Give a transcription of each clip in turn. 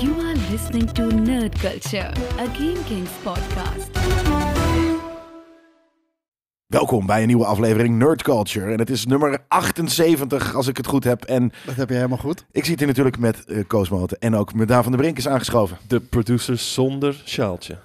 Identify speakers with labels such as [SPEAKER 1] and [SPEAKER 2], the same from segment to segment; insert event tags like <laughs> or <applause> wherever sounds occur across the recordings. [SPEAKER 1] You are listening to Nerd Culture, a Game Kings podcast.
[SPEAKER 2] Welkom bij een nieuwe aflevering Nerd Culture. En het is nummer 78, als ik het goed heb. En
[SPEAKER 3] Dat heb je helemaal goed.
[SPEAKER 2] ik zit hier natuurlijk met eh Koos Moten en ook met Daan van der Brink is aangeschoven.
[SPEAKER 4] De producer zonder sjaaltje.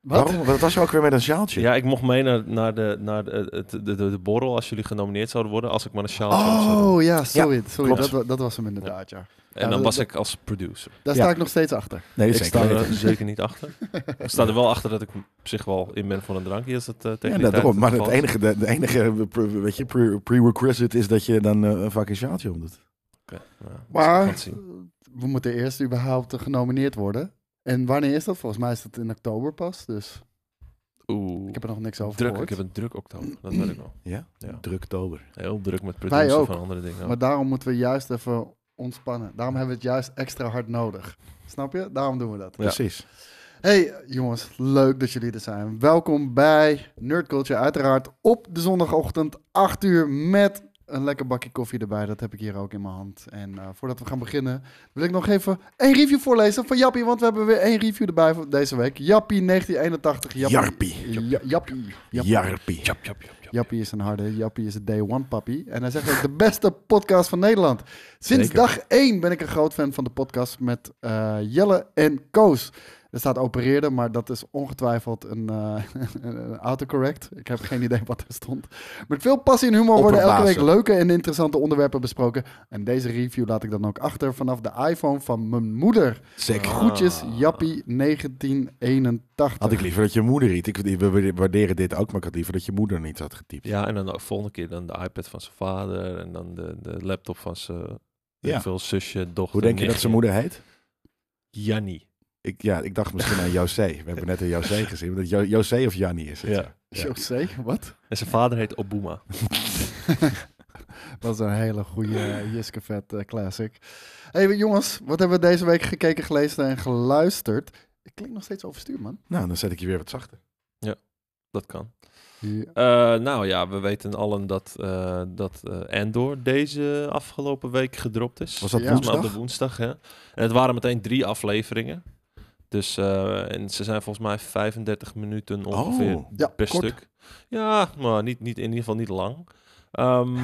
[SPEAKER 2] Waarom? Wat was je ook weer met een sjaaltje?
[SPEAKER 4] Ja, ik mocht mee naar, naar, de, naar de, het- de, de, de borrel als jullie genomineerd zouden worden. Als ik maar een sjaaltje had.
[SPEAKER 3] Oh ja, sorry. sorry
[SPEAKER 2] klopt.
[SPEAKER 3] dat, wa- dat was hem inderdaad, ja.
[SPEAKER 4] En
[SPEAKER 3] dat-
[SPEAKER 4] dan was
[SPEAKER 3] dat-
[SPEAKER 4] ik als producer.
[SPEAKER 3] Daar
[SPEAKER 2] Ja.
[SPEAKER 3] sta ik nog steeds achter.
[SPEAKER 2] Nee,
[SPEAKER 4] Ik
[SPEAKER 2] dat is
[SPEAKER 4] sta
[SPEAKER 2] zeker
[SPEAKER 4] er
[SPEAKER 2] weten.
[SPEAKER 4] zeker niet achter. Ik sta er wel achter dat ik op zich wel in ben voor een drankje. Als het, eh tegen
[SPEAKER 2] Ja, dat
[SPEAKER 4] die tijd
[SPEAKER 2] daarom. Maar
[SPEAKER 4] het
[SPEAKER 2] het
[SPEAKER 4] geval is.
[SPEAKER 2] enige, de, de enige pre- weet je, pre- prerequisite is dat je dan eh, een fucking sjaaltje omdoet.
[SPEAKER 4] Oké, nou,
[SPEAKER 3] Maar
[SPEAKER 4] dat is goed te zien.
[SPEAKER 3] we moeten eerst überhaupt eh, genomineerd worden. En wanneer is dat? Volgens mij is dat in oktober pas. Dus
[SPEAKER 4] Oeh,
[SPEAKER 3] ik heb er nog niks over
[SPEAKER 4] druk.
[SPEAKER 3] gehoord.
[SPEAKER 4] Ik heb een druk oktober. Dat weet ik wel.
[SPEAKER 2] Ja?
[SPEAKER 4] Ja.
[SPEAKER 2] Druktober.
[SPEAKER 4] Heel druk met produceren
[SPEAKER 3] ook.
[SPEAKER 4] van andere dingen.
[SPEAKER 3] Maar daarom moeten we juist even ontspannen. Daarom hebben we het juist extra hard nodig. Snap je? Daarom doen we dat.
[SPEAKER 2] Precies.
[SPEAKER 3] Hey jongens, leuk dat jullie er zijn. Welkom bij Nerd Culture, uiteraard op de zondagochtend 8 uur met een lekker bakje koffie erbij. Dat heb ik hier ook in mijn hand. En eh, voordat we gaan beginnen, wil ik nog even één review voorlezen van Jappie, want we hebben weer één review erbij voor deze week. Jappie 1981. Jappie.
[SPEAKER 2] Jarpie.
[SPEAKER 3] Ja- Jappie. Jappie.
[SPEAKER 2] Jarpie.
[SPEAKER 4] Jap, jap, jap, jap.
[SPEAKER 3] Jappie is een harde, Jappie is een day one pappie. En hij zegt ook de beste podcast van Nederland. Sinds
[SPEAKER 4] Zeker.
[SPEAKER 3] dag één ben ik een groot fan van de podcast met eh, Jelle en Koos. Er staat opereerde, maar dat is ongetwijfeld een, eh, <laughs> een autocorrect. Ik heb geen idee wat er stond. Met veel passie en humor worden elke week
[SPEAKER 2] Opperbazen.
[SPEAKER 3] leuke en interessante onderwerpen besproken. En deze review laat ik dan ook achter vanaf de iPhone van mijn moeder.
[SPEAKER 2] Zeker.
[SPEAKER 4] Ah.
[SPEAKER 3] Groetjes, Jappie 1981.
[SPEAKER 2] Had ik liever dat je moeder niet. Ik, we waarderen dit ook, maar ik had liever dat je moeder niet had getypt.
[SPEAKER 4] Ja, en dan de volgende keer dan de iPad van zijn vader. En dan de, de laptop van zijn
[SPEAKER 2] Ja.
[SPEAKER 4] ja. veel zusje, dochter.
[SPEAKER 2] Hoe denk je dat
[SPEAKER 4] nichtje.
[SPEAKER 2] zijn moeder heet?
[SPEAKER 4] Jannie.
[SPEAKER 2] Ik, ja, ik dacht misschien aan José. We hebben net een José gezien. Dat jo José of Janni is het.
[SPEAKER 4] Ja.
[SPEAKER 3] José, wat?
[SPEAKER 4] En zijn vader heet Obuma.
[SPEAKER 3] <laughs> Dat is een hele goede eh, Jiske Vet eh, classic. Hey jongens, wat hebben we deze week gekeken, gelezen en geluisterd? Ik klink nog steeds overstuur, man.
[SPEAKER 2] Nou, dan zet ik je weer wat zachter.
[SPEAKER 4] Dat kan.
[SPEAKER 3] Ja.
[SPEAKER 4] Eh, nou ja, we weten allen dat, eh dat eh, Andor deze afgelopen week gedropt is.
[SPEAKER 2] Was dat
[SPEAKER 3] Ja.
[SPEAKER 4] Volgens mij op
[SPEAKER 2] woensdag?
[SPEAKER 4] de woensdag, hè. En het waren meteen drie afleveringen. Dus, eh, en ze zijn volgens mij 35 minuten ongeveer
[SPEAKER 2] Oh,
[SPEAKER 3] Ja,
[SPEAKER 4] per
[SPEAKER 3] kort.
[SPEAKER 4] stuk. Ja, maar niet, niet, in ieder geval niet lang. Ehm,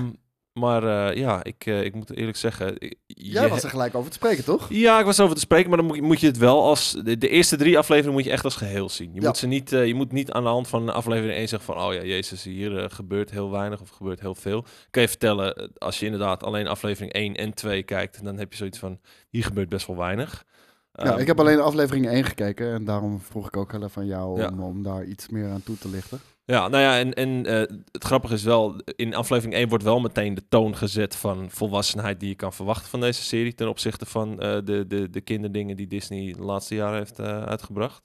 [SPEAKER 4] maar eh, ja, ik, eh, ik moet eerlijk zeggen... ik-
[SPEAKER 3] Jij
[SPEAKER 4] je-
[SPEAKER 3] was er gelijk over te spreken, toch?
[SPEAKER 4] Ja, ik was over te spreken, maar dan moet je, moet je het wel als... De, de eerste drie afleveringen moet je echt als geheel zien. Je,
[SPEAKER 3] Ja.
[SPEAKER 4] moet, ze niet, eh, je moet niet aan de hand van aflevering 1 zeggen van... Oh ja, Jezus, hier eh, gebeurt heel weinig of gebeurt heel veel. Kan je vertellen, eh, als je inderdaad alleen aflevering 1 en 2 kijkt... dan heb je zoiets van, hier gebeurt best wel weinig.
[SPEAKER 3] ja,
[SPEAKER 4] Ehm,
[SPEAKER 3] ik heb alleen aflevering 1 gekeken en daarom vroeg ik ook heel even van jou
[SPEAKER 4] Ja.
[SPEAKER 3] om, om daar iets meer aan toe te lichten.
[SPEAKER 4] Ja, nou ja, en, en eh, het grappige is wel, in aflevering 1 wordt wel meteen de toon gezet van volwassenheid die je kan verwachten van deze serie ten opzichte van eh, de, de, de kinderdingen die Disney de laatste jaren heeft eh, uitgebracht.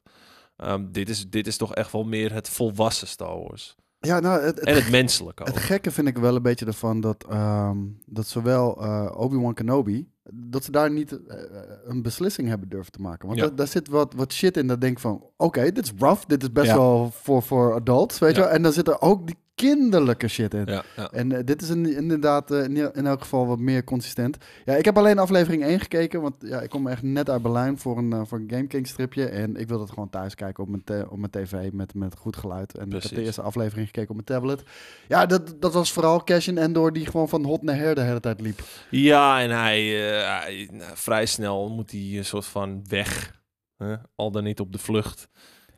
[SPEAKER 4] Ehm, dit, is, dit is toch echt wel meer het volwassen Star Wars.
[SPEAKER 3] Ja, nou, het, het,
[SPEAKER 4] En
[SPEAKER 2] <laughs>
[SPEAKER 4] het menselijke ook.
[SPEAKER 3] het gekke vind ik wel een beetje ervan dat, ehm, dat zowel eh, Obi-Wan Kenobi, dat ze daar niet eh, een beslissing hebben durven te maken. Want
[SPEAKER 4] Ja.
[SPEAKER 3] da- daar zit wat, wat shit in dat denk ik van, oké, dit is rough, dit is best
[SPEAKER 2] Ja.
[SPEAKER 3] wel voor, voor adults, weet je
[SPEAKER 4] Ja.
[SPEAKER 3] wel. En dan zit er ook die kinderlijke shit in.
[SPEAKER 4] Ja, ja.
[SPEAKER 3] En eh, dit is in- inderdaad eh, in, el- in elk geval wat meer consistent. Ja, ik heb alleen aflevering 1 gekeken, want ja, ik kom echt net uit Berlijn voor een, eh, voor een Game King stripje. En ik wil dat gewoon thuis kijken op mijn, te- op mijn tv met, met goed geluid. En ik heb
[SPEAKER 4] Precies.
[SPEAKER 3] de eerste aflevering gekeken op mijn tablet. Ja, dat, dat was vooral Cash in Endor die gewoon van hot naar her de hele tijd liep.
[SPEAKER 4] ja, en hij, eh, hij- nou, vrij snel moet hij een soort van weg, hè, al dan niet op de vlucht.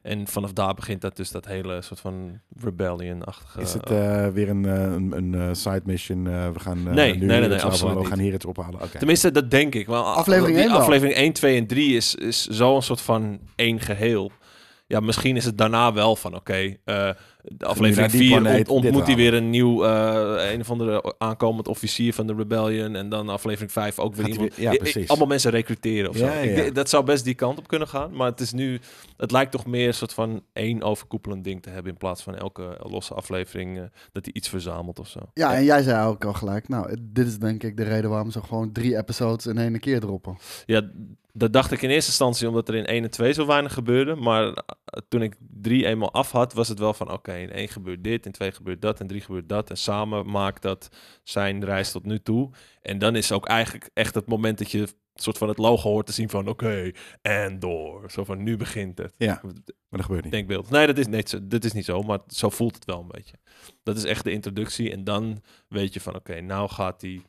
[SPEAKER 4] En vanaf daar begint dat dus dat hele soort van rebellion-achtige...
[SPEAKER 2] Is het eh, weer een, eh, een, een eh, side mission? eh, we gaan eh,
[SPEAKER 4] Nee,
[SPEAKER 2] nu
[SPEAKER 4] nee, nee,
[SPEAKER 2] iets
[SPEAKER 4] nee,
[SPEAKER 2] afhalen,
[SPEAKER 4] absoluut
[SPEAKER 2] We gaan
[SPEAKER 4] niet.
[SPEAKER 2] hier iets ophalen. Oké.
[SPEAKER 4] Tenminste, dat denk ik. wel.
[SPEAKER 3] Aflevering
[SPEAKER 4] die
[SPEAKER 3] één wel.
[SPEAKER 4] aflevering 1, 2 en 3 is, is zo'n soort van één geheel. Ja, misschien is het daarna wel van, oké, eh, de aflevering
[SPEAKER 2] die
[SPEAKER 4] 4
[SPEAKER 2] planeet, dit
[SPEAKER 4] ontmoet hij
[SPEAKER 2] halen.
[SPEAKER 4] weer een nieuw, eh, een of andere aankomend officier van de Rebellion. En dan aflevering 5 ook weer
[SPEAKER 2] Gaat hij
[SPEAKER 4] iemand.
[SPEAKER 2] weer- ja,
[SPEAKER 4] i- i-
[SPEAKER 2] precies.
[SPEAKER 4] Allemaal mensen recruteren of zo.
[SPEAKER 2] Ja, ja,
[SPEAKER 4] Ik
[SPEAKER 2] ja.
[SPEAKER 4] denk- dat zou best die kant op kunnen gaan. Maar het is nu, het lijkt toch meer een soort van één overkoepelend ding te hebben. In plaats van elke losse aflevering eh, dat hij iets verzamelt of zo.
[SPEAKER 3] Ja, en jij zei ook al gelijk, nou, dit is denk ik de reden waarom ze gewoon drie episodes in één keer droppen.
[SPEAKER 4] Ja, d- dat dacht ik in eerste instantie omdat er in 1 en 2 zo weinig gebeurde. Maar eh, toen ik 3 eenmaal af had, was het wel van oké, in 1 gebeurt dit, in 2 gebeurt dat, en 3 gebeurt dat. En samen maakt dat zijn reis tot nu toe. En dan is ook eigenlijk echt het moment dat je soort van het logo hoort te zien van oké, en door. Zo van nu begint het.
[SPEAKER 2] Ja, maar dat gebeurt niet.
[SPEAKER 4] Denkbeeld. Nee, dat is, niet zo, dat is niet zo, maar zo voelt het wel een beetje. Dat is echt de introductie en dan weet je van oké, nou gaat hij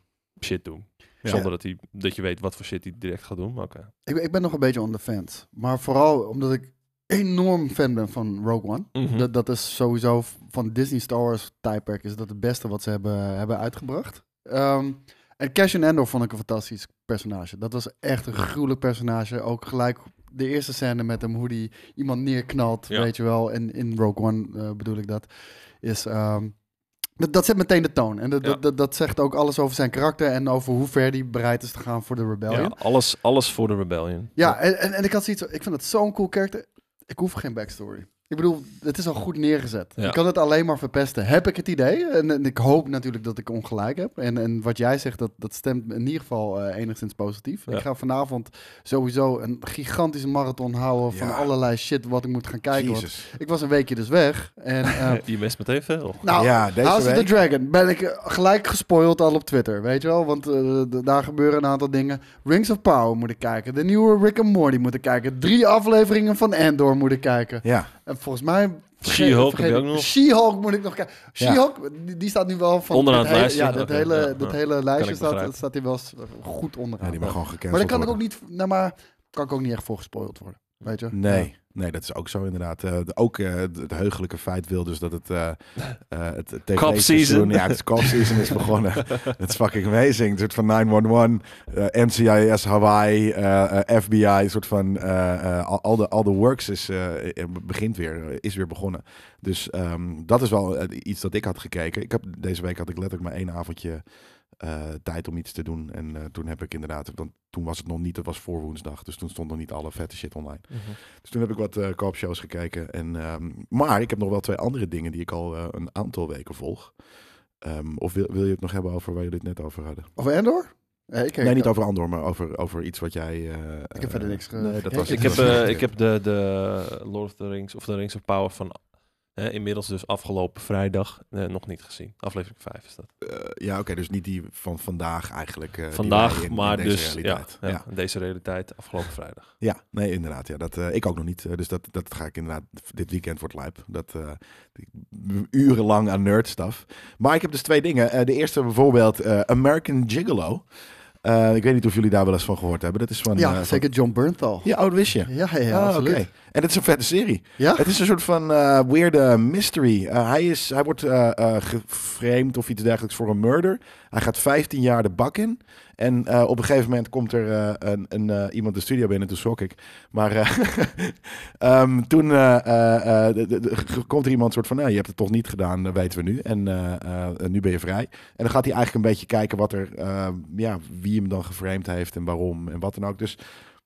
[SPEAKER 4] shit doen.
[SPEAKER 2] Ja.
[SPEAKER 4] Zonder dat, hij, dat je weet wat voor shit hij direct gaat doen. maar Oké.
[SPEAKER 3] Ik, ben- ik ben nog een beetje on the fence. Maar vooral omdat ik enorm fan ben van Rogue One.
[SPEAKER 4] Mhm.
[SPEAKER 3] Dat, dat is sowieso v- van Disney Star Wars tijdperk is dat het beste wat ze hebben, hebben uitgebracht. Ehm, en Cassian Andor vond ik een fantastisch personage. Dat was echt een gruwelijk personage. Ook gelijk de eerste scène met hem, hoe die iemand neerknalt,
[SPEAKER 4] Ja.
[SPEAKER 3] weet je wel. En in Rogue One eh, bedoel ik dat. Is, ehm, dat, dat zet meteen de toon. En dat,
[SPEAKER 4] Ja.
[SPEAKER 3] dat, dat, dat zegt ook alles over zijn karakter en over hoe ver hij bereid is te gaan voor de rebellion.
[SPEAKER 4] Ja, alles, alles voor de rebellion.
[SPEAKER 3] Ja, en, en, en ik had zoiets van, ik vind het zo'n cool karakter. Ik hoef geen backstory. Ik bedoel, het is al goed neergezet.
[SPEAKER 4] Ja.
[SPEAKER 3] Ik kan het alleen maar verpesten. Heb ik het idee? En, en ik hoop natuurlijk dat ik ongelijk heb. En, en wat jij zegt, dat, dat stemt me in ieder geval eh, enigszins positief.
[SPEAKER 4] Ja.
[SPEAKER 3] Ik ga vanavond sowieso een gigantische marathon houden van
[SPEAKER 2] Ja.
[SPEAKER 3] allerlei shit wat ik moet gaan kijken. want
[SPEAKER 2] Jezus.
[SPEAKER 3] ik was een weekje dus weg. En, eh,
[SPEAKER 4] Je mist meteen veel.
[SPEAKER 3] nou,
[SPEAKER 2] ja, deze
[SPEAKER 3] House of
[SPEAKER 2] week.
[SPEAKER 3] the Dragon ben ik eh, gelijk gespoild al op Twitter, weet je wel? Want eh, d- daar gebeuren een aantal dingen. Rings of Power moet ik kijken. De nieuwe Rick and Morty moet ik kijken. Drie afleveringen van Andor moet ik kijken.
[SPEAKER 2] Ja,
[SPEAKER 3] En volgens mij... vergeet-
[SPEAKER 4] She-Hulk heb
[SPEAKER 3] vergeet
[SPEAKER 4] je
[SPEAKER 3] ik-
[SPEAKER 4] ook nog.
[SPEAKER 3] She-Hulk moet ik nog kijken. She-Hulk, die, die staat nu wel van...
[SPEAKER 4] Onderaan het
[SPEAKER 3] hele-
[SPEAKER 4] lijstje?
[SPEAKER 3] Ja, dat
[SPEAKER 4] Oké,
[SPEAKER 3] hele,
[SPEAKER 4] ja,
[SPEAKER 3] dat
[SPEAKER 4] ja.
[SPEAKER 3] hele lijstje
[SPEAKER 4] ik
[SPEAKER 3] staat,
[SPEAKER 4] begrijpen.
[SPEAKER 3] staat hij wel eens goed onderaan.
[SPEAKER 2] ja die mag gewoon gecanceld
[SPEAKER 3] maar daar kan ik ook
[SPEAKER 2] worden.
[SPEAKER 3] niet... Nou, maar kan ik ook niet echt voor gespoild worden, weet je?
[SPEAKER 2] Nee, nee, dat is ook zo inderdaad. Eh, de- ook eh, het- het heugelijke feit wil dus dat het... eh eh, het het TV
[SPEAKER 4] Cop
[SPEAKER 2] seizoen-
[SPEAKER 4] season.
[SPEAKER 2] Ja, het cop season is begonnen. Het is fucking amazing. Een soort van 911, eh, NCIS Hawaii, eh, eh, FBI, een soort van... eh, eh, al- al de al de works is, eh, eh, begint weer, eh, is weer begonnen. Dus ehm, dat is wel eh, iets dat ik had gekeken. Ik heb, deze week had ik letterlijk maar één avondje... eh, tijd om iets te doen. En eh, toen heb ik inderdaad, want toen was het nog niet, het was voor woensdag. Dus toen stond nog niet alle vette shit online.
[SPEAKER 4] Mhm.
[SPEAKER 2] Dus toen heb ik wat eh koopshows gekeken. En, ehm, maar ik heb nog wel twee andere dingen die ik al eh, een aantal weken volg. Ehm, of wil, wil je het nog hebben over waar jullie het net over hadden?
[SPEAKER 3] Of Andor? Eh, ik kijk
[SPEAKER 2] nee, niet
[SPEAKER 3] dat.
[SPEAKER 2] over Andor, maar over, over iets wat jij... eh,
[SPEAKER 3] Ik heb verder niks ge-
[SPEAKER 2] Nee, dat
[SPEAKER 3] gekeken.
[SPEAKER 2] was,
[SPEAKER 4] Ik
[SPEAKER 2] dat
[SPEAKER 4] heb,
[SPEAKER 2] was
[SPEAKER 4] eh,
[SPEAKER 2] niet
[SPEAKER 4] ik heb de, de Lord of the Rings of de Rings of Power van hè, inmiddels dus afgelopen vrijdag eh, nog niet gezien. Aflevering 5 is dat.
[SPEAKER 2] Eh, ja, oké, dus niet die van vandaag eigenlijk. eh, die wij
[SPEAKER 4] Vandaag,
[SPEAKER 2] in- in
[SPEAKER 4] maar
[SPEAKER 2] deze
[SPEAKER 4] dus ja,
[SPEAKER 2] realiteit.
[SPEAKER 4] ja, in deze realiteit afgelopen vrijdag.
[SPEAKER 2] Ja, nee, inderdaad. Ja, dat, eh, ik ook nog niet. Eh, dus dat, dat ga ik inderdaad. Dit weekend wordt lijp. Dat eh, die- urenlang aan nerd stuff. Maar ik heb dus twee dingen. Eh, de eerste bijvoorbeeld eh, American Gigolo. Eh, ik weet niet of jullie daar wel eens van gehoord hebben. Dat is van. eh,
[SPEAKER 3] Ja,
[SPEAKER 2] van-
[SPEAKER 3] zeker John Bernthal.
[SPEAKER 2] Ja, oud wist je.
[SPEAKER 3] Ja, ja,
[SPEAKER 2] Ah,
[SPEAKER 3] absoluut.
[SPEAKER 2] oké. En het is een vette serie.
[SPEAKER 3] Ja?
[SPEAKER 2] Het is een soort van eh weirde mystery. Eh, hij, is, hij wordt eh eh, geframed of iets dergelijks voor een murder. Hij gaat 15 jaar de bak in. En eh, op een gegeven moment komt er eh, een, een, eh, iemand de studio binnen. Toen schrok ik. Maar eh, <laughs> ehm, toen eh, eh, eh, de- de- de- ge- komt er iemand soort van... Nou, je hebt het toch niet gedaan, dat weten we nu. En eh, eh, nu ben je vrij. En dan gaat hij eigenlijk een beetje kijken wat er, eh, ja, wie hem dan geframed heeft en waarom en wat dan ook. Dus,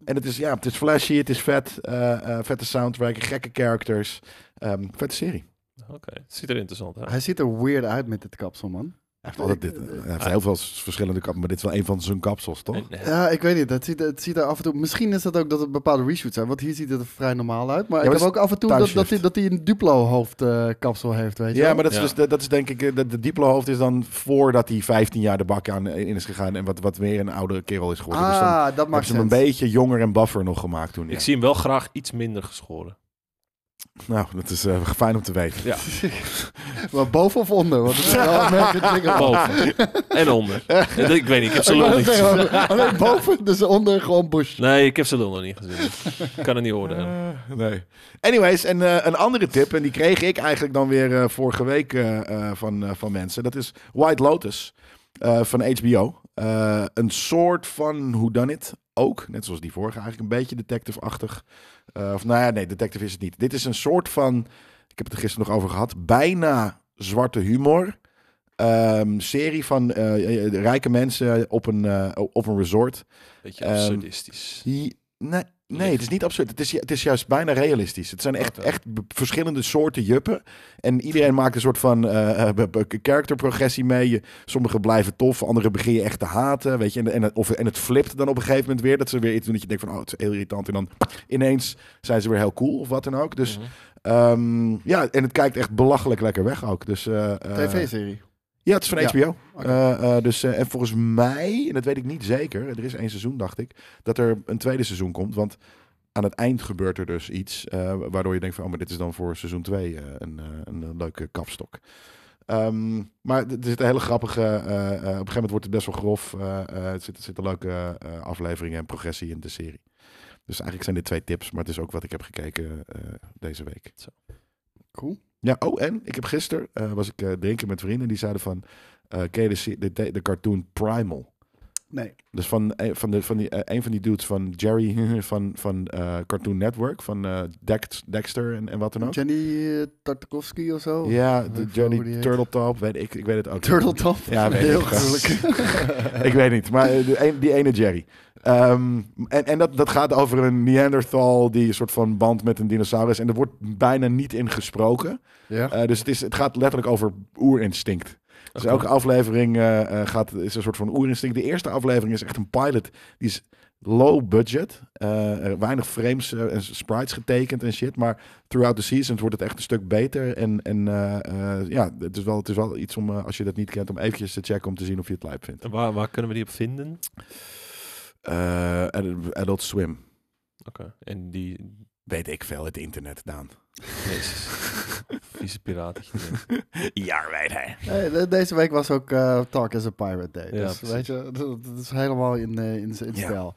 [SPEAKER 2] en het is, ja, het is flashy, het is vet, eh, eh, vette soundtrack, gekke characters, ehm, vette serie.
[SPEAKER 4] Oké, het ziet er interessant uit.
[SPEAKER 3] Hij ziet er weird uit met dit kapsel, man.
[SPEAKER 2] Hij heeft, altijd dit, eh,
[SPEAKER 3] eh,
[SPEAKER 2] hij heeft heel veel s- verschillende kapsels, maar dit is wel een van zijn kapsels, toch?
[SPEAKER 4] En, eh,
[SPEAKER 3] Ja, ik weet niet. Het ziet, het ziet er af en toe... Misschien is dat ook dat het bepaalde reshoots zijn. Want hier ziet het er vrij normaal uit. Maar
[SPEAKER 2] Ja,
[SPEAKER 3] ik
[SPEAKER 2] maar
[SPEAKER 3] heb ook af en toe dat, dat,
[SPEAKER 2] timeshift.
[SPEAKER 3] hij, dat hij een Duplo-hoofdkapsel heeft, weet je
[SPEAKER 2] Ja,
[SPEAKER 3] wel?
[SPEAKER 2] maar dat is,
[SPEAKER 4] Ja.
[SPEAKER 2] dus, dat, dat is denk ik, eh, dat de Diplo-hoofd is dan voordat hij 15 jaar de bak aan eh, in is gegaan en wat, wat meer een oude kerel is geworden. dus dan hebben
[SPEAKER 3] Ah, dat maakt
[SPEAKER 2] ze hem een
[SPEAKER 3] sens.
[SPEAKER 2] beetje jonger en buffer nog gemaakt toen. ja.
[SPEAKER 4] Ik zie hem wel graag iets minder geschoren.
[SPEAKER 2] Nou, dat is eh, fijn om te weten.
[SPEAKER 4] Ja,
[SPEAKER 3] <laughs> Maar boven of onder? Want het is wel een merkend ding.
[SPEAKER 4] boven en onder. Eh, Ik weet niet, ik heb ze
[SPEAKER 3] <laughs> Ik
[SPEAKER 4] lul
[SPEAKER 3] wou
[SPEAKER 4] niet
[SPEAKER 3] zeggen, Alleen boven, dus onder gewoon Bush.
[SPEAKER 4] Nee, ik heb ze lul nog niet gezien. Ik kan het niet oordelen.
[SPEAKER 2] Eh, nee. Anyways, en eh, een andere tip, en die kreeg ik eigenlijk dan weer eh, vorige week eh, eh, van, eh, van mensen. Dat is White Lotus eh, van HBO. Eh, een soort van whodunit ook, net zoals die vorige eigenlijk, een beetje detective-achtig. Eh, of nou ja, nee, detective is het niet. Dit is een soort van, ik heb het er gisteren nog over gehad, bijna zwarte humor. ehm, serie van eh, eh, rijke mensen op een, eh, op een resort.
[SPEAKER 4] Beetje
[SPEAKER 2] Ehm,
[SPEAKER 4] absurdistisch.
[SPEAKER 2] Die- nee, nee, het is niet absurd. Het is, ju- het is juist bijna realistisch. Het zijn echt,
[SPEAKER 4] Oké.
[SPEAKER 2] echt b- verschillende soorten juppen. En iedereen maakt een soort van eh eh, b- b- characterprogressie mee. Je- Sommigen blijven tof, anderen begin je echt te haten. Weet je? En, en, of, en het flipt dan op een gegeven moment weer. Dat ze weer iets doen dat je denkt van, oh, het is heel irritant. En dan ineens zijn ze weer heel cool of wat dan ook. Dus
[SPEAKER 4] Mhm.
[SPEAKER 2] ehm, ja, en het kijkt echt belachelijk lekker weg ook. Dus, eh, eh,
[SPEAKER 3] TV-serie.
[SPEAKER 2] Ja, het is van
[SPEAKER 3] Ja.
[SPEAKER 2] HBO. Eh, eh, dus, eh, en volgens mij, en dat weet ik niet zeker, er is één seizoen, dacht ik, dat er een tweede seizoen komt. Want aan het eind gebeurt er dus iets eh, waardoor je denkt van, oh, maar dit is dan voor seizoen 2 een, eh, een leuke kapstok. Ehm, maar d- er zit een hele grappige, eh, eh, op een gegeven moment wordt het best wel grof. eh eh er zitten zitten leuke eh, afleveringen en progressie in de serie. Dus eigenlijk zijn dit twee tips, maar het is ook wat ik heb gekeken eh, deze week.
[SPEAKER 3] Cool.
[SPEAKER 2] Ja, oh, en ik heb gisteren eh, was ik eh, drinken met vrienden. Die zeiden van, eh ken je de, se- de, de, de cartoon Primal?
[SPEAKER 3] Nee.
[SPEAKER 2] Dus van, eh, van, de, van die, eh, een van die dudes van Jerry <laughs> van, van eh, Cartoon Network, van eh, Dex- Dexter en, en wat dan ook.
[SPEAKER 3] Jenny eh, Tartakovsky of zo?
[SPEAKER 2] ja,
[SPEAKER 3] weet
[SPEAKER 2] de
[SPEAKER 3] ik veel hoe die
[SPEAKER 2] Johnny
[SPEAKER 3] heet.
[SPEAKER 2] Turtletop, weet ik, ik weet het ook. niet.
[SPEAKER 3] Turtle Top.
[SPEAKER 2] Ja, weet
[SPEAKER 3] heel
[SPEAKER 2] ik.
[SPEAKER 3] gruwelijk.
[SPEAKER 2] <laughs> ik weet niet, maar eh, de een- die ene Jerry. Ehm, en en dat, dat gaat over een Neanderthal die een soort van band met een dinosaurus. En er wordt bijna niet in gesproken.
[SPEAKER 3] <laughs> ja.
[SPEAKER 2] Eh, dus het, is, het gaat letterlijk over oerinstinct. Dus elke aflevering eh, eh, gaat, is een soort van oerinstinct. De eerste aflevering is echt een pilot. Die is low budget. eh, er weinig frames eh, en sprites getekend en shit. Maar throughout the seasons wordt het echt een stuk beter. En, en eh, eh, ja, het is, wel, het is wel iets om, eh, als je dat niet kent, om eventjes te checken om te zien of je het lijp vindt.
[SPEAKER 4] En waar, waar kunnen we die op vinden?
[SPEAKER 2] Eh, Ad- Adult Swim.
[SPEAKER 4] Oké. En die...
[SPEAKER 2] Weet ik veel, het internet, Daan. <laughs>
[SPEAKER 4] Jezus. Vieze piratetje.
[SPEAKER 2] ja, weet hij.
[SPEAKER 3] Hey, Eh, de- deze week was ook eh, Talk as a Pirate Day.
[SPEAKER 4] Ja,
[SPEAKER 3] dus
[SPEAKER 4] precies.
[SPEAKER 3] weet je, dat, dat is helemaal in, eh, in, z- in
[SPEAKER 2] Ja.
[SPEAKER 3] stijl.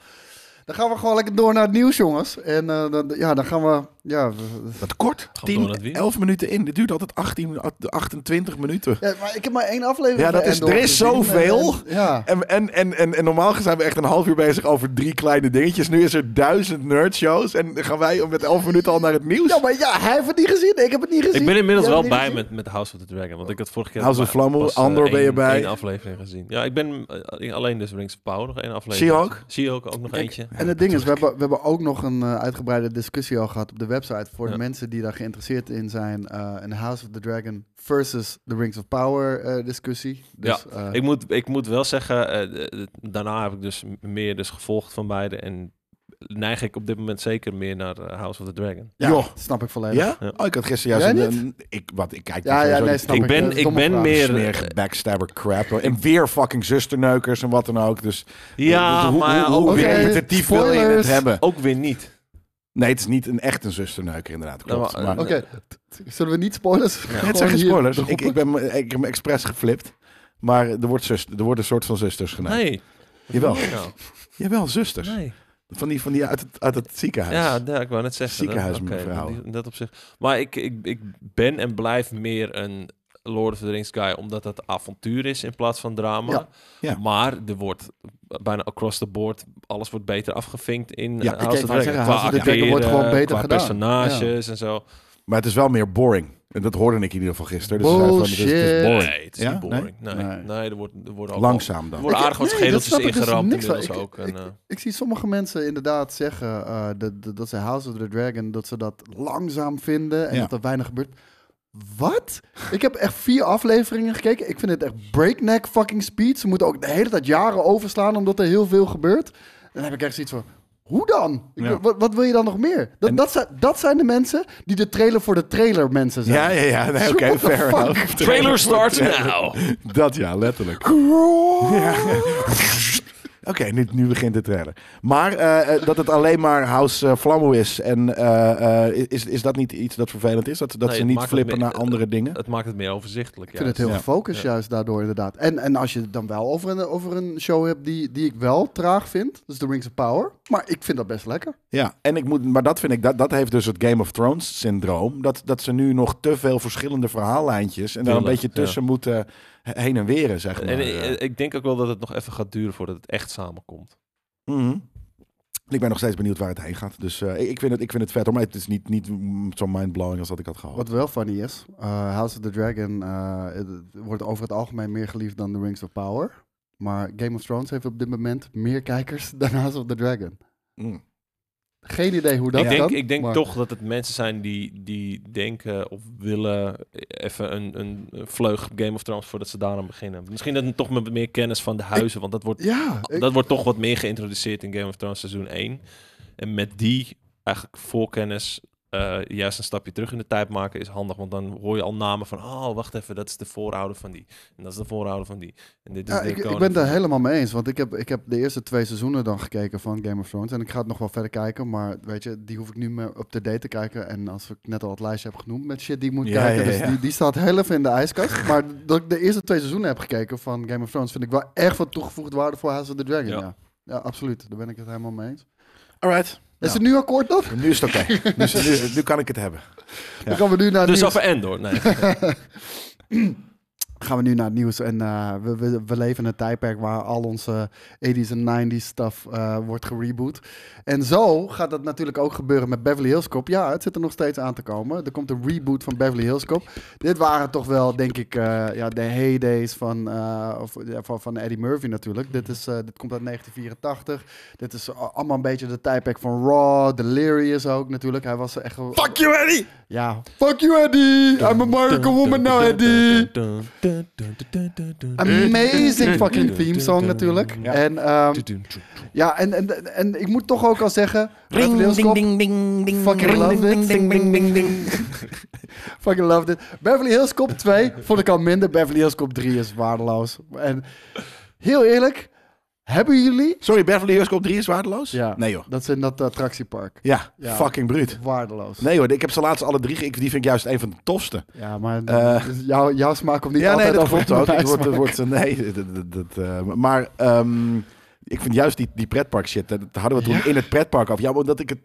[SPEAKER 3] Dan gaan we gewoon lekker door naar het nieuws, jongens. En eh, dan, ja, dan gaan we... Ja, we-
[SPEAKER 2] Wat kort.
[SPEAKER 4] we door
[SPEAKER 2] 10,
[SPEAKER 4] naar het wiel?
[SPEAKER 2] 11 minuten in. Dit duurt altijd 18, 28 minuten.
[SPEAKER 3] ja, maar ik heb maar één aflevering
[SPEAKER 2] Ja, dat
[SPEAKER 3] van
[SPEAKER 2] is-
[SPEAKER 3] Andor
[SPEAKER 2] er is
[SPEAKER 3] gezien. eh,
[SPEAKER 2] zoveel.
[SPEAKER 3] En- en- ja.
[SPEAKER 2] En, en, en, en, en normaal zijn we echt een half uur bezig over drie kleine dingetjes. Nu is er duizend nerdshows en gaan wij met elf minuten al naar het nieuws.
[SPEAKER 3] ja, maar ja, hij heeft het niet gezien. Ik heb het niet gezien.
[SPEAKER 4] Ik ben inmiddels
[SPEAKER 3] Jij hebt
[SPEAKER 4] wel
[SPEAKER 3] het niet
[SPEAKER 4] bij
[SPEAKER 3] gezien?
[SPEAKER 4] met, met House of the Dragon. Want ik had vorige keer...
[SPEAKER 2] House of
[SPEAKER 4] pa-
[SPEAKER 2] Flammel,
[SPEAKER 4] pas, eh,
[SPEAKER 2] Andor ben je
[SPEAKER 4] één-
[SPEAKER 2] bij.
[SPEAKER 4] één aflevering gezien. Ja, ik ben eh, alleen dus Rings of Power nog één aflevering.
[SPEAKER 2] She-Hulk?
[SPEAKER 4] She-Hulk ook nog eentje.
[SPEAKER 3] En het ding is, we hebben, we hebben ook nog een eh, uitgebreide discussie al gehad op de website voor
[SPEAKER 4] Ja.
[SPEAKER 3] de mensen die daar geïnteresseerd in zijn. eh een House of the Dragon versus the Rings of Power eh, discussie. Dus,
[SPEAKER 4] Ja,
[SPEAKER 3] eh,
[SPEAKER 4] Ik moet, ik moet wel zeggen, eh, de- de- daarna heb ik dus m- meer dus gevolgd van beide. En neig ik op dit moment zeker meer naar eh, House of the Dragon.
[SPEAKER 3] ja,
[SPEAKER 2] Joh.
[SPEAKER 3] snap ik volledig.
[SPEAKER 2] Ja?
[SPEAKER 4] Ja.
[SPEAKER 2] Oh, ik had gisteren juist
[SPEAKER 3] Jij
[SPEAKER 2] een, een- Ik, wat, ik kijk
[SPEAKER 3] Ja,
[SPEAKER 2] niet
[SPEAKER 3] ja,
[SPEAKER 2] sowieso
[SPEAKER 3] nee,
[SPEAKER 2] niet.
[SPEAKER 3] snap
[SPEAKER 4] ik
[SPEAKER 3] ik.
[SPEAKER 4] ben,
[SPEAKER 3] Dat is
[SPEAKER 4] ik
[SPEAKER 3] domme
[SPEAKER 4] ben
[SPEAKER 3] vraag.
[SPEAKER 4] meer...
[SPEAKER 2] Smerige backstabber crap. hoor. En weer fucking zusterneukers en wat dan ook. Dus
[SPEAKER 4] Ja,
[SPEAKER 2] hoe- hoe,
[SPEAKER 4] maar ja,
[SPEAKER 2] hoe,
[SPEAKER 4] ook,
[SPEAKER 2] hoe
[SPEAKER 3] weer-
[SPEAKER 4] weer,
[SPEAKER 2] repetitief wil je het
[SPEAKER 3] Spoilers.
[SPEAKER 2] hebben?
[SPEAKER 4] ook weer niet.
[SPEAKER 2] Nee, het is niet een echt een zusterneuker inderdaad.
[SPEAKER 4] Nou,
[SPEAKER 2] Klopt. maar,
[SPEAKER 4] maar, eh,
[SPEAKER 3] Oké, t- zullen we niet spoilers?
[SPEAKER 2] Nee,
[SPEAKER 3] Gewoon
[SPEAKER 2] het zijn geen
[SPEAKER 3] hier
[SPEAKER 2] spoilers.
[SPEAKER 3] erop-
[SPEAKER 2] Ik, ik, ben, ik heb me expres geflipt. Maar er wordt, zus, er wordt een soort van zusters genaaid.
[SPEAKER 4] Nee.
[SPEAKER 2] Jawel.
[SPEAKER 4] Nou,
[SPEAKER 2] Jawel, zusters.
[SPEAKER 4] nee.
[SPEAKER 2] Van die, van die uit, het, uit het ziekenhuis.
[SPEAKER 4] Ja, ja, ik wou net zeggen.
[SPEAKER 2] Ziekenhuis,
[SPEAKER 4] dat, oké,
[SPEAKER 2] mevrouw.
[SPEAKER 4] die- dat op zich. Maar ik, ik, ik ben en blijf meer een Lord of the Rings guy, omdat dat avontuur is in plaats van drama.
[SPEAKER 3] Ja,
[SPEAKER 2] ja.
[SPEAKER 4] Maar er wordt bijna across the board, alles wordt beter afgevinkt
[SPEAKER 2] Ja,
[SPEAKER 4] in eh,
[SPEAKER 2] ik
[SPEAKER 4] House
[SPEAKER 3] wou
[SPEAKER 4] of the Dragon.
[SPEAKER 3] zeggen,
[SPEAKER 4] Qua
[SPEAKER 3] House of the Dragon
[SPEAKER 4] acteren,
[SPEAKER 3] wordt gewoon beter
[SPEAKER 4] qua
[SPEAKER 3] gedaan.
[SPEAKER 4] personages en zo.
[SPEAKER 2] Maar het is wel meer boring. En dat hoorde ik in ieder geval gisteren. Dus ze zeiden van, het is- het is
[SPEAKER 3] Bullshit.
[SPEAKER 4] Nee, het is
[SPEAKER 2] Ja?
[SPEAKER 4] niet boring. Nee,
[SPEAKER 3] Nee?
[SPEAKER 4] nee.
[SPEAKER 3] Nee.
[SPEAKER 4] er, wordt, er worden ook
[SPEAKER 2] langzaam
[SPEAKER 4] Er
[SPEAKER 2] dan.
[SPEAKER 4] worden
[SPEAKER 3] Ik-
[SPEAKER 4] aardig wat
[SPEAKER 3] nee, dat
[SPEAKER 4] schedeltjes
[SPEAKER 3] snap ik dus
[SPEAKER 4] ingeramd
[SPEAKER 3] niks van.
[SPEAKER 4] inmiddels
[SPEAKER 3] Ik-
[SPEAKER 4] ook. en,
[SPEAKER 3] ik-
[SPEAKER 4] eh,
[SPEAKER 3] Ik zie sommige mensen inderdaad zeggen eh, dat, dat, dat ze House of the Dragon dat ze dat langzaam vinden en
[SPEAKER 2] Ja.
[SPEAKER 3] dat er weinig gebeurt. Wat? Ik heb echt vier afleveringen gekeken. Ik vind het echt breakneck fucking speed. Ze moeten ook de hele tijd jaren overslaan omdat er heel veel gebeurt. En dan heb ik echt zoiets van. Hoe dan? Ik
[SPEAKER 2] Ja.
[SPEAKER 3] wil- wat, wat wil je dan nog meer? Dat,
[SPEAKER 2] En-
[SPEAKER 3] dat, zijn, dat zijn de mensen die de trailer voor de trailer mensen zijn.
[SPEAKER 2] Ja, ja, ja. Nee, Oké,
[SPEAKER 3] What the
[SPEAKER 2] fair
[SPEAKER 3] fuck?
[SPEAKER 2] enough.
[SPEAKER 4] <laughs> Trailer starts now!
[SPEAKER 2] <laughs> Dat ja, letterlijk. Ja. Oké, nu, nu begint de trailer. Maar eh, eh, dat het alleen maar House eh, Flammo is. En eh, eh, is, is dat niet iets dat vervelend is? Dat, dat
[SPEAKER 4] Nee,
[SPEAKER 2] ze
[SPEAKER 4] het
[SPEAKER 2] niet
[SPEAKER 4] maakt het
[SPEAKER 2] flippen
[SPEAKER 4] meer-
[SPEAKER 2] naar andere dingen?
[SPEAKER 4] Het maakt het meer overzichtelijk.
[SPEAKER 3] Ik vind het
[SPEAKER 4] juist.
[SPEAKER 3] heel
[SPEAKER 2] Ja.
[SPEAKER 3] gefocust juist daardoor inderdaad. En, en als je het dan wel over een, over een show hebt die, die ik wel traag vind, dus The Rings of Power. Maar ik vind dat best lekker.
[SPEAKER 2] Ja, en ik moet, maar dat vind ik, dat, dat heeft dus het Game of Thrones syndroom. Dat, dat ze nu nog te veel verschillende verhaallijntjes en daar een
[SPEAKER 4] Tuurlijk,
[SPEAKER 2] beetje tussen moeten heen en weren, zeg maar.
[SPEAKER 4] En
[SPEAKER 2] Eh,
[SPEAKER 4] eh, ik denk ook wel dat het nog even gaat duren voordat het echt samenkomt.
[SPEAKER 2] mhm. Ik ben nog steeds benieuwd waar het heen gaat. Dus eh, ik, vind het, ik vind het vet, hoor, maar het is niet, niet mm, zo mindblowing als dat ik had
[SPEAKER 4] Oh.
[SPEAKER 2] gehoopt.
[SPEAKER 3] Wat wel funny is, eh, House of the Dragon eh, het- het wordt over het algemeen meer geliefd dan The Rings of Power. Maar Game of Thrones heeft op dit moment meer kijkers <laughs> dan House of the Dragon.
[SPEAKER 2] Mm.
[SPEAKER 3] Geen idee hoe dat
[SPEAKER 4] ik denk,
[SPEAKER 3] kan,
[SPEAKER 4] ik denk
[SPEAKER 3] maar-
[SPEAKER 4] toch dat het mensen zijn die, die denken of willen even een, een vleug Game of Thrones voordat ze daaraan beginnen. Misschien dat het toch met meer kennis van de huizen, want dat wordt,
[SPEAKER 3] Ja, ik-
[SPEAKER 4] dat wordt toch wat meer geïntroduceerd in Game of Thrones seizoen 1. En met die eigenlijk voorkennis eh, juist een stapje terug in de tijd maken is handig. Want dan hoor je al namen van, oh, wacht even, dat is de voorouder van die. En dat is de voorouder van die. En dit
[SPEAKER 2] Dus
[SPEAKER 4] is
[SPEAKER 3] Ja,
[SPEAKER 4] de
[SPEAKER 3] ik, ik
[SPEAKER 4] koning
[SPEAKER 3] ben het
[SPEAKER 4] van
[SPEAKER 3] er
[SPEAKER 4] die.
[SPEAKER 3] helemaal mee eens. Want ik heb, ik heb de eerste twee seizoenen dan gekeken van Game of Thrones. En ik ga het nog wel verder kijken. Maar weet je, die hoef ik nu meer up to date te kijken. En als ik net al het lijstje heb genoemd met shit die ik moet
[SPEAKER 2] Ja,
[SPEAKER 3] kijken.
[SPEAKER 2] ja,
[SPEAKER 3] Dus
[SPEAKER 2] ja.
[SPEAKER 3] die, die staat heel even in de ijskast. <laughs> maar dat ik de eerste twee seizoenen heb gekeken van Game of Thrones... vind ik wel echt wat toegevoegd waarde voor House of the Dragon.
[SPEAKER 4] Ja.
[SPEAKER 3] Ja, ja. absoluut. Daar ben ik het helemaal mee eens.
[SPEAKER 2] Alright.
[SPEAKER 3] Is het nu akkoord dan?
[SPEAKER 2] Nu is het <laughs> oké. nu, is- nu, nu kan ik het hebben.
[SPEAKER 3] Dan gaan we nu naar het
[SPEAKER 4] Dus
[SPEAKER 3] nieuws.
[SPEAKER 4] over en door.
[SPEAKER 3] <laughs>
[SPEAKER 4] Nee.
[SPEAKER 3] gaan we nu naar het nieuws. En eh, we, we, we leven in een tijdperk waar al onze 80s en 90s stuff eh, wordt gereboot. En zo gaat dat natuurlijk ook gebeuren met Beverly Hills Cop. Ja, het zit er nog steeds aan te komen. Er komt een reboot van Beverly Hills Cop. Dit waren toch wel, denk ik, eh, ja, de heydays van, eh, of, ja, van, van Eddie Murphy natuurlijk. Dit, is, eh, dit komt uit 1984. Dit is a- allemaal een beetje de tijdperk van Raw, Delirious ook natuurlijk. Hij was echt... wel-
[SPEAKER 4] Fuck you, Eddie!
[SPEAKER 3] Ja, fuck you Eddie! I'm a American woman now Eddie! <laughs> Amazing fucking theme song natuurlijk.
[SPEAKER 2] Ja.
[SPEAKER 3] En, ehm, ja, en, en, en ik moet toch ook al zeggen... Ring, ding, ding, ding, ding, fucking love it. Ding, ding, ding, ding. <laughs> fucking love dit. Beverly Hills Cop 2 vond ik al minder. Beverly Hills Cop 3 is waardeloos. En heel eerlijk, hebben jullie...
[SPEAKER 2] Sorry, Beverly Hills Cop 3 is waardeloos?
[SPEAKER 3] Ja,
[SPEAKER 2] Nee joh.
[SPEAKER 3] dat is in dat eh, attractiepark.
[SPEAKER 2] Ja,
[SPEAKER 3] Ja.
[SPEAKER 2] fucking bruut.
[SPEAKER 3] Waardeloos.
[SPEAKER 2] Nee hoor, ik heb ze laatst alle drie. ge- Ik, die vind ik juist een van de tofste.
[SPEAKER 3] Ja, maar
[SPEAKER 2] Eh.
[SPEAKER 3] dus jouw, jouw smaak komt niet
[SPEAKER 2] ja, nee,
[SPEAKER 3] altijd
[SPEAKER 2] dat
[SPEAKER 3] over
[SPEAKER 2] klopt ook. <laughs>
[SPEAKER 3] mijn
[SPEAKER 2] Het wordt, het
[SPEAKER 3] smaak.
[SPEAKER 2] wordt, eh, nee, <laughs> dat, dat, dat, eh, maar ehm, ik vind juist die, die pretpark shit. Dat dat hadden we toen
[SPEAKER 3] Ja.
[SPEAKER 2] in het pretpark af. Ja, omdat ik het.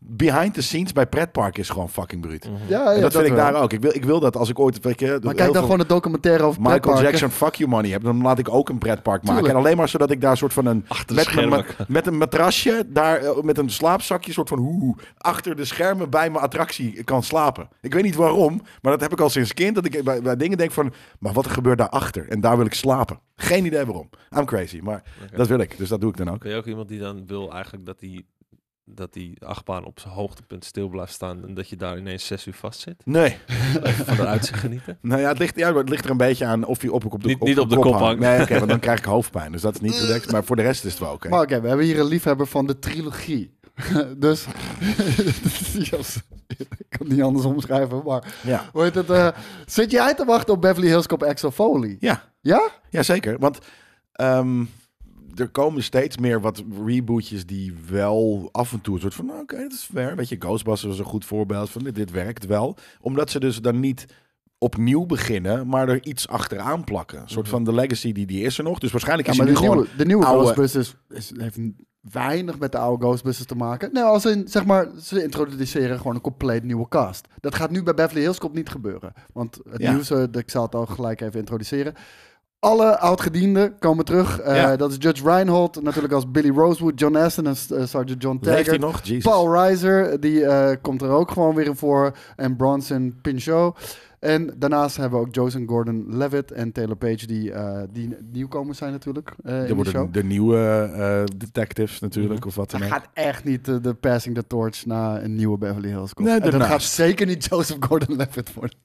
[SPEAKER 2] Behind the scenes bij pretpark is gewoon fucking bruut.
[SPEAKER 3] Ja, ja,
[SPEAKER 2] en dat, vind ik
[SPEAKER 3] wel.
[SPEAKER 2] daar ook. Ik wil, ik wil dat als ik ooit. Weet je, heel
[SPEAKER 3] Maar kijk dan
[SPEAKER 2] veel
[SPEAKER 3] gewoon een documentaire over
[SPEAKER 2] Michael
[SPEAKER 3] pretparken.
[SPEAKER 2] Jackson, fuck you money heb, dan laat ik ook een pretpark maken.
[SPEAKER 3] Tuurlijk.
[SPEAKER 2] En alleen maar zodat ik daar soort van een.
[SPEAKER 4] Achter de
[SPEAKER 2] met, mijn
[SPEAKER 4] schermen.
[SPEAKER 2] ma- met een matrasje, daar, eh, met een slaapzakje, soort van hoe. Achter de schermen bij mijn attractie kan slapen. Ik weet niet waarom, maar dat heb ik al sinds kind. Dat ik bij, bij dingen denk van. Maar wat er gebeurt daarachter? En daar wil ik slapen. Geen idee waarom. I'm crazy, maar dat wil ik. Dus dat doe ik dan ook.
[SPEAKER 4] Kun je ook iemand die dan wil eigenlijk dat die, dat die achtbaan op zijn hoogtepunt stil blijft staan en dat je daar ineens zes uur vast zit?
[SPEAKER 2] Nee.
[SPEAKER 4] Even van de uitzicht genieten?
[SPEAKER 2] Nou ja, het ligt, ja, het ligt er een beetje aan of je op, op, op de
[SPEAKER 4] Niet- niet op de kop hangt.
[SPEAKER 2] Nee, oké, want dan krijg ik hoofdpijn. Dus dat is niet relaxed. Maar voor de rest is het wel oké.
[SPEAKER 3] Eh. Maar oké, we hebben hier een liefhebber van de trilogie. <laughs> dus, Yes. ik kan het niet anders omschrijven, maar...
[SPEAKER 2] Ja.
[SPEAKER 3] Hoe heet het? eh, zit jij te wachten op Beverly Hills Cop Axel Foley?
[SPEAKER 2] Ja.
[SPEAKER 3] Ja?
[SPEAKER 2] Jazeker, want ehm, er komen steeds meer wat rebootjes die wel af en toe een soort van... nou, Oké, dat is ver. Weet je, Ghostbusters was een goed voorbeeld van dit, dit werkt wel. Omdat ze dus dan niet opnieuw beginnen, maar er iets achteraan plakken. Een soort van de legacy, die, die is er nog. Dus waarschijnlijk
[SPEAKER 3] Mhm. Ja,
[SPEAKER 2] is
[SPEAKER 3] maar
[SPEAKER 2] hij
[SPEAKER 3] de
[SPEAKER 2] nu gewoon...
[SPEAKER 3] nieuwe, de nieuwe
[SPEAKER 2] oude-
[SPEAKER 3] Ghostbusters is, heeft weinig met de oude Ghostbusters te maken. Nee, als in, zeg maar, ze introduceren gewoon een compleet nieuwe cast. Dat gaat nu bij Beverly Hills Cop niet gebeuren. Want het
[SPEAKER 2] Ja.
[SPEAKER 3] nieuws, eh, dat- ik zal het al gelijk even introduceren. Alle oud-gedienden komen terug. Eh,
[SPEAKER 2] Ja.
[SPEAKER 3] Dat is Judge Reinhold, natuurlijk als Billy Rosewood, John Aston en eh, Sergeant John
[SPEAKER 2] Leeft hij
[SPEAKER 3] Taggart.
[SPEAKER 2] nog? Jesus.
[SPEAKER 3] Paul Reiser, die eh, komt er ook gewoon weer in voor. En Bronson Pinchot. En daarnaast hebben we ook Joseph Gordon-Levitt en Taylor Page, die, eh, die nieuwkomers zijn natuurlijk eh,
[SPEAKER 2] Er
[SPEAKER 3] in de
[SPEAKER 2] worden
[SPEAKER 3] show.
[SPEAKER 2] de nieuwe eh, detectives natuurlijk,
[SPEAKER 4] Mhm.
[SPEAKER 2] of wat
[SPEAKER 3] Dat
[SPEAKER 2] dan ook.
[SPEAKER 3] gaat echt niet eh, de passing the torch naar een nieuwe Beverly Hills komen.
[SPEAKER 2] Nee,
[SPEAKER 3] En dat
[SPEAKER 2] daarnaast.
[SPEAKER 3] gaat zeker niet Joseph Gordon-Levitt worden.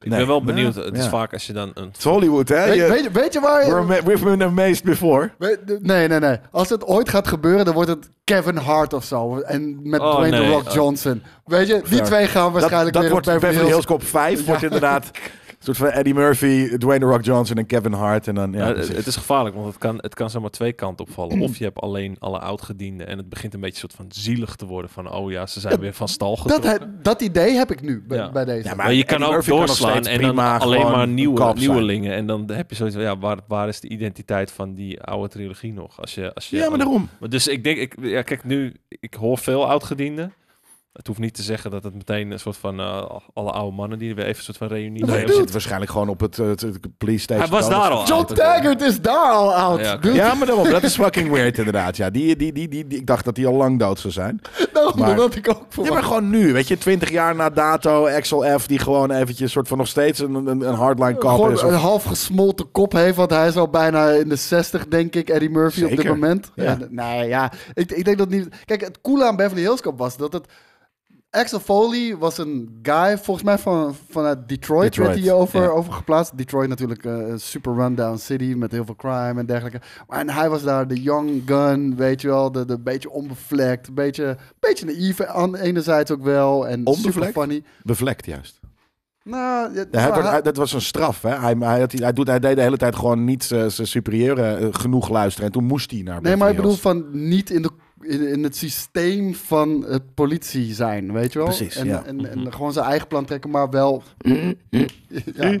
[SPEAKER 4] Ik
[SPEAKER 2] Nee.
[SPEAKER 4] ben wel benieuwd. Het is
[SPEAKER 2] Ja.
[SPEAKER 4] vaak als je dan een...
[SPEAKER 2] Het is Hollywood, hè?
[SPEAKER 3] Weet,
[SPEAKER 2] Je-
[SPEAKER 3] weet, weet je waar...
[SPEAKER 2] eh, we're ama- we've been amazed before.
[SPEAKER 3] weet- nee, nee, nee. Als het ooit gaat gebeuren, dan wordt het Kevin Hart of zo. En met
[SPEAKER 4] Oh,
[SPEAKER 3] Dwayne The
[SPEAKER 4] nee.
[SPEAKER 3] Rock
[SPEAKER 4] Oh.
[SPEAKER 3] Johnson. Weet je, die
[SPEAKER 2] Fair.
[SPEAKER 3] twee gaan
[SPEAKER 2] dat,
[SPEAKER 3] waarschijnlijk
[SPEAKER 2] dat
[SPEAKER 3] weer
[SPEAKER 2] wordt
[SPEAKER 3] op
[SPEAKER 2] Beverly Hills
[SPEAKER 3] Hills
[SPEAKER 2] Cop 5 wordt
[SPEAKER 3] <laughs>
[SPEAKER 2] inderdaad een soort van Eddie Murphy, Dwayne The Rock Johnson en Kevin Hart en dan ja,
[SPEAKER 4] Ja, het-
[SPEAKER 2] precies.
[SPEAKER 4] het is gevaarlijk, want het kan, het kan zomaar twee kanten
[SPEAKER 2] <clears throat>
[SPEAKER 4] opvallen. Of je hebt alleen alle oudgedienden en het begint een beetje soort van zielig te worden van, oh ja, ze zijn weer van stal getrokken.
[SPEAKER 3] Dat, hij- dat idee heb ik nu bij,
[SPEAKER 4] Ja.
[SPEAKER 3] bij deze.
[SPEAKER 2] Ja,
[SPEAKER 4] Maar je kan
[SPEAKER 2] Eddie
[SPEAKER 4] ook
[SPEAKER 2] Murphy kan nog
[SPEAKER 4] doorslaan
[SPEAKER 2] steeds
[SPEAKER 4] en dan
[SPEAKER 2] prima
[SPEAKER 4] alleen
[SPEAKER 2] gewoon
[SPEAKER 4] maar
[SPEAKER 2] een
[SPEAKER 4] nieuwe,
[SPEAKER 2] kalf zijn.
[SPEAKER 4] nieuwelingen. En dan heb je zoiets van, ja, waar, waar is de identiteit van die oude trilogie nog? Als je, als je
[SPEAKER 2] ja, maar daarom.
[SPEAKER 4] Maar Dus ik denk, ik, ja, kijk nu, ik hoor veel oudgedienden. Het hoeft niet te zeggen dat het meteen een soort van eh, alle oude mannen die weer even een soort van reunie
[SPEAKER 2] Nee,
[SPEAKER 4] hebben.
[SPEAKER 2] we zitten waarschijnlijk gewoon op het, eh, het- het police station.
[SPEAKER 4] Hij was daar al.
[SPEAKER 3] John
[SPEAKER 4] oud.
[SPEAKER 3] Taggart is daar al oud.
[SPEAKER 4] Ja, oké.
[SPEAKER 3] dude.
[SPEAKER 2] <laughs> Ja, maar daarom. Dat is fucking weird inderdaad. Ja, die, die, die, die, die- ik dacht dat die al lang dood zou zijn.
[SPEAKER 3] Daarom
[SPEAKER 2] Maar-
[SPEAKER 3] dat ik ook voor.
[SPEAKER 2] Ja, maar gewoon nu. Weet je, 20 jaar na dato, Axel F. Die gewoon eventjes soort van nog steeds een, een, een hardline kop
[SPEAKER 3] Gewoon
[SPEAKER 2] is.
[SPEAKER 3] een
[SPEAKER 2] Of,
[SPEAKER 3] half gesmolten kop heeft, want hij is al bijna in de 60, denk ik, Eddie Murphy op dit
[SPEAKER 2] Zeker.
[SPEAKER 3] moment.
[SPEAKER 2] Ja.
[SPEAKER 3] En, nou ja, ik, ik denk dat niet. Kijk, het coole aan Beverly Hills Cop was dat het Axel Foley was een guy, volgens mij van, vanuit Detroit, werd
[SPEAKER 2] Detroit,
[SPEAKER 3] hij over,
[SPEAKER 4] ja.
[SPEAKER 3] over geplaatst. Detroit natuurlijk eh, een super rundown city met heel veel crime en dergelijke. Maar en hij was daar de young gun, weet je wel, de, de beetje onbevlekt, beetje, beetje naïef aan enerzijds ook wel. En super
[SPEAKER 2] Onbevlekt?
[SPEAKER 3] funny.
[SPEAKER 2] Bevlekt juist.
[SPEAKER 3] Nou, ja,
[SPEAKER 2] Ja, hij
[SPEAKER 3] maar
[SPEAKER 2] wordt-
[SPEAKER 3] hij-
[SPEAKER 2] hij- dat was een straf. Hè? Hij, hij, had- hij, doet, hij deed de hele tijd gewoon niet zijn superieuren eh, genoeg luisteren. En toen moest hij naar
[SPEAKER 3] nee, maar ik
[SPEAKER 2] Beverly
[SPEAKER 3] bedoel
[SPEAKER 2] Hills.
[SPEAKER 3] van niet in, de, in, in het systeem van het politie zijn, weet je wel?
[SPEAKER 2] Precies,
[SPEAKER 3] en,
[SPEAKER 2] ja. Mhm.
[SPEAKER 3] en, en gewoon zijn eigen plan trekken, maar wel... ja,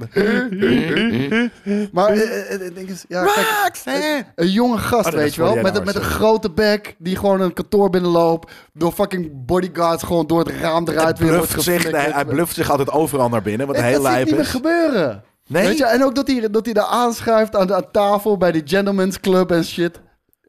[SPEAKER 3] maar eh, eh, het ding is... Ja, kijk, een, een jonge gast,
[SPEAKER 2] Oh, nee,
[SPEAKER 3] weet
[SPEAKER 2] dat
[SPEAKER 3] je wel?
[SPEAKER 2] wilde jij
[SPEAKER 3] Met,
[SPEAKER 2] nou
[SPEAKER 3] een- met een
[SPEAKER 2] maar
[SPEAKER 3] grote bek, die gewoon een kantoor binnenloopt, door fucking bodyguards gewoon door het raam eruit weer wordt
[SPEAKER 2] Bluft zich, nee, hij
[SPEAKER 3] geflikkerd.
[SPEAKER 2] bluft zich altijd overal naar binnen. Wat
[SPEAKER 3] Het-
[SPEAKER 2] heel
[SPEAKER 3] dat zie ik
[SPEAKER 2] lijp
[SPEAKER 3] niet meer
[SPEAKER 2] is.
[SPEAKER 3] gebeuren.
[SPEAKER 2] Nee?
[SPEAKER 3] Weet je, en ook dat hij, dat hij daar aanschuift aan, de, aan tafel bij die Gentleman's Club en shit.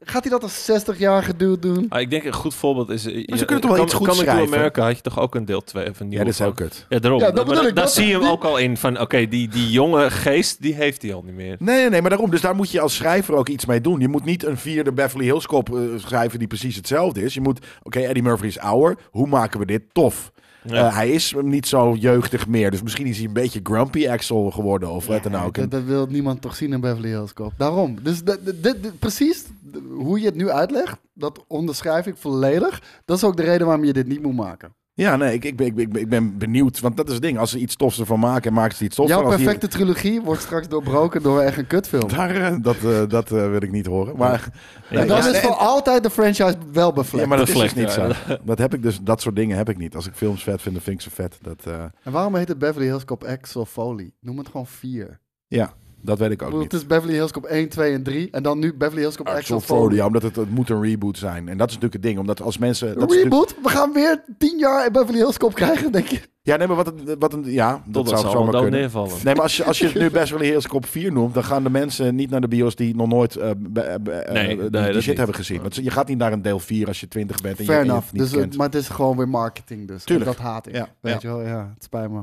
[SPEAKER 3] Gaat hij dat als 60-jarige dude doen?
[SPEAKER 4] Ah, ik denk een goed voorbeeld is... eh,
[SPEAKER 2] Maar ze
[SPEAKER 4] ja,
[SPEAKER 2] kunnen toch wel
[SPEAKER 4] Come-
[SPEAKER 2] iets goeds
[SPEAKER 4] Coming to
[SPEAKER 2] schrijven?
[SPEAKER 4] America had je toch ook een deel 2 van die
[SPEAKER 2] Ja, dat is ook kut.
[SPEAKER 4] Ja, daarom.
[SPEAKER 3] Ja, dat
[SPEAKER 4] Maar
[SPEAKER 3] bedoel
[SPEAKER 4] da-
[SPEAKER 3] ik,
[SPEAKER 4] Daar
[SPEAKER 3] dat-
[SPEAKER 4] zie je hem
[SPEAKER 3] die-
[SPEAKER 4] ook al in van... Oké, die, die jonge geest, die heeft hij al niet meer.
[SPEAKER 2] Nee, nee, nee, maar daarom. Dus daar moet je als schrijver ook iets mee doen. Je moet niet een vierde Beverly Hills Cop eh, schrijven die precies hetzelfde is. Je moet, oké, Eddie Murphy is ouder. Hoe maken we dit tof?
[SPEAKER 4] Ja.
[SPEAKER 2] Eh, hij is niet zo jeugdig meer. Dus misschien is hij een beetje grumpy Axel geworden of wat dan ook.
[SPEAKER 3] dat,
[SPEAKER 2] En-
[SPEAKER 3] dat wil niemand toch zien in Beverly Hills Cop. Daarom. Dus dat- dat- dit- dit- precies d- hoe je het nu uitlegt, dat onderschrijf ik volledig. Dat is ook de reden waarom je dit niet moet maken.
[SPEAKER 2] Ja, nee, ik, ik, ben- ik, ben- ik, ben- ik ben benieuwd. Want dat is het ding. Als ze iets tofs ervan maken, maken ze iets tofs.
[SPEAKER 3] Jouw
[SPEAKER 2] van. Als die-
[SPEAKER 3] perfecte trilogie wordt straks doorbroken door echt een kutfilm.
[SPEAKER 2] <laughs> Daar, eh, dat eh, dat eh, wil ik niet horen. Maar,
[SPEAKER 4] Ja,
[SPEAKER 2] Nee,
[SPEAKER 3] en dan
[SPEAKER 2] ja,
[SPEAKER 3] is
[SPEAKER 2] nee,
[SPEAKER 3] voor altijd de franchise wel bevlekt.
[SPEAKER 2] Ja, maar dat is dus
[SPEAKER 4] Reflect,
[SPEAKER 2] niet zo.
[SPEAKER 4] ja.
[SPEAKER 2] Dat, heb ik dus, dat soort dingen heb ik niet. Als ik films vet vind, dan vind ik ze vet. Dat, eh,
[SPEAKER 3] En waarom heet het Beverly Hills Cop Axel Foley? Noem het gewoon 4.
[SPEAKER 2] ja, dat weet ik
[SPEAKER 3] Ik
[SPEAKER 2] ook
[SPEAKER 3] bedoel,
[SPEAKER 2] niet.
[SPEAKER 3] het is Beverly Hills Cop 1, 2 en 3. En dan nu Beverly Hills Cop Axel
[SPEAKER 2] Axel
[SPEAKER 3] Foley.
[SPEAKER 2] Foley, ja, omdat het, het moet een reboot zijn. En dat is natuurlijk het ding. Omdat als mensen... Dat is natuurlijk-
[SPEAKER 3] Reboot? We gaan weer 10 jaar Beverly Hills Cop krijgen, denk je?
[SPEAKER 2] ja, nee, maar wat, een- wat een... Ja, dat
[SPEAKER 4] Totdat
[SPEAKER 2] zou
[SPEAKER 4] ze
[SPEAKER 2] zomaar
[SPEAKER 4] allemaal dood
[SPEAKER 2] kunnen.
[SPEAKER 4] neervallen.
[SPEAKER 2] Nee, maar als je, als je het nu Beverly Hills Cop 4 noemt... dan gaan de mensen niet naar de bios die nog nooit eh, be- be- eh,
[SPEAKER 4] Nee,
[SPEAKER 2] die,
[SPEAKER 4] nee,
[SPEAKER 2] die
[SPEAKER 4] dat
[SPEAKER 2] shit
[SPEAKER 4] niet.
[SPEAKER 2] hebben gezien. Want je gaat niet naar een deel 4 als je 20 bent en je,
[SPEAKER 3] Fair
[SPEAKER 2] en je
[SPEAKER 3] enough.
[SPEAKER 2] het niet
[SPEAKER 3] Dus,
[SPEAKER 2] kent.
[SPEAKER 3] het- maar het is gewoon weer marketing dus. En
[SPEAKER 2] Tuurlijk.
[SPEAKER 3] Dat haat ik.
[SPEAKER 2] Ja,
[SPEAKER 3] Weet je wel? Ja, het spijt me.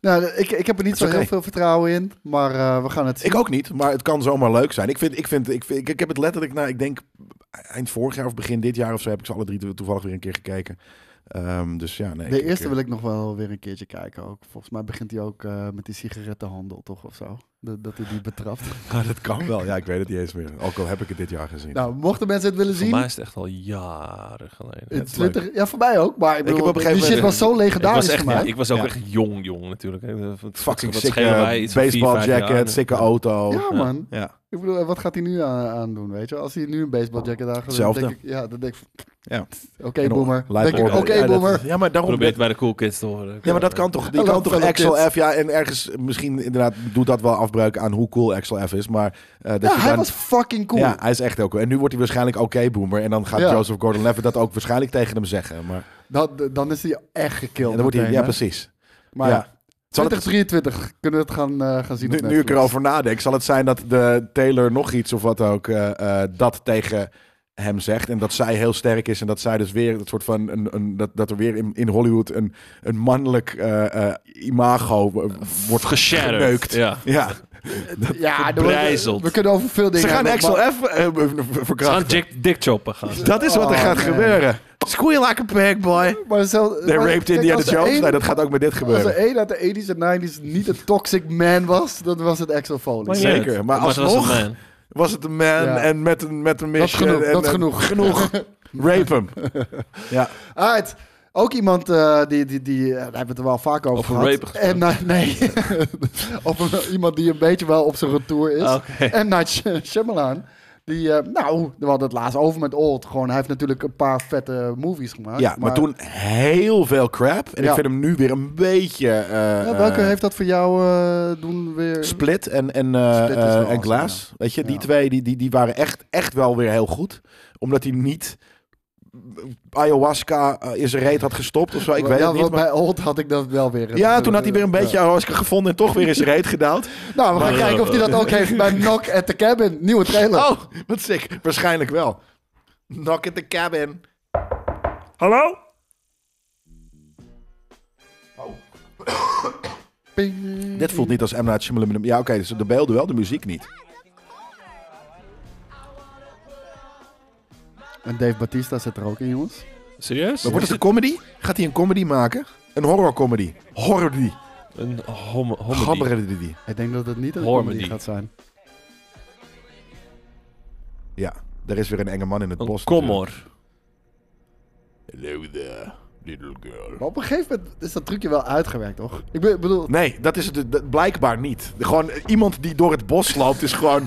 [SPEAKER 3] Nou, ik, ik heb er niet
[SPEAKER 2] Is
[SPEAKER 3] zo heel
[SPEAKER 2] oké.
[SPEAKER 3] veel vertrouwen in. Maar eh, we gaan het zien.
[SPEAKER 2] Ik ook niet, maar het kan zomaar leuk zijn. Ik, vind, ik, vind, ik, vind, ik, ik heb het letterlijk, nou, ik denk eind vorig jaar of begin dit jaar of zo, heb ik ze alle drie to- toevallig weer een keer gekeken. Ehm, dus ja, nee.
[SPEAKER 3] de
[SPEAKER 2] ik-
[SPEAKER 3] eerste
[SPEAKER 2] ik,
[SPEAKER 3] wil ik nog wel weer een keertje kijken ook. Volgens mij begint hij ook eh, met die sigarettenhandel, toch? Of zo. Dat, dat hij die betrapt.
[SPEAKER 2] <laughs> Ah, dat kan wel. Ja, ik weet het niet eens meer. Ook al heb ik het dit jaar gezien.
[SPEAKER 3] nou, mochten mensen het willen
[SPEAKER 4] Voor mij
[SPEAKER 3] zien...
[SPEAKER 4] is het echt al jaren geleden.
[SPEAKER 3] in
[SPEAKER 2] het is
[SPEAKER 3] 20, ja, voor mij ook. Maar ik
[SPEAKER 2] heb
[SPEAKER 3] bedoel,
[SPEAKER 2] op een gegeven
[SPEAKER 3] die shit
[SPEAKER 2] moment-
[SPEAKER 3] was zo
[SPEAKER 4] ik
[SPEAKER 3] legendarisch
[SPEAKER 4] was, echt,
[SPEAKER 3] voor mij.
[SPEAKER 4] ik was ook
[SPEAKER 2] Ja.
[SPEAKER 4] echt jong, jong natuurlijk. hè. Wat-
[SPEAKER 2] Fucking
[SPEAKER 4] wat
[SPEAKER 2] sikke
[SPEAKER 4] schelen wij? Iets van vier,
[SPEAKER 2] baseball
[SPEAKER 4] vijf jaar.
[SPEAKER 2] jacket, sikke auto.
[SPEAKER 3] Ja, man.
[SPEAKER 2] Ja.
[SPEAKER 3] Ik bedoel, en wat gaat hij nu aan, aan doen, weet je? Als hij nu een baseballjacket aan gaat, dan
[SPEAKER 2] Hetzelfde.
[SPEAKER 3] denk ik... Ja, dan denk ik...
[SPEAKER 2] Ja.
[SPEAKER 3] Oké, boomer.
[SPEAKER 2] Lijp
[SPEAKER 3] Denk ik, Oké,
[SPEAKER 2] oordeel. Ja, dat-
[SPEAKER 3] boomer.
[SPEAKER 2] Ja, maar daarom...
[SPEAKER 4] Probeer het bij de cool kids te horen.
[SPEAKER 2] Ja, maar dat kan toch? Die
[SPEAKER 3] Hallo,
[SPEAKER 2] kan toch
[SPEAKER 3] fellow
[SPEAKER 2] Axel
[SPEAKER 3] kids.
[SPEAKER 2] F? Ja, en ergens misschien inderdaad doet dat wel afbreuk aan hoe cool Axel F is. Maar eh, dat
[SPEAKER 3] Ja,
[SPEAKER 2] je
[SPEAKER 3] hij
[SPEAKER 2] dan-
[SPEAKER 3] was fucking cool.
[SPEAKER 2] Ja, hij is echt heel cool. En nu wordt hij waarschijnlijk oké-boomer. en dan gaat
[SPEAKER 3] Ja.
[SPEAKER 2] Joseph Gordon-Levitt dat ook waarschijnlijk tegen hem zeggen. Maar
[SPEAKER 3] Dan, dan is hij echt gekild.
[SPEAKER 2] Ja, dan wordt hij,
[SPEAKER 3] meteen,
[SPEAKER 2] ja
[SPEAKER 3] hè?
[SPEAKER 2] precies.
[SPEAKER 3] Maar
[SPEAKER 2] ja. Zal het,
[SPEAKER 3] 2023 kunnen we het gaan, eh, gaan zien
[SPEAKER 2] nu,
[SPEAKER 3] op
[SPEAKER 2] nu ik
[SPEAKER 3] Netflix.
[SPEAKER 2] erover nadenk, zal het zijn dat de Taylor nog iets of wat ook eh, eh, dat tegen hem zegt. En dat zij heel sterk is. En dat zij dus weer het soort van. Een, een, dat, dat er weer in, in Hollywood een, een mannelijk eh, eh, imago eh, wordt
[SPEAKER 4] Geshattered.
[SPEAKER 2] geneukt. Ja.
[SPEAKER 4] Ja.
[SPEAKER 3] Ja, dan-
[SPEAKER 4] verbrijzeld.
[SPEAKER 3] We kunnen over veel dingen
[SPEAKER 2] Ze gaan
[SPEAKER 3] hebben,
[SPEAKER 2] Axel
[SPEAKER 3] maar-
[SPEAKER 2] F eh,
[SPEAKER 4] Ze gaan
[SPEAKER 2] verkrachten.
[SPEAKER 4] Jack Dick choppen gaan.
[SPEAKER 2] Dat is wat er
[SPEAKER 3] Oh,
[SPEAKER 2] gaat
[SPEAKER 3] nee.
[SPEAKER 2] gebeuren. Squeal like a pig, boy.
[SPEAKER 3] Maar zelf,
[SPEAKER 2] They
[SPEAKER 3] maar
[SPEAKER 2] raped
[SPEAKER 3] kijk,
[SPEAKER 2] Indiana
[SPEAKER 3] als er
[SPEAKER 2] Jones.
[SPEAKER 3] één-
[SPEAKER 2] Nee, dat gaat ook met dit
[SPEAKER 3] Als
[SPEAKER 2] gebeuren.
[SPEAKER 3] er één uit de 80s en 90s niet een toxic man was, dan was het Axel Foley.
[SPEAKER 2] zeker. Maar
[SPEAKER 4] het was
[SPEAKER 2] alsnog-
[SPEAKER 4] een man.
[SPEAKER 2] Was het een man
[SPEAKER 3] Ja.
[SPEAKER 2] en met een, met een
[SPEAKER 3] Dat is
[SPEAKER 2] mission.
[SPEAKER 3] genoeg.
[SPEAKER 2] en-
[SPEAKER 3] Dat is
[SPEAKER 2] en-
[SPEAKER 3] genoeg.
[SPEAKER 2] Genoeg. Rape hem. Ja.
[SPEAKER 3] Alright. Ook iemand eh, die, die, die, eh, daar hebben we het er wel vaak over,
[SPEAKER 4] Over
[SPEAKER 3] gehad.
[SPEAKER 4] rape gesproken.
[SPEAKER 3] En, eh, nee,
[SPEAKER 2] <laughs>
[SPEAKER 3] of een- iemand die een beetje wel op zijn retour is.
[SPEAKER 2] Ah,
[SPEAKER 4] Oké.
[SPEAKER 3] En Night Shy- Shyamalan, die, eh, nou, we hadden het laatst over met Old. Gewoon, hij heeft natuurlijk een paar vette movies gemaakt.
[SPEAKER 2] Ja, maar, toen heel veel crap. En
[SPEAKER 3] Ja.
[SPEAKER 2] ik vind hem nu weer een beetje. eh,
[SPEAKER 3] Ja, welke
[SPEAKER 2] eh,
[SPEAKER 3] heeft dat voor jou eh, doen weer?
[SPEAKER 2] Split en, en, eh,
[SPEAKER 3] Split is wel
[SPEAKER 2] eh, en
[SPEAKER 3] awesome,
[SPEAKER 2] Glass. Weet je, die
[SPEAKER 3] Ja.
[SPEAKER 2] twee die, die, die waren echt, echt wel weer heel goed. Omdat hij niet ayahuasca eh, in zijn reet had gestopt of zo. Ik weet
[SPEAKER 3] ja,
[SPEAKER 2] het niet.
[SPEAKER 3] want
[SPEAKER 2] maar-
[SPEAKER 3] bij Old had ik dat wel weer.
[SPEAKER 2] Ja, toen had hij weer een beetje
[SPEAKER 3] Ja.
[SPEAKER 2] ayahuasca gevonden en toch weer in zijn reet <laughs> gedaald.
[SPEAKER 3] Nou, we gaan
[SPEAKER 4] Maar-
[SPEAKER 3] kijken of hij dat ook
[SPEAKER 2] <laughs>
[SPEAKER 3] heeft bij Knock at the Cabin. Nieuwe trailer.
[SPEAKER 2] eh, Oh, wat sick. Waarschijnlijk wel. Knock at the cabin. Hallo?
[SPEAKER 3] Ping.
[SPEAKER 2] Dit voelt niet als M. Night Shyamalan. Ja, oké, dus de beelden wel, de muziek niet.
[SPEAKER 3] En Dave Batista zit er ook in, jongens.
[SPEAKER 4] Serieus?
[SPEAKER 2] Maar wordt het een comedy? Gaat hij een comedy maken? Een horrorcomedy. Horrordy.
[SPEAKER 4] Een homme, hommedy.
[SPEAKER 2] Gabberdy.
[SPEAKER 3] Ik denk dat het niet een
[SPEAKER 4] Hoor me
[SPEAKER 3] comedy
[SPEAKER 4] die.
[SPEAKER 3] gaat zijn.
[SPEAKER 2] Ja, er is weer een enge man in het
[SPEAKER 4] Een
[SPEAKER 2] bos.
[SPEAKER 4] kommor.
[SPEAKER 2] Hello there, little girl.
[SPEAKER 3] Maar op een gegeven moment is dat trucje wel uitgewerkt, toch? Ik be- bedoel,
[SPEAKER 2] Nee, dat is het dat- blijkbaar niet. Gewoon eh, iemand die door het bos loopt is gewoon...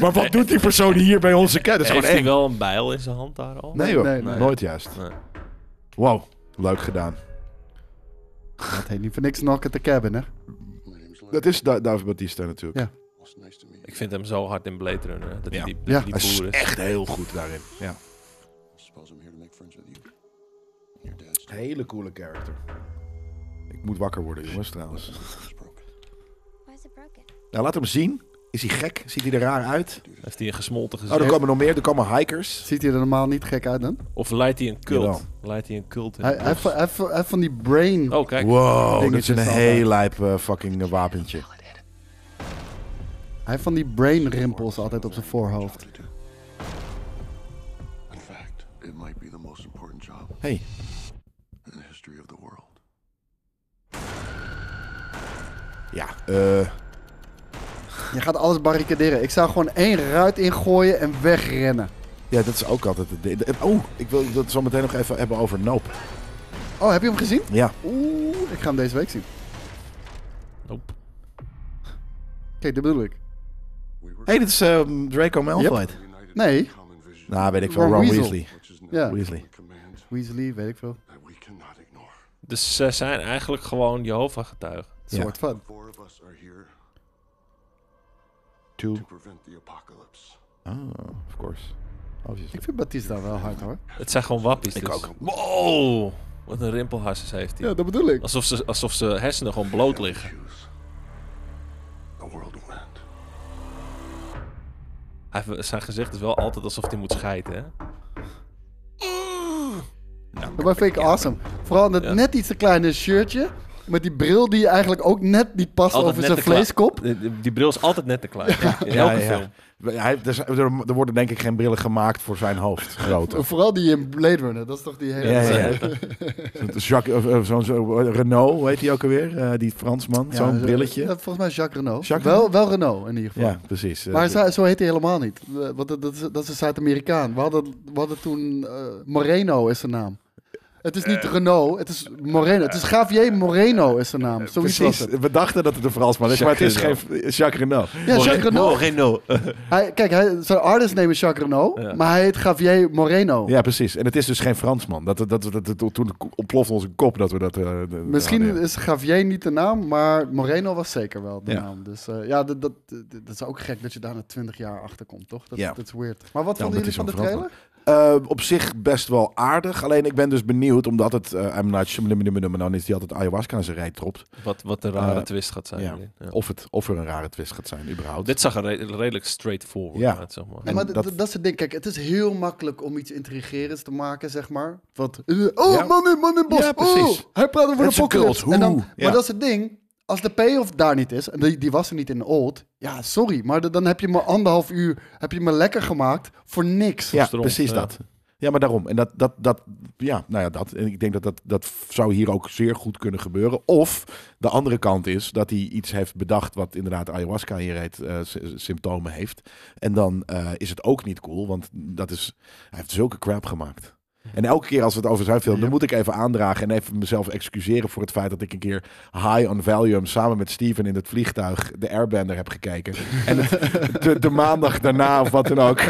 [SPEAKER 2] Maar wat doet die persoon hier bij onze cat? Dat is
[SPEAKER 4] Heeft
[SPEAKER 2] gewoon
[SPEAKER 4] hij
[SPEAKER 2] eng.
[SPEAKER 4] wel een bijl in zijn hand daar al?
[SPEAKER 2] Nee hoor,
[SPEAKER 3] Nee, nee.
[SPEAKER 2] nooit juist.
[SPEAKER 4] Nee.
[SPEAKER 2] Wow, leuk gedaan.
[SPEAKER 3] dat heet niet voor niks knock at the cabin, hè?
[SPEAKER 5] My name's Larry.
[SPEAKER 2] Dat is Da- David Batista natuurlijk.
[SPEAKER 3] Ja.
[SPEAKER 5] It's nice to meet you.
[SPEAKER 4] Ik vind hem zo hard in Blade Runner. Dat
[SPEAKER 2] Ja.
[SPEAKER 4] hij die, dat
[SPEAKER 3] Ja.
[SPEAKER 4] hij die
[SPEAKER 2] Hij is
[SPEAKER 4] boer is.
[SPEAKER 2] echt heel goed daarin. Ja.
[SPEAKER 5] I suppose I'm here to make friends with you. And Your dad's
[SPEAKER 2] Hele coole character. Ik moet wakker worden jongens trouwens.
[SPEAKER 5] is broken.
[SPEAKER 6] Why is it broken?
[SPEAKER 2] Nou, laat hem zien. Is hij gek? Ziet hij er raar uit?
[SPEAKER 4] Heeft hij een gesmolten
[SPEAKER 2] Oh,
[SPEAKER 4] gezicht?
[SPEAKER 2] er komen nog meer. Er komen hikers.
[SPEAKER 3] Ziet hij er normaal niet gek uit dan?
[SPEAKER 4] Of leidt hij een cult?
[SPEAKER 2] Jawel.
[SPEAKER 4] Leidt hij een cult in
[SPEAKER 3] Hij,
[SPEAKER 4] het
[SPEAKER 3] hij, heeft
[SPEAKER 4] bos?
[SPEAKER 3] van- hij heeft van- hij heeft van die brain.
[SPEAKER 4] Oh, kijk.
[SPEAKER 2] Wow, dat is
[SPEAKER 3] Dingetjes
[SPEAKER 2] een
[SPEAKER 3] altijd.
[SPEAKER 2] heel lijp eh, fucking eh, wapentje.
[SPEAKER 3] Hij heeft van die brain rimpels altijd op zijn voorhoofd.
[SPEAKER 5] What do you do? In fact, it might be the most important job
[SPEAKER 2] Hey,
[SPEAKER 5] in the history of the world.
[SPEAKER 2] ja. eh,
[SPEAKER 3] Je gaat alles barricaderen. Ik zou gewoon één ruit ingooien en wegrennen.
[SPEAKER 2] ja, dat is ook altijd het ding. Eh, Oh, ik wil dat zo meteen nog even hebben over Nope.
[SPEAKER 3] Oh, heb je hem gezien?
[SPEAKER 2] Ja,
[SPEAKER 3] Oeh, ik ga hem deze week zien.
[SPEAKER 4] Nope.
[SPEAKER 3] Kijk, dat bedoel ik.
[SPEAKER 5] We were
[SPEAKER 2] hey, dit is ehm, Draco Malfoy.
[SPEAKER 5] united
[SPEAKER 3] Nee.
[SPEAKER 5] in a common vision,
[SPEAKER 2] Nou, weet ik veel.
[SPEAKER 3] Ron
[SPEAKER 2] Ron
[SPEAKER 3] Weasley.
[SPEAKER 2] Weasley.
[SPEAKER 5] which is
[SPEAKER 3] Ja.
[SPEAKER 5] now
[SPEAKER 2] Weasley.
[SPEAKER 5] a command
[SPEAKER 3] Weasley, weet ik veel.
[SPEAKER 5] that we cannot ignore.
[SPEAKER 4] Dus ze zijn eigenlijk gewoon Jehovah-getuigen.
[SPEAKER 2] Ja.
[SPEAKER 3] Soort van.
[SPEAKER 5] Four of us are here
[SPEAKER 2] Two.
[SPEAKER 5] to prevent the apocalypse.
[SPEAKER 2] Oh, of course. Obviously.
[SPEAKER 3] Ik vind Batista wel hard hoor.
[SPEAKER 4] Het zijn gewoon wappies
[SPEAKER 2] Ik
[SPEAKER 4] dus.
[SPEAKER 2] ook.
[SPEAKER 4] Wow! Wat een rimpelhasses heeft hij.
[SPEAKER 3] Ja, dat bedoel ik.
[SPEAKER 4] Alsof, ze, alsof ze hersenen gewoon bloot liggen.
[SPEAKER 5] Choose. The world will end.
[SPEAKER 4] Hij, heeft- zijn gezicht is wel altijd alsof hij moet scheiden, hè?
[SPEAKER 3] Dat vind ik awesome. Vooral dat
[SPEAKER 4] Ja.
[SPEAKER 3] net iets te kleine shirtje. Met die bril die eigenlijk ook net niet past over zijn
[SPEAKER 4] te klein.
[SPEAKER 3] vleeskop.
[SPEAKER 4] Die- Die, die bril is altijd net te klein. In elke film.
[SPEAKER 2] Hij, er, zijn- er- er worden denk ik geen brillen gemaakt voor zijn hoofd. <laughs> Grote.
[SPEAKER 3] Vooral die in Blade Runner. Dat is toch die hele...
[SPEAKER 2] Ja, ja, ja. Jacques, of, of zo'n zo, Renault, hoe heet hij ook alweer? Eh, die Fransman,
[SPEAKER 3] Ja,
[SPEAKER 2] zo'n
[SPEAKER 3] eh,
[SPEAKER 2] brilletje.
[SPEAKER 3] eh, volgens mij Jacques Renault.
[SPEAKER 2] Jacques
[SPEAKER 3] wel, wel Renault in ieder geval.
[SPEAKER 2] ja, precies. Eh,
[SPEAKER 3] Maar zo, zo heet hij helemaal niet. Eh, Want dat, dat, is, dat is een Zuid-Amerikaan. We hadden, we hadden toen... eh, Moreno is zijn naam. Het is
[SPEAKER 4] Eh.
[SPEAKER 3] niet Renault, het is Moreno. Het is Javier Moreno is zijn naam. Zoiets was
[SPEAKER 2] Precies,
[SPEAKER 3] het.
[SPEAKER 2] we dachten dat het een Fransman is, maar het is geen eh, Jacques Renault.
[SPEAKER 3] Ja, Jacques Renault.
[SPEAKER 4] Moreno.
[SPEAKER 3] Hij, kijk, hij, zijn artist name is Jacques Renault,
[SPEAKER 4] Ja.
[SPEAKER 3] maar hij heet Javier Moreno.
[SPEAKER 2] Ja, precies. En het is dus geen Fransman. Dat, dat, dat, dat- dat- toen ontplofte onze kop dat we dat... eh, de-
[SPEAKER 3] Misschien
[SPEAKER 2] hadden, ja.
[SPEAKER 3] is Javier niet de naam, maar Moreno was zeker wel de
[SPEAKER 2] Ja.
[SPEAKER 3] naam. Dus eh, ja, dat, dat, dat dat is ook gek dat je daar na 20 jaar achter komt, toch? Dat,
[SPEAKER 2] Ja.
[SPEAKER 3] dat is weird. Maar wat
[SPEAKER 2] Ja,
[SPEAKER 3] vonden
[SPEAKER 2] omdat
[SPEAKER 3] jullie van de
[SPEAKER 2] hij zo'n
[SPEAKER 3] trailer?
[SPEAKER 2] Eh, op zich best wel aardig. Alleen ik ben dus benieuwd, omdat het eh M. Night Shyamalan is die altijd ayahuasca in zijn rij tropt.
[SPEAKER 4] Wat, wat een rare
[SPEAKER 2] Eh,
[SPEAKER 4] twist gaat zijn.
[SPEAKER 2] ja.
[SPEAKER 4] hierin. Ja.
[SPEAKER 2] Of, het, of er een rare twist gaat zijn, überhaupt.
[SPEAKER 4] Dit zag er re- redelijk straightforward
[SPEAKER 2] Ja.
[SPEAKER 4] uit, zeg maar.
[SPEAKER 3] Ja,
[SPEAKER 2] En
[SPEAKER 3] maar d- d-
[SPEAKER 2] dat-
[SPEAKER 3] dat... is het ding. Kijk, het is heel makkelijk om iets intrigerends te maken, zeg maar. Wat, eh, oh,
[SPEAKER 2] Ja.
[SPEAKER 3] man in, man in bos.
[SPEAKER 2] Ja, precies.
[SPEAKER 3] Oh, hij praat over
[SPEAKER 2] Het
[SPEAKER 3] de
[SPEAKER 2] is een
[SPEAKER 3] apocalypse.
[SPEAKER 2] cult,
[SPEAKER 3] En dan,
[SPEAKER 2] hoe? Ja.
[SPEAKER 3] Maar dat is het ding. Als de payoff daar niet is, en die, die was er niet in Old, ja, sorry. Maar d- dan heb je me anderhalf uur heb je me lekker gemaakt voor niks.
[SPEAKER 2] Ja,
[SPEAKER 4] Strom,
[SPEAKER 2] precies
[SPEAKER 4] ja.
[SPEAKER 2] dat. Ja, maar daarom. En dat, dat, dat, ja, nou ja, dat. En ik denk dat, dat dat zou hier ook zeer goed kunnen gebeuren. Of de andere kant is dat hij iets heeft bedacht wat inderdaad ayahuasca hier heet, eh, sy- symptomen heeft. En dan eh, is het ook niet cool, want dat is, hij heeft zulke crap gemaakt. En elke keer als we het over zijn film, dan moet ik even aandragen en even mezelf excuseren voor het feit dat ik een keer high on Valium samen met Steven in het vliegtuig de Airbender heb gekeken. En
[SPEAKER 3] <laughs>
[SPEAKER 2] het, de, de maandag daarna of wat dan ook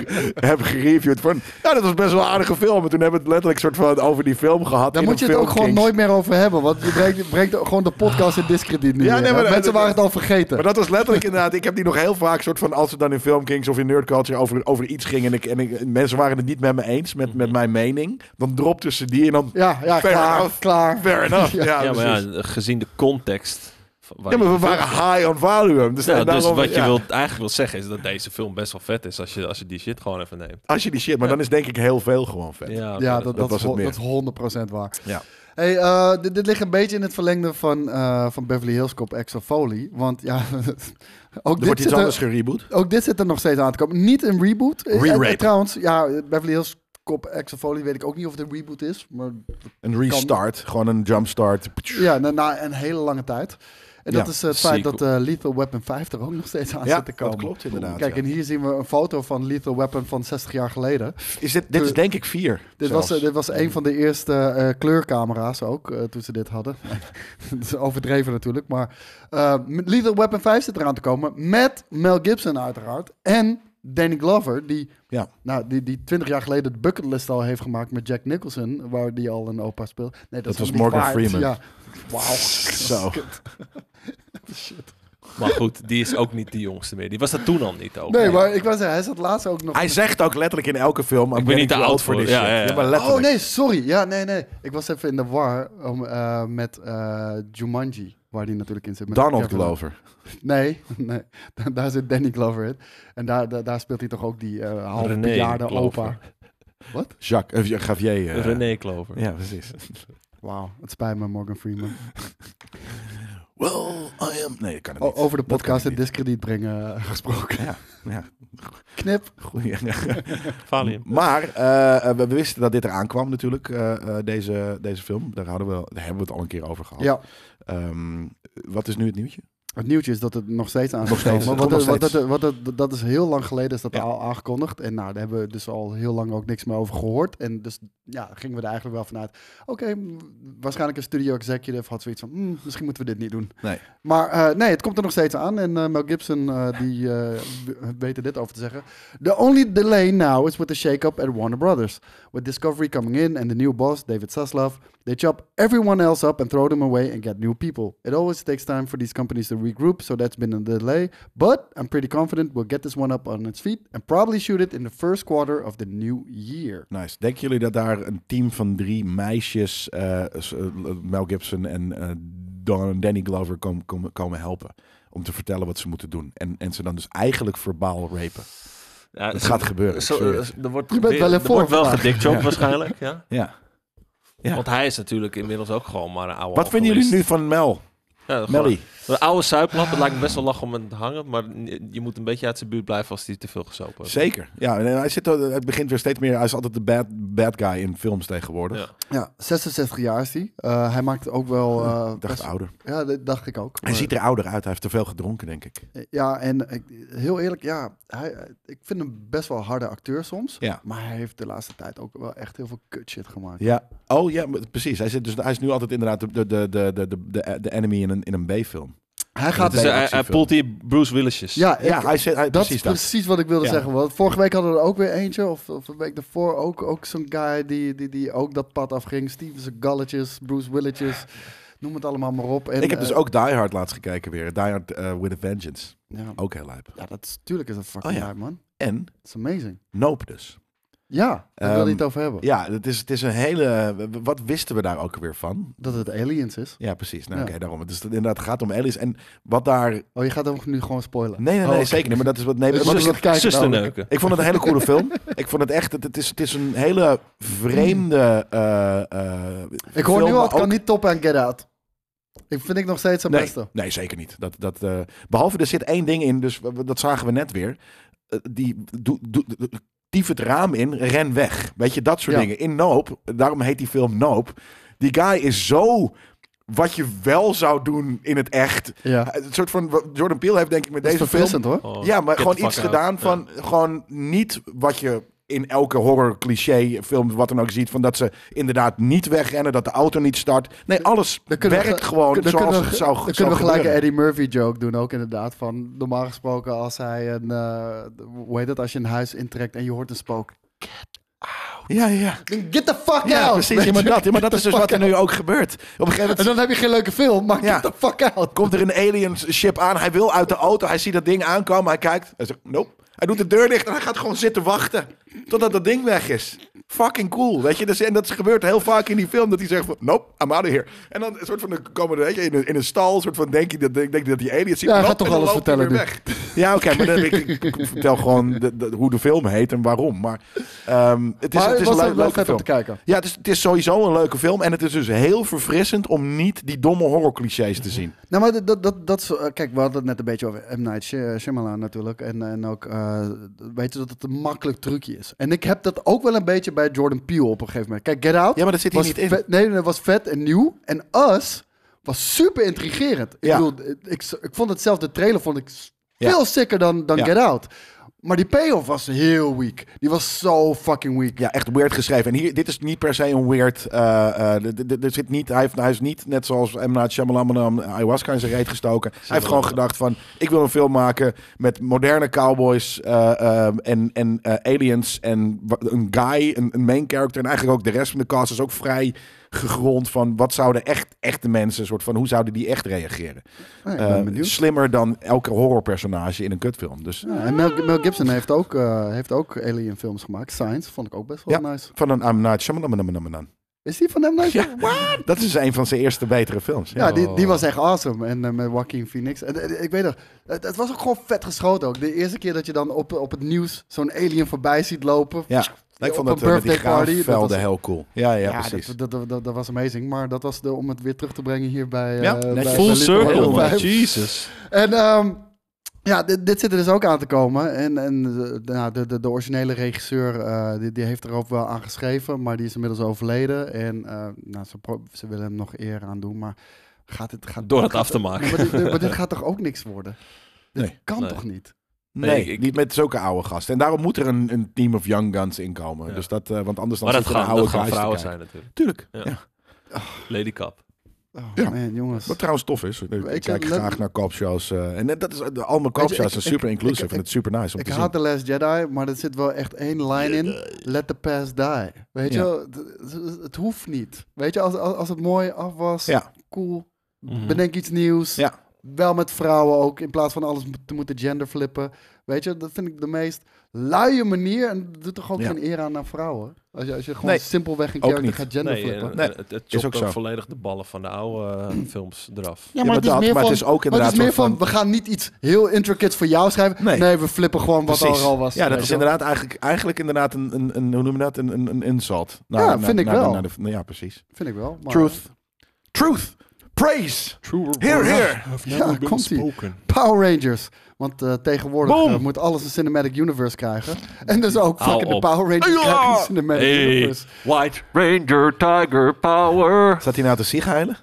[SPEAKER 2] heb gereviewd van, ja dat was best wel een aardige film. En toen hebben we het letterlijk soort van over die film gehad.
[SPEAKER 3] Daar
[SPEAKER 2] in
[SPEAKER 3] moet je
[SPEAKER 2] een
[SPEAKER 3] het ook gewoon
[SPEAKER 2] Filmkings.
[SPEAKER 3] nooit meer over hebben, want je brengt, je brengt gewoon de podcast in discrediet nu.
[SPEAKER 2] Ja,
[SPEAKER 3] Ja,
[SPEAKER 2] nee, maar-
[SPEAKER 3] Mensen waren het al vergeten.
[SPEAKER 2] Maar dat was letterlijk inderdaad. Ik heb die nog heel vaak soort van als het dan in Filmkings of in Nerdculture over, over iets ging en, ik, en ik- mensen waren het niet met me eens met, met mijn mening, dan dropten ze die en dan
[SPEAKER 3] Mhm. ja, ja,
[SPEAKER 2] Fair
[SPEAKER 3] klaar,
[SPEAKER 2] enough.
[SPEAKER 3] klaar.
[SPEAKER 2] fair
[SPEAKER 3] <laughs>
[SPEAKER 2] enough. Ja,
[SPEAKER 4] Ja,
[SPEAKER 2] precies.
[SPEAKER 4] maar ja, gezien de context... van waar
[SPEAKER 2] Ja, maar
[SPEAKER 4] je-
[SPEAKER 2] we waren high on volume. Dus,
[SPEAKER 4] Ja,
[SPEAKER 2] en
[SPEAKER 4] dus
[SPEAKER 2] daarom-
[SPEAKER 4] wat je
[SPEAKER 2] ja,
[SPEAKER 4] wilt, eigenlijk wilt zeggen is dat deze film best wel vet is als je, als je die shit gewoon even neemt.
[SPEAKER 2] Als je die shit, maar dan is denk ik heel veel gewoon vet.
[SPEAKER 4] Ja, oké,
[SPEAKER 3] Ja,
[SPEAKER 4] dat-
[SPEAKER 3] dat, dat,
[SPEAKER 2] was
[SPEAKER 3] is,
[SPEAKER 2] het
[SPEAKER 3] ho-
[SPEAKER 2] meer.
[SPEAKER 3] dat is 100% waar.
[SPEAKER 2] Ja.
[SPEAKER 3] Hey, eh, dit, dit ligt een beetje in het verlengde van, eh, van Beverly Hills Cop Extra Foley. Want ja, <laughs> ook
[SPEAKER 2] Er
[SPEAKER 3] dit,
[SPEAKER 2] wordt iets
[SPEAKER 3] zit eh,
[SPEAKER 2] anders
[SPEAKER 3] er,
[SPEAKER 2] gereboot.
[SPEAKER 3] ook dit zit er nog steeds aan te komen. Niet een reboot. Eh,
[SPEAKER 2] Re-rate.
[SPEAKER 3] eh, trouwens, ja, Beverly Hills kop Exofolie weet ik ook niet of het een reboot is. Maar
[SPEAKER 2] Een restart, gewoon een jumpstart.
[SPEAKER 3] ja, na, na een hele lange tijd. En dat
[SPEAKER 2] Ja,
[SPEAKER 3] is het feit
[SPEAKER 4] sequel.
[SPEAKER 3] dat eh, Lethal Weapon 5 er ook nog steeds aan
[SPEAKER 2] Ja,
[SPEAKER 3] zit te komen.
[SPEAKER 2] dat klopt inderdaad.
[SPEAKER 3] Kijk,
[SPEAKER 2] ja.
[SPEAKER 3] en hier zien we een foto van Lethal Weapon van 60 jaar geleden.
[SPEAKER 2] is dit, dit is denk ik vier.
[SPEAKER 3] Dit
[SPEAKER 2] zelfs.
[SPEAKER 3] was, eh, dit was een van de eerste eh, kleurcamera's ook, eh, toen ze dit hadden. <laughs> Dat is overdreven natuurlijk, maar eh Lethal Weapon 5 zit eraan te komen. Met Mel Gibson uiteraard. En Danny Glover, die,
[SPEAKER 2] Ja.
[SPEAKER 3] nou, die, die 20 jaar geleden de bucketlist al heeft gemaakt met Jack Nicholson, waar die al een opa speelt. Nee, dat,
[SPEAKER 2] Dat
[SPEAKER 3] is
[SPEAKER 2] was
[SPEAKER 3] hem niet
[SPEAKER 2] Morgan
[SPEAKER 3] waard.
[SPEAKER 2] Freeman.
[SPEAKER 3] Ja. <laughs> Wauw.
[SPEAKER 2] Zo.
[SPEAKER 4] Maar goed, die is ook niet de jongste meer. Die was dat toen al niet ook.
[SPEAKER 3] Nee, maar ik was hij zat laatst ook nog...
[SPEAKER 2] Hij zegt ook letterlijk in elke film...
[SPEAKER 4] ben niet te oud voor, ja, ja, ja.
[SPEAKER 2] maar letterlijk.
[SPEAKER 3] Oh nee, sorry. Ja, nee, nee. Ik was even in de war om, eh, met eh, Jumanji, waar die natuurlijk in zit. met
[SPEAKER 2] Donald
[SPEAKER 3] Kevin-
[SPEAKER 2] Glover.
[SPEAKER 3] Nee, <laughs> nee. Da- daar zit Danny Glover in. En daar, daar, daar speelt hij toch ook die eh half
[SPEAKER 4] René
[SPEAKER 3] bejaarde
[SPEAKER 4] Glover.
[SPEAKER 3] opa. Wat?
[SPEAKER 2] Jacques, eh, Javier. eh,
[SPEAKER 4] René Klover.
[SPEAKER 2] Ja,
[SPEAKER 3] <laughs>
[SPEAKER 2] precies.
[SPEAKER 3] Wauw, het spijt me, Morgan Freeman.
[SPEAKER 2] Well, I am... Nee, ik kan het
[SPEAKER 3] O-
[SPEAKER 2] niet. Dat
[SPEAKER 3] over de
[SPEAKER 2] kan ik
[SPEAKER 3] podcast in
[SPEAKER 2] niet.
[SPEAKER 3] discrediet brengen eh, <laughs> gesproken.
[SPEAKER 2] Ja, ja.
[SPEAKER 3] Knip.
[SPEAKER 2] Goeie.
[SPEAKER 4] Valium.
[SPEAKER 2] <laughs> Maar eh, eh, we wisten dat dit eraan kwam natuurlijk, eh, eh, deze, deze film. Daar, hadden we, daar hebben we het al een keer over gehad.
[SPEAKER 3] Ja,
[SPEAKER 2] Ehm, wat is nu het nieuwtje?
[SPEAKER 3] het nieuwtje is dat het nog steeds aan
[SPEAKER 2] Nog
[SPEAKER 3] is gekomen.
[SPEAKER 2] steeds,
[SPEAKER 3] Want,
[SPEAKER 2] nog
[SPEAKER 3] eh, want
[SPEAKER 2] steeds.
[SPEAKER 3] dat, wat, dat, dat is heel lang geleden is dat
[SPEAKER 2] Ja.
[SPEAKER 3] al aangekondigd. En nou, daar hebben we dus al heel lang ook niks meer over gehoord. En dus ja, gingen we er eigenlijk wel vanuit. Oké, m, waarschijnlijk een studio executive had zoiets van... "Hmm, misschien moeten we dit niet doen.
[SPEAKER 2] Nee.
[SPEAKER 3] Maar eh, nee, het komt er nog steeds aan. En eh, Mel Gibson, eh, die eh, w- weet er dit over te zeggen. The only delay now is with the shake-up at Warner Brothers. With Discovery coming in and the new boss, David Zaslav, they chop everyone else up and throw them away and get new people. It always takes time for these companies to regroup, so that's been a delay. But I'm pretty confident we'll get this one up on its feet and probably shoot it in the first quarter of the new year.
[SPEAKER 2] Nice. Denken jullie dat daar een team van drie meisjes, eh, s- eh, Mel Gibson en eh, Don, Danny Glover, kom- kom- komen helpen? Om te vertellen wat ze moeten doen. En, en ze dan dus eigenlijk verbaal rapen.
[SPEAKER 4] Ja,
[SPEAKER 2] Het
[SPEAKER 4] zo-
[SPEAKER 2] gaat gebeuren. ik
[SPEAKER 4] zo- eh,
[SPEAKER 2] zweer het.
[SPEAKER 4] er wordt,
[SPEAKER 3] Je bent wel
[SPEAKER 4] er
[SPEAKER 3] een
[SPEAKER 4] wordt wel
[SPEAKER 3] voorvandaag.
[SPEAKER 4] gedikchopt waarschijnlijk. Ja?
[SPEAKER 2] ja. Ja.
[SPEAKER 4] Want hij is natuurlijk inmiddels ook gewoon maar een oude
[SPEAKER 2] Wat vinden jullie nu van Mel?
[SPEAKER 4] Ja, gewoon-
[SPEAKER 2] Melly?
[SPEAKER 4] Een oude suiplap, het lijkt me best wel lach om aan te hangen. Maar n- je moet een beetje uit zijn buurt blijven als hij te veel gesopen heeft.
[SPEAKER 2] Zeker. Ja, en hij zit, al- het begint weer steeds meer. Hij is altijd de bad, bad guy in films tegenwoordig.
[SPEAKER 4] Ja.
[SPEAKER 3] Ja, 66 jaar is hij. Eh, hij maakt ook wel... eh,
[SPEAKER 2] Ik dacht
[SPEAKER 3] best-
[SPEAKER 2] ouder.
[SPEAKER 3] ja, dat dacht ik ook.
[SPEAKER 2] Hij
[SPEAKER 3] Maar-
[SPEAKER 2] ziet er ouder uit. Hij heeft te veel gedronken, denk ik.
[SPEAKER 3] Ja, en ik- heel eerlijk, ja, hij, ik vind hem best wel een harde acteur soms.
[SPEAKER 2] Ja.
[SPEAKER 3] Maar hij heeft de laatste tijd ook wel echt heel veel kut shit gemaakt.
[SPEAKER 2] Ja. Oh ja, maar precies. Hij, zit dus, hij is nu altijd inderdaad de, de, de, de, de, de, de enemy in een, in een B-film.
[SPEAKER 3] Hij
[SPEAKER 2] Dat
[SPEAKER 4] Het
[SPEAKER 3] gaat...
[SPEAKER 4] is,
[SPEAKER 2] bij
[SPEAKER 4] eh, hij, hij
[SPEAKER 2] actiefilm.
[SPEAKER 4] poelt hier Bruce Willisjes.
[SPEAKER 3] Ja, ik-
[SPEAKER 2] Ja, hij zit hij,
[SPEAKER 3] dat
[SPEAKER 2] precies
[SPEAKER 3] is
[SPEAKER 2] dat.
[SPEAKER 3] precies wat ik wilde
[SPEAKER 2] Ja.
[SPEAKER 3] zeggen. Want vorige week hadden we er ook weer eentje. Of, of een week daarvoor ook, ook zo'n guy die, die, die ook dat pad afging. Steven Galletjes, Bruce Willetjes. Noem het allemaal maar op. En,
[SPEAKER 2] ik heb dus
[SPEAKER 3] eh,
[SPEAKER 2] ook Die Hard laatst gekeken weer. Die Hard eh, with a Vengeance.
[SPEAKER 3] Ja,
[SPEAKER 2] Ook heel lijp.
[SPEAKER 3] ja dat is, tuurlijk is dat fucking
[SPEAKER 2] Oh ja.
[SPEAKER 3] hype, man.
[SPEAKER 2] En
[SPEAKER 3] It's amazing.
[SPEAKER 2] Nope dus.
[SPEAKER 3] Ja, daar wil je
[SPEAKER 2] Ehm,
[SPEAKER 3] het over hebben.
[SPEAKER 2] Ja, het is, het is een hele... Wat wisten we daar ook weer van?
[SPEAKER 3] Dat het aliens is.
[SPEAKER 2] Ja, precies. Nou,
[SPEAKER 3] Ja.
[SPEAKER 2] oké, daarom. Het is inderdaad het gaat om Alice. En wat daar... Nee,
[SPEAKER 3] Oh, je gaat hem nu gewoon spoilen.
[SPEAKER 2] nee, nee,
[SPEAKER 3] Oh, oké.
[SPEAKER 2] zeker niet. Maar dat is wat... Nee,
[SPEAKER 3] Dus
[SPEAKER 2] wat
[SPEAKER 3] je
[SPEAKER 2] ik,
[SPEAKER 3] zult kijken namelijk.
[SPEAKER 4] Zusterneuken.
[SPEAKER 2] ik vond het een hele coole film. Ik vond het echt... Het, het is, het is een hele vreemde... eh, eh,
[SPEAKER 3] Ik hoor
[SPEAKER 2] film,
[SPEAKER 3] nu al,
[SPEAKER 2] maar
[SPEAKER 3] het kan
[SPEAKER 2] ook-
[SPEAKER 3] niet top aan Get Out. Ik vind ik nog steeds het
[SPEAKER 2] nee,
[SPEAKER 3] beste.
[SPEAKER 2] Nee, zeker niet. Dat, dat, eh, behalve er zit één ding in, dus we- we- dat zagen we net weer. Eh, die doe- doe- doe- Tief het raam in, ren weg. Weet je, dat soort
[SPEAKER 3] Ja.
[SPEAKER 2] dingen. In Noop, daarom heet die film Noop. Die guy is zo wat je wel zou doen in het echt.
[SPEAKER 3] Ja.
[SPEAKER 2] Het soort van, wat Jordan Peele heeft denk ik met
[SPEAKER 3] Dat is
[SPEAKER 2] deze film...
[SPEAKER 3] verfrissend hoor.
[SPEAKER 4] Oh,
[SPEAKER 2] Ja, maar
[SPEAKER 4] get
[SPEAKER 2] gewoon
[SPEAKER 4] the fuck
[SPEAKER 2] iets
[SPEAKER 4] out.
[SPEAKER 2] gedaan
[SPEAKER 4] Ja.
[SPEAKER 2] van gewoon niet wat je in elke horror cliché film wat dan ook ziet van dat ze inderdaad niet wegrennen, dat de auto niet start. Nee, alles
[SPEAKER 3] Dan kunnen we
[SPEAKER 2] werkt
[SPEAKER 3] ge-
[SPEAKER 2] gewoon
[SPEAKER 3] dan
[SPEAKER 2] zoals
[SPEAKER 3] kunnen we
[SPEAKER 2] het
[SPEAKER 3] ge-
[SPEAKER 2] zou
[SPEAKER 3] Dan
[SPEAKER 2] zou
[SPEAKER 3] kunnen we gelijk een
[SPEAKER 2] gebeuren.
[SPEAKER 3] Eddie Murphy joke doen ook inderdaad. Van normaal gesproken als hij een, eh, hoe heet dat, als je een huis intrekt en je hoort een spook.
[SPEAKER 2] Ja, ja.
[SPEAKER 3] Dan Get the fuck
[SPEAKER 2] Ja,
[SPEAKER 3] out!
[SPEAKER 2] precies.
[SPEAKER 3] oh, Weet
[SPEAKER 2] Ja, maar
[SPEAKER 3] je?
[SPEAKER 2] dat, ja, maar dat is
[SPEAKER 3] <laughs>
[SPEAKER 2] dus wat er nu ook gebeurt. Op een gegeven
[SPEAKER 3] En
[SPEAKER 2] moment
[SPEAKER 3] dan heb je geen leuke film, maar
[SPEAKER 2] Ja.
[SPEAKER 3] get the fuck out!
[SPEAKER 2] komt er een alien ship aan. Hij wil uit de auto. Hij ziet dat ding aankomen. Hij kijkt. Hij zegt, nope. Hij doet de deur dicht en hij gaat gewoon zitten wachten. Totdat dat ding weg is. Fucking cool, weet je. Dus, en dat gebeurt heel vaak in die film. Dat hij zegt van, nope, I'm out of here. En dan een soort van, dan komen er, weet je, in een, in een stal. soort van, denk je dat, denk, denk je dat die alien ziet.
[SPEAKER 3] Ja, hij
[SPEAKER 2] nope,
[SPEAKER 3] gaat toch
[SPEAKER 2] en dan
[SPEAKER 3] alles
[SPEAKER 2] loopt hij
[SPEAKER 3] vertellen
[SPEAKER 2] weer weg. Ja, oké. maar dan, ik, ik- ik vertel gewoon de- de- hoe de film heet en waarom. Maar ehm, het is,
[SPEAKER 3] Maar
[SPEAKER 2] het is
[SPEAKER 3] was
[SPEAKER 2] een
[SPEAKER 3] wel
[SPEAKER 2] le- leuke
[SPEAKER 3] vet om
[SPEAKER 2] film.
[SPEAKER 3] te kijken.
[SPEAKER 2] Ja, het is, het is sowieso een leuke film. En het is dus heel verfrissend om niet die domme horrorclichés te zien.
[SPEAKER 3] Nou, maar dat, dat, dat, dat is, eh, kijk, we hadden eh, het net een beetje over M. Night Shy- Shyamalan natuurlijk. En, en ook, eh, weet je, dat het een makkelijk trucje is. En ik heb dat ook wel een beetje bij Jordan Peele op een gegeven moment. Kijk, Get Out
[SPEAKER 6] Ja, maar dat zit hier
[SPEAKER 3] was
[SPEAKER 6] niet in.
[SPEAKER 3] vet- nee, dat was vet en nieuw. En Us was super intrigerend.
[SPEAKER 2] Ja.
[SPEAKER 3] Ik bedoel, ik, ik vond het zelf, de trailer vond ik s-
[SPEAKER 2] Ja.
[SPEAKER 3] veel sicker dan, dan
[SPEAKER 2] Ja.
[SPEAKER 3] Get Out. Maar die payoff was heel weak. Die was zo fucking weak.
[SPEAKER 2] Ja, echt weird geschreven. En hier, dit is niet per se een weird... eh, eh, d- d- d- er zit niet, hij, heeft, hij is niet net zoals M. Night Shyamalan um, ayahuasca in zijn reet gestoken. Hij heeft gewoon gedacht van... Ik wil een film maken met moderne cowboys eh, ehm, en, en eh, aliens en wa- een guy, een, een main character. En eigenlijk ook de rest van de cast is ook vrij gegrond van... Wat zouden echt echte mensen, soort van hoe zouden die echt reageren?
[SPEAKER 3] Nee, ik ben
[SPEAKER 2] Eh,
[SPEAKER 3] benieuwd.
[SPEAKER 2] slimmer dan elke horrorpersonage in een kutfilm. Dus
[SPEAKER 3] Ja, en Mel, Mel Gibson heeft ook, eh, heeft ook Alien films gemaakt. Science vond ik ook best wel nice.
[SPEAKER 2] van een M. Night Shyamalan.
[SPEAKER 3] Is die van hem nice?
[SPEAKER 2] Ja, dat is een van zijn eerste betere films. Ja.
[SPEAKER 3] Ja,
[SPEAKER 4] Oh.
[SPEAKER 3] die, die was echt awesome. En eh, met Joaquin Phoenix. En, eh, ik weet nog, het, het was ook gewoon vet geschoten ook. De eerste keer dat je dan op, op het nieuws zo'n alien voorbij ziet lopen.
[SPEAKER 2] Ja, ik
[SPEAKER 3] op
[SPEAKER 2] vond
[SPEAKER 3] een
[SPEAKER 2] dat eh, met die
[SPEAKER 3] birthday party, dat
[SPEAKER 2] graafvelden
[SPEAKER 3] was-
[SPEAKER 2] heel cool. Ja, ja, precies.
[SPEAKER 3] dat, dat, dat, dat was amazing. Maar dat was de, om het weer terug te brengen hier bij... eh,
[SPEAKER 2] Ja,
[SPEAKER 3] bij-
[SPEAKER 2] netjes.
[SPEAKER 3] bij
[SPEAKER 4] Full
[SPEAKER 3] Little
[SPEAKER 4] circle,
[SPEAKER 3] Hotel
[SPEAKER 4] <laughs> man.
[SPEAKER 3] Vijf.
[SPEAKER 4] Jesus.
[SPEAKER 3] En ehm, ja, dit, dit zit er dus ook aan te komen. En, en de, nou, de, de, de originele regisseur, eh, die, die heeft er ook wel aan geschreven, maar die is inmiddels overleden. En eh, nou, ze, pro- ze willen hem nog eer aan doen, maar gaat dit... Gaat,
[SPEAKER 4] Door het
[SPEAKER 3] gaat-
[SPEAKER 4] af te <laughs> maken.
[SPEAKER 3] Ja, maar, dit, dit- maar
[SPEAKER 2] <laughs>
[SPEAKER 3] dit gaat toch ook niks worden? Dit
[SPEAKER 2] Nee.
[SPEAKER 3] kan
[SPEAKER 4] Nee.
[SPEAKER 3] toch niet?
[SPEAKER 2] nee,
[SPEAKER 4] Nee, ik-
[SPEAKER 2] niet met zulke oude gasten. En daarom moet er een, een team of young guns inkomen.
[SPEAKER 4] Ja.
[SPEAKER 2] Dus dat, eh, want anders dan
[SPEAKER 4] Maar dat
[SPEAKER 2] zitten er
[SPEAKER 4] gaan,
[SPEAKER 2] oude
[SPEAKER 4] dat gaan
[SPEAKER 2] guys te
[SPEAKER 4] vrouwen
[SPEAKER 2] kijken.
[SPEAKER 4] zijn
[SPEAKER 2] Tuurlijk.
[SPEAKER 4] natuurlijk.
[SPEAKER 2] Ja.
[SPEAKER 4] Ja. <laughs> Lady Cup.
[SPEAKER 3] Oh
[SPEAKER 2] Ja.
[SPEAKER 3] man, jongens.
[SPEAKER 2] Wat trouwens tof is. Ik
[SPEAKER 3] Weet je,
[SPEAKER 2] kijk
[SPEAKER 3] eh, let-
[SPEAKER 2] graag naar kopshows. eh en dat is, de, al mijn kopshows
[SPEAKER 3] ik-
[SPEAKER 2] zijn super
[SPEAKER 3] ik-
[SPEAKER 2] inclusive.
[SPEAKER 3] ik-
[SPEAKER 2] en het is super nice om
[SPEAKER 3] Ik
[SPEAKER 2] te
[SPEAKER 3] haat The Last Jedi, maar er zit wel echt één line in. Let the past die. Weet
[SPEAKER 2] Ja.
[SPEAKER 3] je, wel? het, het- het hoeft niet. Weet je, als, als, als het mooi af was,
[SPEAKER 2] zien. Ja,
[SPEAKER 3] cool,
[SPEAKER 4] Mhm.
[SPEAKER 3] bedenk iets nieuws.
[SPEAKER 2] Ja.
[SPEAKER 3] Wel met vrouwen ook, in plaats van alles mo- te moeten genderflippen. Weet je, dat vind ik de meest luie manier. En het doet toch ook
[SPEAKER 2] Ja.
[SPEAKER 3] geen eer aan naar vrouwen? Als je, als je gewoon
[SPEAKER 2] Nee,
[SPEAKER 3] simpelweg een
[SPEAKER 2] ook
[SPEAKER 3] character
[SPEAKER 2] niet.
[SPEAKER 3] gaat
[SPEAKER 4] Nee,
[SPEAKER 3] genderflippen.
[SPEAKER 4] eh,
[SPEAKER 2] Nee,
[SPEAKER 4] het, het
[SPEAKER 2] is
[SPEAKER 4] chopt
[SPEAKER 2] ook
[SPEAKER 4] ook,
[SPEAKER 2] zo.
[SPEAKER 4] volledig de ballen van de oude <clears throat> eh, films eraf.
[SPEAKER 2] Ja, maar het is meer van- maar
[SPEAKER 3] het is meer van, we gaan niet iets heel intricates voor jou schrijven.
[SPEAKER 2] Nee.
[SPEAKER 3] Nee, we flippen gewoon wat
[SPEAKER 2] precies.
[SPEAKER 3] er al was.
[SPEAKER 2] Ja, dat
[SPEAKER 3] weet
[SPEAKER 2] is
[SPEAKER 3] je wel.
[SPEAKER 2] inderdaad eigenlijk, eigenlijk inderdaad een, een, een, hoe noem je dat? Een, een, een insult. Naar-
[SPEAKER 3] Ja,
[SPEAKER 2] naar-
[SPEAKER 3] vind ik
[SPEAKER 2] naar de-
[SPEAKER 3] wel.
[SPEAKER 2] naar de- ja, precies.
[SPEAKER 3] Vind ik wel. maar-
[SPEAKER 2] Truth. Truth. Praise. Here, here.
[SPEAKER 3] Ja, komt-ie. Power Rangers. Want eh, tegenwoordig
[SPEAKER 4] Boom.
[SPEAKER 3] eh, moet alles een Cinematic Universe krijgen. En dus ook
[SPEAKER 4] Hou
[SPEAKER 3] fucking de
[SPEAKER 4] op.
[SPEAKER 3] Power Rangers krijgen een Cinematic
[SPEAKER 4] <laughs> Hey,
[SPEAKER 3] Universe.
[SPEAKER 4] White Ranger Tiger Power.
[SPEAKER 2] Staat hij nou te zich huilen?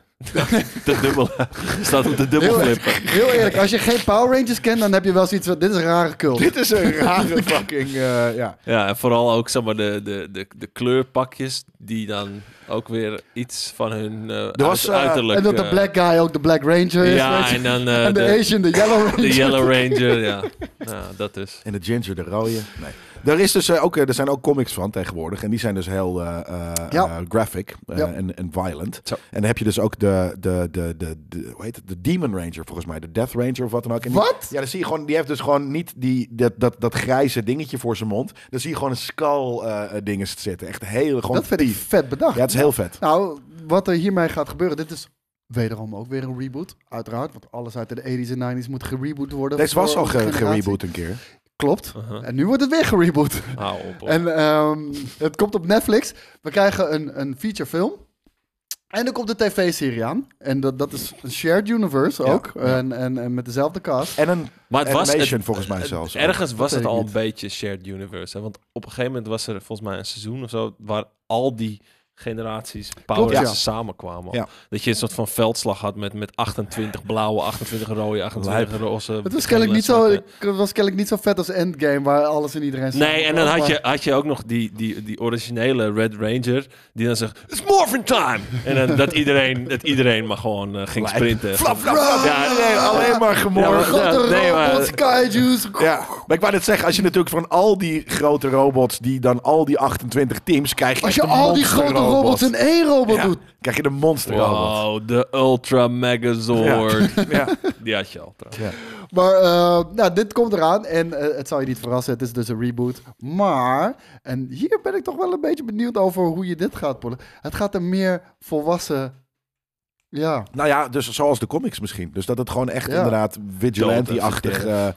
[SPEAKER 4] De dubbel <laughs> staat op de dubbel
[SPEAKER 3] Heel,
[SPEAKER 4] flippen.
[SPEAKER 3] heel eerlijk, als je geen Power Rangers kent, dan heb je wel zoiets van, dit is een rare cult.
[SPEAKER 2] <laughs> Dit is een
[SPEAKER 3] <laughs>
[SPEAKER 2] rare fucking. eh, ja.
[SPEAKER 4] Ja, en vooral ook zeg maar, de, de, de, de kleurpakjes die dan ook weer iets van hun eh uit-
[SPEAKER 2] was, eh,
[SPEAKER 4] uiterlijk...
[SPEAKER 3] en dat de
[SPEAKER 4] eh,
[SPEAKER 3] black guy ook de Black Ranger is. weet
[SPEAKER 4] Ja,
[SPEAKER 3] je.
[SPEAKER 4] en dan eh,
[SPEAKER 3] en de,
[SPEAKER 4] de,
[SPEAKER 3] Asian, de Yellow Ranger.
[SPEAKER 4] de
[SPEAKER 3] <laughs>
[SPEAKER 4] Yellow Ranger. ja. <laughs> ja, dat is.
[SPEAKER 2] En de Ginger, de rode. Nee. Er, is dus, eh, ook, eh, er zijn ook comics van tegenwoordig. En die zijn dus heel eh, eh,
[SPEAKER 3] Ja.
[SPEAKER 2] eh, graphic eh,
[SPEAKER 3] Ja.
[SPEAKER 2] en, en violent.
[SPEAKER 4] Zo.
[SPEAKER 2] En dan heb je dus ook de, de, de, de, de, hoe heet het? de Demon Ranger volgens mij. De Death Ranger of wat dan ook. En die-
[SPEAKER 3] Wat?
[SPEAKER 2] Ja, dan zie je gewoon, die heeft dus gewoon niet die, dat, dat, dat grijze dingetje voor zijn mond. Dan zie je gewoon een skull eh eh, dingen zitten. Echt heel, gewoon
[SPEAKER 3] Dat vind ik
[SPEAKER 2] tief.
[SPEAKER 3] vet bedacht.
[SPEAKER 2] Ja, het is heel vet.
[SPEAKER 3] Nou, wat er hiermee gaat gebeuren, dit is wederom ook weer een reboot. Uiteraard, want alles uit de 80s en 90s moet gereboot worden.
[SPEAKER 2] Deze was
[SPEAKER 3] voor
[SPEAKER 2] al
[SPEAKER 3] onze
[SPEAKER 2] ge-
[SPEAKER 3] generatie.
[SPEAKER 2] gereboot een keer.
[SPEAKER 3] Klopt.
[SPEAKER 4] Uh-huh.
[SPEAKER 3] En nu wordt het weer gereboot.
[SPEAKER 4] Hou op. hoor.
[SPEAKER 3] En ehm, het komt op Netflix. We krijgen een, een feature film. En er komt een tv-serie aan. En dat, dat is een shared universe
[SPEAKER 2] Ja,
[SPEAKER 3] ook. En, en, en met dezelfde cast.
[SPEAKER 2] En een
[SPEAKER 4] maar het was,
[SPEAKER 2] animation
[SPEAKER 4] het-
[SPEAKER 2] volgens mij
[SPEAKER 4] het-
[SPEAKER 2] zelfs. ook.
[SPEAKER 4] ergens was
[SPEAKER 3] weet
[SPEAKER 4] het
[SPEAKER 3] ik
[SPEAKER 4] al
[SPEAKER 3] niet.
[SPEAKER 4] een beetje shared universe. Hè? Want op een gegeven moment was er volgens mij een seizoen of zo... waar al die generaties Power
[SPEAKER 3] Klopt, ja.
[SPEAKER 4] Rangers samenkwamen.
[SPEAKER 2] Ja.
[SPEAKER 4] Dat je een soort van veldslag had met, met 28 blauwe, 28 rode, 28 roze.
[SPEAKER 3] Het was kennelijk, niet zo,
[SPEAKER 4] zwarte.
[SPEAKER 3] het was kennelijk niet zo vet als Endgame, waar alles en iedereen...
[SPEAKER 4] Nee, en dan had
[SPEAKER 3] Maar-
[SPEAKER 4] je, had je ook nog die, die, die originele Red Ranger. Die dan zegt: It's morphin time! En dan dat iedereen, dat iedereen maar gewoon eh, ging sprinten.
[SPEAKER 2] Flap, flap, flap.
[SPEAKER 4] Ja, nee,
[SPEAKER 2] alleen maar
[SPEAKER 4] Ja,
[SPEAKER 2] gemorgen.
[SPEAKER 4] maar-
[SPEAKER 3] Grote
[SPEAKER 4] nee, maar-
[SPEAKER 3] robots, kaiju's.
[SPEAKER 2] Ja, maar ik wou net zeggen, als je natuurlijk van al die grote robots, die dan al die 28 teams, krijg je
[SPEAKER 3] Als je
[SPEAKER 2] echt een
[SPEAKER 3] al die grote
[SPEAKER 2] monsterrobot.
[SPEAKER 3] robots in één robot
[SPEAKER 2] Ja,
[SPEAKER 3] doet.
[SPEAKER 2] krijg je de monsterrobot.
[SPEAKER 4] Wow, de Ultra Megazord.
[SPEAKER 3] <laughs>
[SPEAKER 2] Ja.
[SPEAKER 4] Die had je al trouwens.
[SPEAKER 3] Maar eh, nou, dit komt eraan en eh, het zal je niet verrassen, het is dus een reboot. Maar, en hier ben ik toch wel een beetje benieuwd over hoe je dit gaat pullen. Het gaat een meer volwassen, ja,
[SPEAKER 2] Nou ja, dus zoals de comics misschien. Dus dat het gewoon echt
[SPEAKER 3] Ja.
[SPEAKER 2] inderdaad vigilante-achtig eh,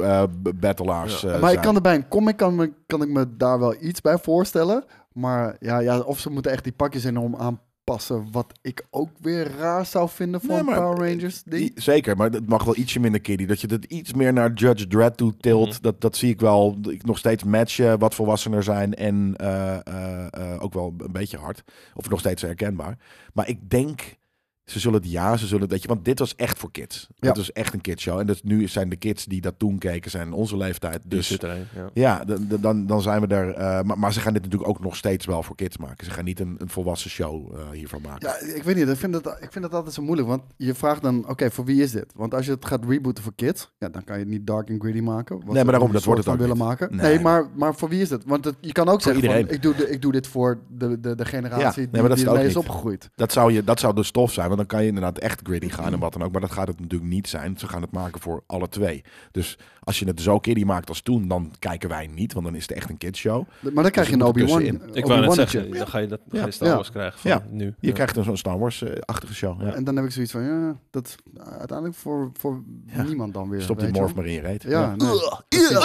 [SPEAKER 2] kaiju-battelaars
[SPEAKER 4] Ja.
[SPEAKER 3] maar ik kan er bij een comic kan, me- kan ik me daar wel iets bij voorstellen. Maar ja, ja of ze moeten echt die pakjes enorm aanpassen passen. Wat ik ook weer raar zou vinden voor
[SPEAKER 2] Nee,
[SPEAKER 3] een
[SPEAKER 2] maar-
[SPEAKER 3] Power Rangers.
[SPEAKER 2] I-
[SPEAKER 3] Die...
[SPEAKER 2] Zeker, maar het mag wel ietsje minder kiddie. Dat je dat iets meer naar Judge Dredd toe tilt.
[SPEAKER 4] Mhm.
[SPEAKER 2] dat, dat zie ik wel. Ik nog steeds matchen wat volwassener zijn. En eh, eh, eh, ook wel een beetje hard. Of nog steeds herkenbaar. Maar ik denk, ze zullen het ja, ze zullen het. Weet je, want dit was echt voor kids.
[SPEAKER 3] Ja.
[SPEAKER 2] Dat was echt een kidshow. En dus nu zijn de kids die dat toen keken, zijn onze leeftijd.
[SPEAKER 4] Dus
[SPEAKER 2] Dus
[SPEAKER 4] zit er een, ja.
[SPEAKER 2] ja, d- d- dan, dan zijn we er. eh, maar, maar ze gaan dit natuurlijk ook nog steeds wel voor kids maken. Ze gaan niet een, een volwassen show eh, hiervan maken.
[SPEAKER 3] Ja, ik weet niet. Ik vind, dat, ik vind dat altijd zo moeilijk. Want je vraagt dan, oké, voor wie is dit? Want als je het gaat rebooten voor kids, ja, dan kan je het niet dark and greedy maken. wat
[SPEAKER 2] Nee,
[SPEAKER 3] ze
[SPEAKER 2] maar daarom,
[SPEAKER 3] een
[SPEAKER 2] dat wordt
[SPEAKER 3] soort
[SPEAKER 2] het
[SPEAKER 3] van
[SPEAKER 2] ook
[SPEAKER 3] willen maken.
[SPEAKER 2] Nee.
[SPEAKER 3] Nee, maar, maar voor wie is dit? Want het- je kan ook zeggen, van,
[SPEAKER 2] iedereen.
[SPEAKER 3] ik, doe de, ik doe dit voor de, de, de
[SPEAKER 2] Ja,
[SPEAKER 3] generatie
[SPEAKER 2] nee,
[SPEAKER 3] die,
[SPEAKER 2] maar dat is het
[SPEAKER 3] die
[SPEAKER 2] ook
[SPEAKER 3] ermee is
[SPEAKER 2] niet.
[SPEAKER 3] opgegroeid.
[SPEAKER 2] Dat zou, je, dat zou de stof zijn, want dan kan je inderdaad echt gritty gaan en wat dan ook. Maar dat gaat het natuurlijk niet zijn. Ze gaan het maken voor alle twee. Dus als je het zo kiddie maakt als toen, dan kijken wij niet, want dan is het echt een kidshow.
[SPEAKER 3] Maar dan krijg je
[SPEAKER 2] moet
[SPEAKER 3] een
[SPEAKER 2] er dus
[SPEAKER 3] Obi-Wan.
[SPEAKER 2] tussenin.
[SPEAKER 4] Ik wou net
[SPEAKER 3] Obi-Wannetje.
[SPEAKER 4] zeggen, dan ga je dat ga je Star
[SPEAKER 3] Ja.
[SPEAKER 4] Wars krijgen van
[SPEAKER 2] Ja.
[SPEAKER 4] nu.
[SPEAKER 2] Je
[SPEAKER 4] Ja.
[SPEAKER 2] krijgt een zo'n Star Wars-achtige show. Ja.
[SPEAKER 3] En dan heb ik zoiets van, ja, dat is uiteindelijk voor, voor
[SPEAKER 2] Ja.
[SPEAKER 3] niemand dan weer.
[SPEAKER 2] Stop die
[SPEAKER 3] weet je
[SPEAKER 2] morf
[SPEAKER 3] wel.
[SPEAKER 2] maar in je reet.
[SPEAKER 3] Ja, nee.
[SPEAKER 7] oh,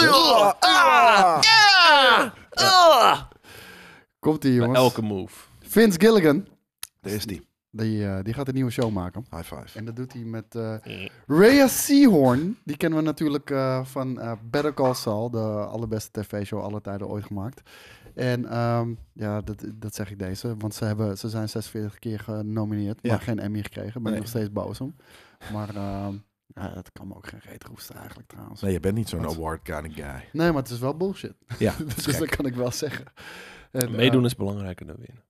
[SPEAKER 2] Oh,
[SPEAKER 3] Ah,
[SPEAKER 7] ah!
[SPEAKER 3] Komt die
[SPEAKER 4] Bij
[SPEAKER 3] jongens.
[SPEAKER 4] elke move.
[SPEAKER 3] Vince Gilligan,
[SPEAKER 2] Daar is die.
[SPEAKER 3] die, eh, die gaat een nieuwe show maken.
[SPEAKER 2] High five.
[SPEAKER 3] En dat doet hij met eh Rhea Seahorn. Die kennen we natuurlijk eh, van eh, Better Call Saul, de allerbeste tv-show aller tijden ooit gemaakt. En ehm, ja, dat, dat zeg ik deze, want ze, hebben, ze zijn 46 keer genomineerd, maar
[SPEAKER 2] Ja.
[SPEAKER 3] geen Emmy gekregen. Ben
[SPEAKER 2] Nee.
[SPEAKER 3] ik nog steeds boos om. Maar ehm ja, dat kan me ook geen reet roesten eigenlijk trouwens.
[SPEAKER 2] Nee, je bent niet zo'n
[SPEAKER 3] Wat?
[SPEAKER 2] award kind of guy.
[SPEAKER 3] Nee, maar het is wel bullshit.
[SPEAKER 2] Ja, dat is
[SPEAKER 3] <laughs> dus dat
[SPEAKER 2] gek.
[SPEAKER 3] kan ik wel zeggen. En, eh,
[SPEAKER 4] Meedoen is belangrijker dan winnen.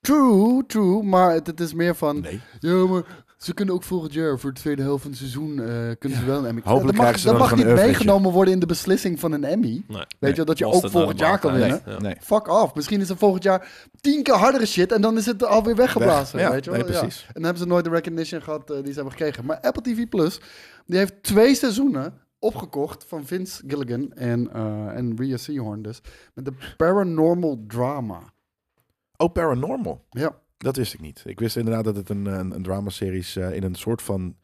[SPEAKER 3] True, true. Maar het, het is meer van...
[SPEAKER 2] Nee.
[SPEAKER 3] Ja, maar ze kunnen ook volgend jaar voor de tweede helft van het seizoen... eh, kunnen ze wel een Emmy
[SPEAKER 2] Hopelijk
[SPEAKER 3] Dat mag-
[SPEAKER 2] krijgen ze
[SPEAKER 3] Dat
[SPEAKER 2] dan nog
[SPEAKER 3] mag
[SPEAKER 2] een
[SPEAKER 3] niet
[SPEAKER 2] oeuvretje.
[SPEAKER 3] meegenomen worden in de beslissing van een Emmy. Weet
[SPEAKER 4] Nee.
[SPEAKER 2] Nee.
[SPEAKER 3] je, wel, dat je
[SPEAKER 4] Als
[SPEAKER 3] ook
[SPEAKER 4] het
[SPEAKER 3] volgend
[SPEAKER 4] nou
[SPEAKER 3] jaar kan
[SPEAKER 4] maakt,
[SPEAKER 3] winnen.
[SPEAKER 2] Nee.
[SPEAKER 4] Ja.
[SPEAKER 2] nee.
[SPEAKER 3] Fuck off. Misschien is er volgend jaar tien keer hardere shit... en dan is het alweer weggeblazen.
[SPEAKER 2] Weg. Ja,
[SPEAKER 3] weet je wel?
[SPEAKER 2] nee,
[SPEAKER 3] Ja.
[SPEAKER 2] precies.
[SPEAKER 3] En dan hebben ze nooit de recognition gehad eh, die ze hebben gekregen. Maar Apple TV Plus, die heeft twee seizoenen opgekocht van Vince Gilligan en, eh en Rhea Seahorn dus. Met de Paranormal Drama.
[SPEAKER 2] Oh, Paranormal.
[SPEAKER 3] Ja.
[SPEAKER 2] Dat wist ik niet. Ik wist inderdaad dat het een, een, een dramaseries eh, in een soort van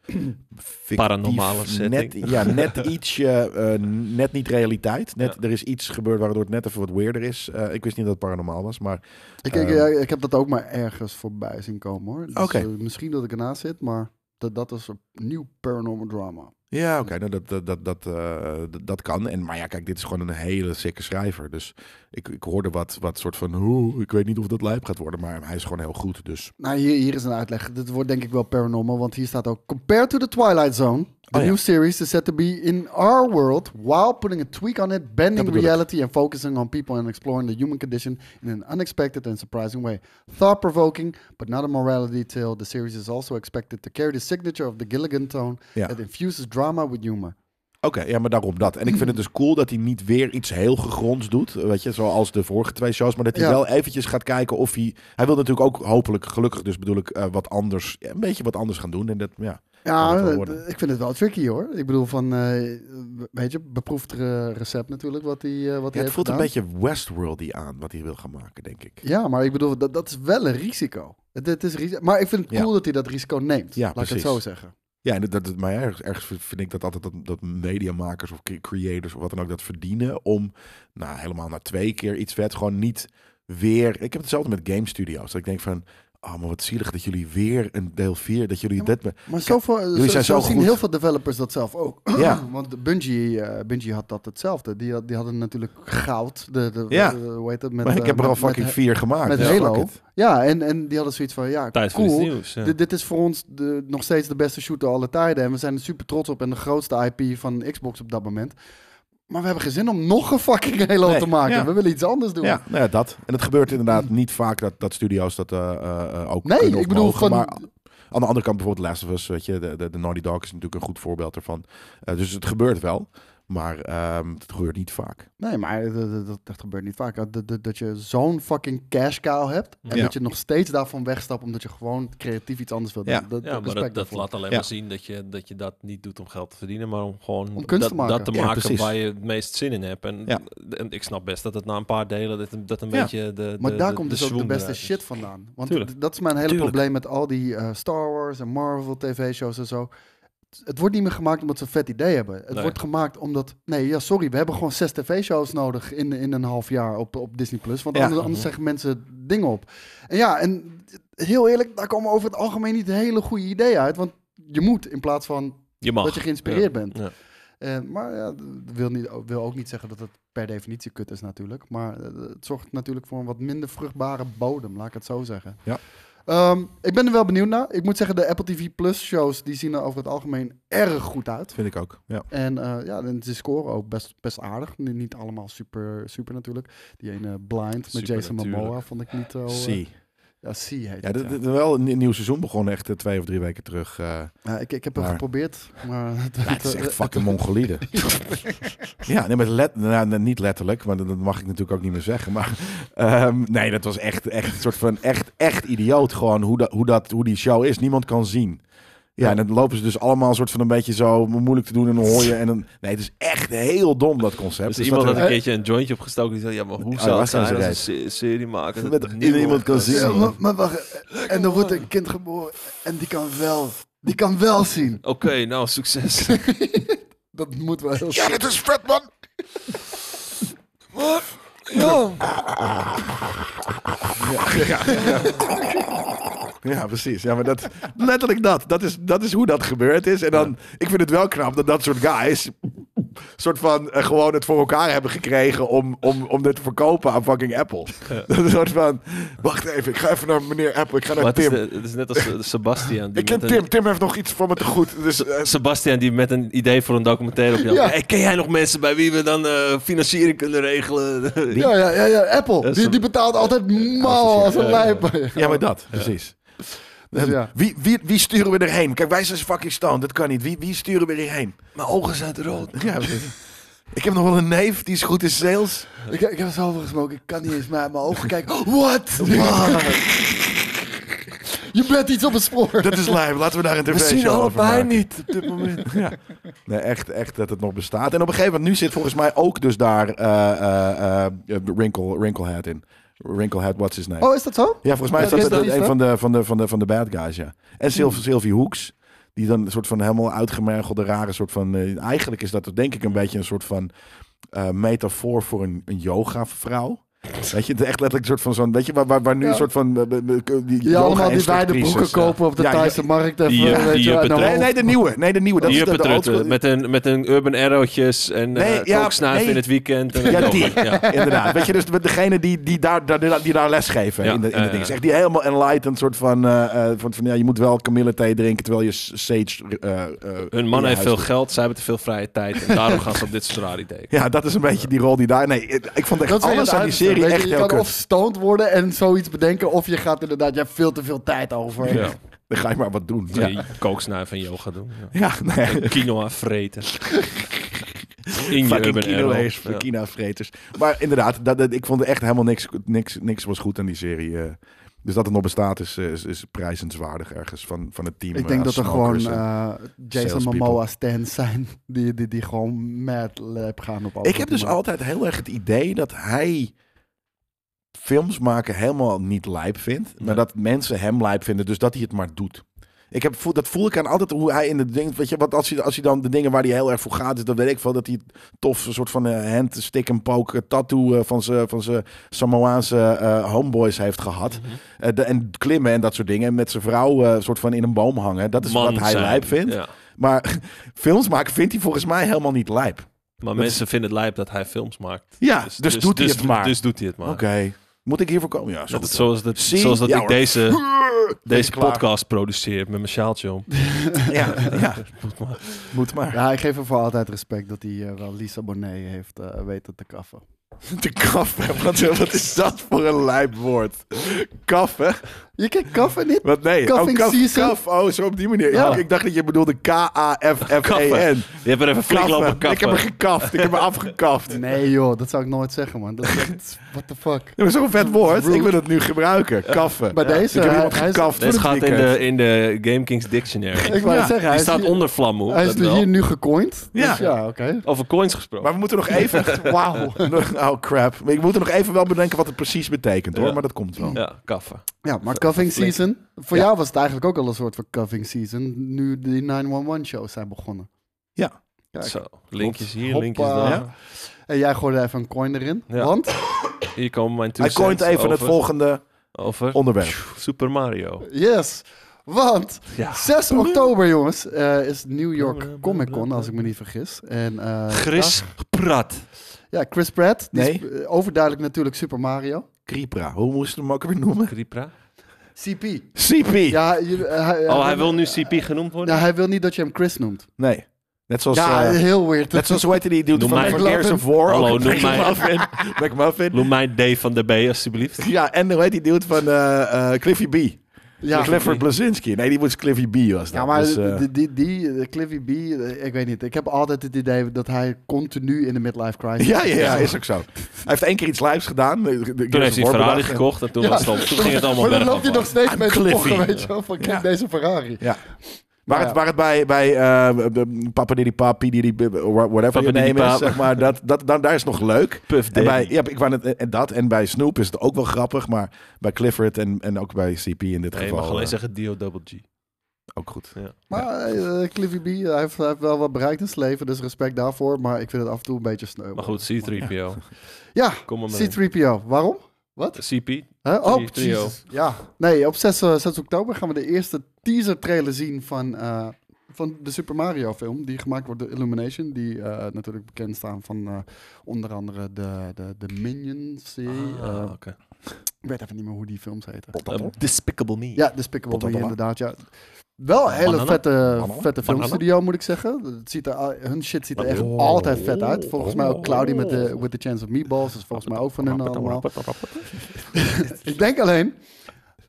[SPEAKER 2] fictief,
[SPEAKER 4] Paranormale
[SPEAKER 2] Net,
[SPEAKER 4] setting.
[SPEAKER 2] ja, net ietsje, eh, net niet realiteit. Net,
[SPEAKER 4] Ja.
[SPEAKER 2] Er is iets gebeurd waardoor het net even wat weirder is. Eh, ik wist niet dat het paranormaal was, maar
[SPEAKER 3] Ik, ik,
[SPEAKER 2] Ehm.
[SPEAKER 3] ja, ik heb dat ook maar ergens voorbij zien komen hoor. Dus,
[SPEAKER 2] Oké.
[SPEAKER 3] eh, misschien dat ik ernaast zit, maar dat, dat is een nieuw Paranormal Drama.
[SPEAKER 2] ja, oké, nou, dat, dat, dat, dat, eh, dat, dat kan. En, maar ja, kijk, dit is gewoon een hele sikke schrijver. Dus ik, ik hoorde wat, wat soort van, hoe, ik weet niet of dat lijp gaat worden, maar hij is gewoon heel goed. Dus
[SPEAKER 3] Nou, hier, hier is een uitleg. Dit wordt denk ik wel paranormal, want hier staat ook... Compared to the Twilight Zone, the
[SPEAKER 2] Oh ja.
[SPEAKER 3] new series is said to be in our world... while putting a tweak on it, bending
[SPEAKER 2] bedoel ik.
[SPEAKER 3] reality... and focusing on people and exploring the human condition... in an unexpected and surprising way. Thought-provoking, but not a morality tale. The series is also expected to carry the signature of the Gilligan tone...
[SPEAKER 2] Ja.
[SPEAKER 3] that infuses drama with humor.
[SPEAKER 2] Oké, ja, maar daarom dat. En ik
[SPEAKER 3] <clears throat>
[SPEAKER 2] vind het dus cool dat hij niet weer iets heel gegronds doet. Weet je, zoals de vorige twee shows. Maar dat hij
[SPEAKER 3] Ja.
[SPEAKER 2] wel eventjes gaat kijken of hij... Hij wil natuurlijk ook hopelijk, gelukkig dus bedoel ik, eh, wat anders... ja, Een beetje wat anders gaan doen. En dat, ja. Kan het
[SPEAKER 3] Ja, eh,
[SPEAKER 2] wel
[SPEAKER 3] d-
[SPEAKER 2] worden.
[SPEAKER 3] ik vind het wel tricky hoor. Ik bedoel van, eh, weet je, beproefd eh, recept natuurlijk wat hij eh, wat
[SPEAKER 2] Ja,
[SPEAKER 3] hij
[SPEAKER 2] het
[SPEAKER 3] heeft
[SPEAKER 2] voelt een
[SPEAKER 3] gedaan.
[SPEAKER 2] beetje Westworldy aan, wat hij wil gaan maken, denk ik.
[SPEAKER 3] Ja, maar ik bedoel, dat, dat is wel een risico. Het, het is risico. Maar ik vind het
[SPEAKER 2] Ja.
[SPEAKER 3] cool dat hij dat risico neemt.
[SPEAKER 2] Ja,
[SPEAKER 3] laat ik het
[SPEAKER 2] precies.
[SPEAKER 3] zo zeggen.
[SPEAKER 2] Ja, en dat, dat, maar ergens, ergens vind ik dat altijd dat, dat mediamakers of cre- creators of wat dan ook dat verdienen om nou, helemaal na twee keer iets vet gewoon niet weer... Ik heb hetzelfde met game studios. Dat ik denk van, oh, maar wat zielig dat jullie weer een deel 4, dat jullie
[SPEAKER 3] Ja,
[SPEAKER 2] dit... me-
[SPEAKER 3] Maar zoveel, zo,
[SPEAKER 2] zijn
[SPEAKER 3] zo
[SPEAKER 2] zo
[SPEAKER 3] zien
[SPEAKER 2] goed.
[SPEAKER 3] heel veel developers dat zelf ook.
[SPEAKER 2] Ja.
[SPEAKER 3] <clears throat> Want Bungie, eh, Bungie had dat hetzelfde. Die, had- die hadden natuurlijk goud. De, de,
[SPEAKER 2] Ja.
[SPEAKER 3] de- hoe heet dat? Met,
[SPEAKER 2] Maar ik
[SPEAKER 3] eh,
[SPEAKER 2] heb er al
[SPEAKER 3] met-
[SPEAKER 2] fucking
[SPEAKER 3] met-
[SPEAKER 2] vier gemaakt.
[SPEAKER 3] Met
[SPEAKER 2] dus
[SPEAKER 3] Halo.
[SPEAKER 2] fuck it.
[SPEAKER 3] Ja, en, en die hadden zoiets van, ja,
[SPEAKER 4] Tijd voor
[SPEAKER 3] cool.
[SPEAKER 4] iets nieuws. ja.
[SPEAKER 3] Dit, dit is voor ons de, nog steeds de beste shooter aller tijden. En we zijn er super trots op. En de grootste IP van Xbox op dat moment. Maar we hebben geen zin om nog een fucking Halo
[SPEAKER 2] Nee,
[SPEAKER 3] te maken.
[SPEAKER 2] ja.
[SPEAKER 3] We willen iets anders doen.
[SPEAKER 2] Ja, nou ja, dat. En het gebeurt inderdaad niet vaak dat, dat studio's dat eh, eh, eh, ook
[SPEAKER 3] Nee,
[SPEAKER 2] kunnen of
[SPEAKER 3] ik bedoel
[SPEAKER 2] mogen,
[SPEAKER 3] van-
[SPEAKER 2] Maar aan de andere kant bijvoorbeeld Last of Us, weet je, de, de, de Naughty Dog is natuurlijk een goed voorbeeld ervan. Eh, dus het gebeurt wel, maar ehm, het gebeurt niet vaak.
[SPEAKER 3] Nee, maar dat, dat- dat, dat gebeurt niet vaak. Dat, dat, dat je zo'n fucking cash cow hebt. En
[SPEAKER 2] Ja.
[SPEAKER 3] dat je nog steeds daarvan wegstapt. Omdat je gewoon creatief iets anders wilt
[SPEAKER 2] Ja.
[SPEAKER 3] doen. Dat,
[SPEAKER 4] Ja, maar dat,
[SPEAKER 3] respect
[SPEAKER 4] dat
[SPEAKER 3] daarvoor.
[SPEAKER 4] laat alleen
[SPEAKER 2] Ja.
[SPEAKER 4] maar zien dat je, dat je dat niet doet om geld te verdienen, maar om gewoon
[SPEAKER 3] Om kunst
[SPEAKER 4] dat,
[SPEAKER 3] te maken.
[SPEAKER 4] dat te
[SPEAKER 2] Ja,
[SPEAKER 4] maken
[SPEAKER 2] precies.
[SPEAKER 4] waar je het meest zin in hebt. En,
[SPEAKER 2] Ja.
[SPEAKER 4] en ik snap best dat het na een paar delen dat, een- dat een
[SPEAKER 2] Ja.
[SPEAKER 4] beetje de,
[SPEAKER 3] Maar
[SPEAKER 4] de-
[SPEAKER 3] daar
[SPEAKER 4] de-
[SPEAKER 3] komt
[SPEAKER 4] de
[SPEAKER 3] dus ook de
[SPEAKER 4] schwung
[SPEAKER 3] beste
[SPEAKER 4] eruit is.
[SPEAKER 3] shit vandaan. Want
[SPEAKER 4] Tuurlijk.
[SPEAKER 3] d- dat is mijn hele
[SPEAKER 4] Tuurlijk.
[SPEAKER 3] probleem met al die eh, Star Wars en Marvel tv-shows en zo. het wordt niet meer gemaakt omdat ze een vet idee hebben. Het
[SPEAKER 4] Nee.
[SPEAKER 3] wordt gemaakt omdat... Nee, ja, sorry. We hebben gewoon zes tv-shows nodig in, in een half jaar op, op Disney+. Plus, Want
[SPEAKER 2] Ja.
[SPEAKER 3] anders, anders zeggen mensen dingen op. En ja, en heel eerlijk, daar komen over het algemeen niet hele goede ideeën uit. Want je moet in plaats van
[SPEAKER 4] Je mag.
[SPEAKER 3] dat je geïnspireerd bent.
[SPEAKER 4] Ja. Dus
[SPEAKER 3] Eh, maar ja, dat wil, niet, wil ook niet zeggen dat het per definitie kut is natuurlijk. Maar eh, het zorgt natuurlijk voor een wat minder vruchtbare bodem, laat ik het zo zeggen.
[SPEAKER 2] Ja.
[SPEAKER 3] Ehm, ik ben er wel benieuwd naar. Ik moet zeggen, de Apple TV Plus shows die zien er over het algemeen erg goed uit.
[SPEAKER 2] Vind ik ook. Ja.
[SPEAKER 3] En eh, ja, en ze scoren ook best, best aardig. Ni- Niet allemaal super, super natuurlijk. Die ene Blind met
[SPEAKER 4] Super
[SPEAKER 3] Jason Momoa
[SPEAKER 4] natuurlijk.
[SPEAKER 3] vond ik niet zo... eh,
[SPEAKER 2] Zie.
[SPEAKER 3] ja, C heet
[SPEAKER 2] Ja,
[SPEAKER 3] het,
[SPEAKER 2] dit,
[SPEAKER 3] ja.
[SPEAKER 2] dit- wel een nieuw seizoen begon echt eh, twee of drie weken terug. eh.
[SPEAKER 3] Ja, ik, ik heb het
[SPEAKER 2] Maar-
[SPEAKER 3] geprobeerd, maar... <laughs> het-
[SPEAKER 2] Ja, het is echt fucking
[SPEAKER 3] <laughs>
[SPEAKER 2] mongolieden. ja, nee, maar let, nou, nee, niet letterlijk, want dat dat mag ik natuurlijk ook niet meer zeggen. Maar <laughs> ehm, nee, dat was echt, echt een soort van echt, echt idioot gewoon hoe, dat, hoe, dat, hoe die show is. Niemand kan zien. Ja, en dan lopen ze dus allemaal een soort van een beetje zo moeilijk te doen en dan hoor je en dan... Nee, het is echt heel dom dat concept.
[SPEAKER 4] Dus
[SPEAKER 2] Dus
[SPEAKER 4] iemand
[SPEAKER 2] dat
[SPEAKER 4] had
[SPEAKER 2] er-
[SPEAKER 4] een keertje een jointje opgestoken. Die zei, ja, maar hoe
[SPEAKER 2] Oh,
[SPEAKER 4] zou het
[SPEAKER 2] was geen
[SPEAKER 4] zijn als een
[SPEAKER 2] reet.
[SPEAKER 4] se- serie maken?
[SPEAKER 2] Met- iemand kan zien.
[SPEAKER 3] Ja, maar, maar wacht. En er wordt een kind geboren en die kan wel, die kan wel zien.
[SPEAKER 4] Oké,
[SPEAKER 3] <laughs>
[SPEAKER 4] nou, succes.
[SPEAKER 3] Dat moet wel heel
[SPEAKER 2] Ja, dit is vet, man!
[SPEAKER 4] ja.
[SPEAKER 2] Ja, precies. Ja, maar dat, <laughs> letterlijk dat. Dat is, dat is hoe dat gebeurd is. En dan, ik vind het wel knap dat dat soort guys... soort van eh, gewoon het voor elkaar hebben gekregen... om, om, om dit te verkopen aan fucking Apple. <laughs> Dat is een soort van... Wacht even, ik ga even naar meneer Apple. Ik ga naar
[SPEAKER 4] Maar het, is
[SPEAKER 2] Tim.
[SPEAKER 4] de- het is net als eh, Sebastian. Die
[SPEAKER 2] Ik ken
[SPEAKER 4] met een-
[SPEAKER 2] Tim. Tim heeft nog iets voor me te goed. Dus, eh,
[SPEAKER 4] Sebastian die met een idee voor een documentaire op jou.
[SPEAKER 3] Ja.
[SPEAKER 4] Hey, ken jij nog mensen bij wie we dan eh, financiering kunnen regelen?
[SPEAKER 3] Ja, ja, ja, ja. Apple.
[SPEAKER 4] is
[SPEAKER 3] Die,
[SPEAKER 4] een-
[SPEAKER 3] die betaalt altijd maal als een lijp.
[SPEAKER 2] ja, maar dat. Precies.
[SPEAKER 3] Dus ja.
[SPEAKER 2] Wie, wie, wie sturen we erheen? Kijk, wij zijn fucking stoned. Dat kan niet. Wie, wie sturen we erheen?
[SPEAKER 4] Mijn ogen zijn te rood.
[SPEAKER 2] Ja, precies. ik heb nog wel een neef. Die is goed in sales.
[SPEAKER 3] Ik, ik heb zoveel gesmoken, ik kan niet eens meer uit mijn ogen kijken.
[SPEAKER 2] <laughs>
[SPEAKER 3] What? Je bent iets op het spoor.
[SPEAKER 2] Dat is live. Laten we daar een tv-show
[SPEAKER 4] We zien
[SPEAKER 2] over
[SPEAKER 4] allebei
[SPEAKER 2] maken.
[SPEAKER 4] niet op dit moment.
[SPEAKER 2] <laughs> Nee, echt, echt dat het nog bestaat. En op een gegeven moment, nu zit volgens mij ook dus daar eh eh eh Wrinkle, Wrinklehead in. Wrinklehead, what's his name?
[SPEAKER 3] Oh, is dat zo?
[SPEAKER 2] ja, volgens mij is
[SPEAKER 3] dat
[SPEAKER 2] dat,
[SPEAKER 3] is dat,
[SPEAKER 2] een
[SPEAKER 3] is dat?
[SPEAKER 2] van de, van, de, van, de, van de bad guys, ja. En Sylv Sylvie Hoeks, die dan een soort van helemaal uitgemergelde, rare soort van... eh, eigenlijk is dat denk ik een beetje een soort van eh, metafoor voor een, een yoga-vrouw. Weet je, het is echt letterlijk een soort van zo'n... Weet je, waar, waar, waar nu
[SPEAKER 3] Ja.
[SPEAKER 2] een soort van... eh, eh, die eh,
[SPEAKER 3] Ja, allemaal die wijde
[SPEAKER 2] yoga-instructrices,
[SPEAKER 3] broeken kopen op de
[SPEAKER 2] Ja,
[SPEAKER 3] Thaise markt. Even,
[SPEAKER 4] die, eh,
[SPEAKER 3] weet
[SPEAKER 4] die
[SPEAKER 3] je,
[SPEAKER 4] op het-
[SPEAKER 3] naar
[SPEAKER 2] Nee, nee, de nieuwe. Nee, de nieuwe. Dat
[SPEAKER 4] Die
[SPEAKER 2] is de, de
[SPEAKER 4] Juppe
[SPEAKER 2] oldschool-
[SPEAKER 4] Trutte, eh, met een, met een urban arrowtjes en eh
[SPEAKER 2] Nee, ja,
[SPEAKER 4] kooksnuif
[SPEAKER 2] nee.
[SPEAKER 4] in het weekend. En
[SPEAKER 2] Ja, die.
[SPEAKER 4] Ja.
[SPEAKER 2] Inderdaad. Weet je, dus met degene die, die, daar, daar, die daar- die daar les geven
[SPEAKER 4] Ja,
[SPEAKER 2] in, de, in
[SPEAKER 4] ja,
[SPEAKER 2] de
[SPEAKER 4] ja.
[SPEAKER 2] dingen. Echt die helemaal enlightened soort van, eh, eh, van, van ja, je moet wel kamille thee drinken terwijl je s- sage... eh, eh, in
[SPEAKER 4] Hun
[SPEAKER 2] je
[SPEAKER 4] man heeft
[SPEAKER 2] huis
[SPEAKER 4] veel
[SPEAKER 2] doet.
[SPEAKER 4] geld, zij hebben te veel vrije tijd. En daarom gaan ze op dit soort rare ideeën.
[SPEAKER 2] Ja, dat is een beetje die rol die daar... Nee, ik ik vond echt
[SPEAKER 3] Dat is
[SPEAKER 2] alles
[SPEAKER 3] weer
[SPEAKER 2] aan
[SPEAKER 3] het
[SPEAKER 2] die
[SPEAKER 3] uiterste,
[SPEAKER 2] serie
[SPEAKER 3] weet je.
[SPEAKER 2] echt
[SPEAKER 3] Je
[SPEAKER 2] heel
[SPEAKER 3] kan of
[SPEAKER 2] kut.
[SPEAKER 3] stoned worden en zoiets bedenken, of je gaat inderdaad, je hebt veel te veel tijd over.
[SPEAKER 4] Ja.
[SPEAKER 2] Dan ga je maar wat doen. Ja,
[SPEAKER 4] Die Kooksnuif en yoga doen. Ja.
[SPEAKER 2] ja nee.
[SPEAKER 4] En quinoa
[SPEAKER 2] <laughs>
[SPEAKER 4] vreten. In je
[SPEAKER 2] Fucking
[SPEAKER 4] urban arrow.
[SPEAKER 2] kino's,
[SPEAKER 4] Ja.
[SPEAKER 2] Kina-vreters. Maar inderdaad, dat, dat- ik vond echt helemaal niks, niks, niks was goed aan die serie. eh. dus dat het nog bestaat is, eh, is, is prijzenswaardig ergens van, van het team.
[SPEAKER 3] Ik denk
[SPEAKER 2] eh,
[SPEAKER 3] dat er gewoon
[SPEAKER 2] Smokers en-
[SPEAKER 3] eh, Jason
[SPEAKER 2] salespeople.
[SPEAKER 3] Momoa stands zijn <laughs> die, die, die gewoon mad lab gaan op alles.
[SPEAKER 2] Ik heb dus altijd heel erg het idee dat hij films maken helemaal niet lijp vindt. Maar
[SPEAKER 4] Nee.
[SPEAKER 2] dat mensen hem lijp vinden, dus dat hij het maar doet. Ik heb, voel- dat voel ik aan altijd hoe hij in de dingen... Weet je, want als hij, als hij dan de dingen waar hij heel erg voor gaat... is, dan weet ik veel dat hij tof een soort van eh, hand, stick en poke eh, tattoo... eh, van zijn van zijn Samoaanse eh, homeboys heeft gehad.
[SPEAKER 4] Mhm.
[SPEAKER 2] Eh, de- en klimmen en dat soort dingen. En met zijn vrouw eh, soort van in een boom hangen. Dat is
[SPEAKER 4] Man
[SPEAKER 2] wat hij
[SPEAKER 4] zijn.
[SPEAKER 2] lijp vindt.
[SPEAKER 4] Ja.
[SPEAKER 2] Maar <laughs> films maken vindt hij volgens mij helemaal niet lijp.
[SPEAKER 4] Maar mensen vinden het lijp dat hij films maakt.
[SPEAKER 2] Ja, dus, doet hij
[SPEAKER 4] dus-
[SPEAKER 2] het maar.
[SPEAKER 4] Dus doet hij het maar. Dus
[SPEAKER 2] Oké. Moet ik hiervoor komen? Ja, is
[SPEAKER 4] Dat
[SPEAKER 2] goed.
[SPEAKER 4] is zoals dat,
[SPEAKER 2] Zie?
[SPEAKER 4] zoals dat
[SPEAKER 2] Ja,
[SPEAKER 4] ik
[SPEAKER 2] hoor. <laughs>
[SPEAKER 4] deze, deze
[SPEAKER 2] klaar.
[SPEAKER 4] podcast produceer met mijn
[SPEAKER 2] <laughs>
[SPEAKER 4] sjaaltje om.
[SPEAKER 2] Ja,
[SPEAKER 4] <laughs>
[SPEAKER 2] ja. Moet maar.
[SPEAKER 3] Ja, ik geef hem voor altijd respect dat hij eh, wel Lisa Bonet heeft eh, weten te kaffen.
[SPEAKER 2] De kaffen. Wat, wat is dat voor een lijpwoord? Kaffen?
[SPEAKER 3] Je kijkt
[SPEAKER 2] <laughs>
[SPEAKER 3] kaffen niet?
[SPEAKER 2] Wat nee?
[SPEAKER 3] Cuffing
[SPEAKER 2] oh, kaf,
[SPEAKER 3] season?
[SPEAKER 2] kaf. Oh, zo op die manier.
[SPEAKER 3] Ja.
[SPEAKER 2] Ik, ik dacht dat je bedoelde K-A-F-F-E-N.
[SPEAKER 4] Je hebt er even flink lopen
[SPEAKER 2] E Kaffen. Ik heb
[SPEAKER 4] kappen.
[SPEAKER 2] me gekaft. Ik heb me afgekaft. Nee.
[SPEAKER 3] Nee joh, dat zou ik nooit zeggen man. Dat is echt, what the fuck.
[SPEAKER 2] Dat is zo'n vet woord. Ik wil het nu gebruiken. Kaffen.
[SPEAKER 3] Bij deze,
[SPEAKER 2] Ik heb iemand
[SPEAKER 3] hij- hij is-
[SPEAKER 2] gekaft. voor
[SPEAKER 4] Dit
[SPEAKER 2] het
[SPEAKER 4] gaat in
[SPEAKER 2] weekend.
[SPEAKER 4] de, in de Game Kings Dictionary.
[SPEAKER 3] Ik wou
[SPEAKER 2] Ja,
[SPEAKER 3] zeggen, hij
[SPEAKER 4] Die
[SPEAKER 3] is,
[SPEAKER 4] staat
[SPEAKER 3] hier,
[SPEAKER 4] onder vlammen.
[SPEAKER 3] hij is
[SPEAKER 4] dat wel.
[SPEAKER 3] hier nu gecoind. Ja.
[SPEAKER 2] Ja.
[SPEAKER 3] Dus ja, oké.
[SPEAKER 4] Over coins
[SPEAKER 2] Maar
[SPEAKER 4] gesproken.
[SPEAKER 2] we moeten nog even... Wauw. <laughs> oh crap. Maar ik moet er nog even wel bedenken wat het precies betekent hoor,
[SPEAKER 4] Ja.
[SPEAKER 2] maar dat komt wel.
[SPEAKER 4] Ja, kaffen.
[SPEAKER 3] Ja, maar cuffing
[SPEAKER 2] flink.
[SPEAKER 3] season. Voor
[SPEAKER 2] Ja.
[SPEAKER 3] jou was het eigenlijk ook al een soort van cuffing season. Nu die 911-shows zijn begonnen.
[SPEAKER 2] Ja.
[SPEAKER 3] Kijk.
[SPEAKER 4] Zo, linkjes hier,
[SPEAKER 3] Hoppa.
[SPEAKER 4] linkjes daar.
[SPEAKER 2] Ja.
[SPEAKER 3] En jij gooide even een coin erin.
[SPEAKER 4] Ja.
[SPEAKER 3] Want?
[SPEAKER 4] Hier komen mijn two
[SPEAKER 2] Hij coint
[SPEAKER 4] cents
[SPEAKER 2] even
[SPEAKER 4] over,
[SPEAKER 2] het volgende
[SPEAKER 4] Over
[SPEAKER 2] onderwerp.
[SPEAKER 4] Super Mario.
[SPEAKER 3] Yes. Want
[SPEAKER 4] <laughs> Ja.
[SPEAKER 3] 6 oktober, jongens, eh, is New York Comic Con, als ik me niet vergis. En, eh,
[SPEAKER 4] <laughs> Chris Prat.
[SPEAKER 3] daar- Ja, Chris Pratt. Die
[SPEAKER 2] Nee.
[SPEAKER 3] is eh, overduidelijk natuurlijk Super Mario.
[SPEAKER 2] Kripra, hoe moest je hem ook weer noemen?
[SPEAKER 4] Kripra.
[SPEAKER 3] CP.
[SPEAKER 2] CP.
[SPEAKER 3] Ja, je- eh, hij,
[SPEAKER 4] Oh, hij wil nu CP genoemd
[SPEAKER 3] Ja,
[SPEAKER 4] worden?
[SPEAKER 3] hij wil niet dat je hem Chris noemt.
[SPEAKER 2] Nee. Net zoals,
[SPEAKER 3] ja,
[SPEAKER 4] <laughs>
[SPEAKER 2] eh,
[SPEAKER 3] heel weird.
[SPEAKER 2] net zoals hoe heette die dude
[SPEAKER 4] Noem
[SPEAKER 2] van
[SPEAKER 4] mij-
[SPEAKER 2] Gears of War?
[SPEAKER 4] Hallo,
[SPEAKER 2] Ook
[SPEAKER 4] noem <laughs> mij,
[SPEAKER 2] McMuffin.
[SPEAKER 4] noem mij Dave van de B, alsjeblieft.
[SPEAKER 2] Ja, en hoe heet die dude van eh, eh, Cliffy B?
[SPEAKER 3] <laughs> ja.
[SPEAKER 2] Clifford Blazinski. Nee, die was Cliffy B was dat.
[SPEAKER 3] Ja, maar
[SPEAKER 2] Dus, eh,
[SPEAKER 3] die, die, die, eh, Cliffy B, eh, ik weet niet. Ik heb altijd het idee dat hij continu in de midlife
[SPEAKER 2] <laughs>
[SPEAKER 3] crisis
[SPEAKER 2] ja, ja, ja, is ook zo. Hij heeft één keer iets lijps gedaan. De- de- de
[SPEAKER 4] Toen
[SPEAKER 2] Gears of
[SPEAKER 4] heeft hij
[SPEAKER 2] War
[SPEAKER 4] Ferrari
[SPEAKER 2] bedacht.
[SPEAKER 4] gekocht en toen, was het al- toen ging het allemaal
[SPEAKER 3] Maar dan loop je
[SPEAKER 4] bergaf.
[SPEAKER 3] nog steeds
[SPEAKER 2] I'm
[SPEAKER 3] met de
[SPEAKER 2] Cliffy.
[SPEAKER 3] pochen, weet je wel. Van, kijk
[SPEAKER 2] Ja.
[SPEAKER 3] deze Ferrari.
[SPEAKER 2] Ja. Waar,
[SPEAKER 3] Maar
[SPEAKER 2] het,
[SPEAKER 3] ja.
[SPEAKER 2] waar het bij, bij eh de Papa Diddy Pa, P Diddy, B- whatever je
[SPEAKER 4] Diddy
[SPEAKER 2] name
[SPEAKER 4] Pa.
[SPEAKER 2] is, zeg maar, dat, dat, dan, daar is nog leuk.
[SPEAKER 4] Puff
[SPEAKER 2] En bij,
[SPEAKER 4] Daddy.
[SPEAKER 2] ja, ik wou net, eh, en dat en bij Snoop is het ook wel grappig, maar bij Clifford en, en ook bij CP in dit
[SPEAKER 4] Nee, je
[SPEAKER 2] geval
[SPEAKER 4] mag alleen
[SPEAKER 2] eh,
[SPEAKER 4] zeggen Dio Double G.
[SPEAKER 2] ook goed.
[SPEAKER 3] Maar eh, Cliffy B, hij heeft, hij heeft wel wat bereikt in zijn leven. Dus respect daarvoor. Maar ik vind het af en toe een beetje sneu.
[SPEAKER 4] Maar goed, C3PO.
[SPEAKER 3] Ja,
[SPEAKER 4] Kom maar mee.
[SPEAKER 3] C-3PO. Waarom? Wat?
[SPEAKER 4] CP.
[SPEAKER 3] Hè? Oh,
[SPEAKER 4] C3PO.
[SPEAKER 3] Jesus. Ja. Nee, op 6, eh, 6 oktober gaan we de eerste teaser trailer zien van, eh, van de Super Mario film. Die gemaakt wordt door Illumination. Die eh, natuurlijk bekend staan van eh, onder andere de, de, de Minions-serie.
[SPEAKER 4] Ah,
[SPEAKER 3] Eh,
[SPEAKER 4] oké.
[SPEAKER 3] ik weet even niet meer hoe die films heten.
[SPEAKER 4] Eh, Despicable Me.
[SPEAKER 3] Ja, Despicable Me
[SPEAKER 2] Potatola.
[SPEAKER 3] inderdaad, ja. Wel een hele
[SPEAKER 4] Banana.
[SPEAKER 3] vette,
[SPEAKER 2] Banana.
[SPEAKER 3] vette
[SPEAKER 4] Banana.
[SPEAKER 3] filmstudio, moet ik zeggen. Het ziet er, al- hun shit ziet er echt
[SPEAKER 2] Oh.
[SPEAKER 3] altijd vet uit. Volgens mij ook
[SPEAKER 4] Oh.
[SPEAKER 3] Cloudy met de with the Chance of Meatballs. is volgens mij ook van hun allemaal. <laughs> ik denk alleen...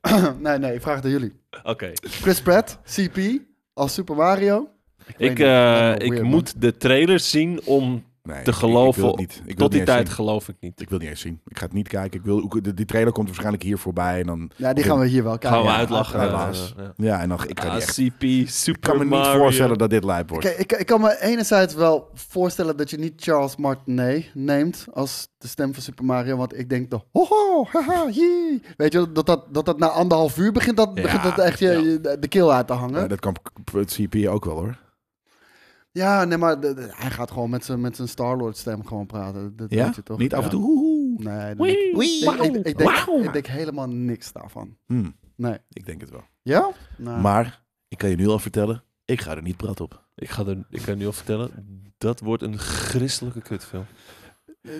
[SPEAKER 3] <clears throat> nee, nee, ik vraag het aan jullie.
[SPEAKER 4] Oké.
[SPEAKER 3] Chris Pratt, CP, als Super Mario. weet
[SPEAKER 4] Ik,
[SPEAKER 3] niet,
[SPEAKER 4] eh,
[SPEAKER 3] dat is wel
[SPEAKER 4] ik
[SPEAKER 3] weird,
[SPEAKER 4] moet de trailer zien om...
[SPEAKER 2] Nee, ik-
[SPEAKER 4] Te
[SPEAKER 2] ik- Ik,
[SPEAKER 4] geloven,
[SPEAKER 2] wil het niet. Ik wil het
[SPEAKER 4] Tot
[SPEAKER 2] niet
[SPEAKER 4] die
[SPEAKER 2] eens
[SPEAKER 4] tijd
[SPEAKER 2] zien.
[SPEAKER 4] geloof ik niet.
[SPEAKER 2] Ik wil het niet eens zien. Ik ga het niet kijken. Ik wil, ook- de- die trailer komt waarschijnlijk hier voorbij en dan...
[SPEAKER 3] Ja, die gaan we hier wel kijken.
[SPEAKER 4] Gaan we
[SPEAKER 3] Ja,
[SPEAKER 4] uitlachen.
[SPEAKER 3] uiteraard.
[SPEAKER 2] helaas.
[SPEAKER 4] eh, ja.
[SPEAKER 2] Ja, en dan... Ik ga
[SPEAKER 4] Ah,
[SPEAKER 2] niet echt-
[SPEAKER 4] CP,
[SPEAKER 2] ik kan
[SPEAKER 4] Super
[SPEAKER 2] me niet
[SPEAKER 4] Mario.
[SPEAKER 2] voorstellen dat dit lijp wordt.
[SPEAKER 3] Kijk, ik, ik kan me enerzijds wel voorstellen dat je niet Charles Martinet neemt als de stem van Super Mario. Want ik denk de hoho, haha, jee. Weet je, dat dat, dat dat na anderhalf uur begint dat,
[SPEAKER 2] Ja,
[SPEAKER 3] begint dat echt je,
[SPEAKER 4] ja.
[SPEAKER 3] je- de keel uit te hangen.
[SPEAKER 2] Ja, dat kan p- p- het CP ook wel hoor.
[SPEAKER 3] Ja, nee, maar de- de- hij gaat gewoon met zijn, met zijn Star-Lord stem gewoon praten. Dat
[SPEAKER 2] Ja?
[SPEAKER 3] weet je toch?
[SPEAKER 2] Niet af en
[SPEAKER 3] Ja.
[SPEAKER 2] toe. hoehoe.
[SPEAKER 3] Nee, dat-
[SPEAKER 4] Wee.
[SPEAKER 3] ik, ik, ik, denk,
[SPEAKER 4] Wauw.
[SPEAKER 3] ik denk helemaal niks daarvan.
[SPEAKER 2] Hm,
[SPEAKER 3] Nee.
[SPEAKER 2] ik denk het wel.
[SPEAKER 3] Ja? Nou.
[SPEAKER 2] Maar, ik kan je nu al vertellen, ik ga er niet prat op.
[SPEAKER 4] Ik ga er, ik kan nu al vertellen, dat wordt een christelijke kutfilm.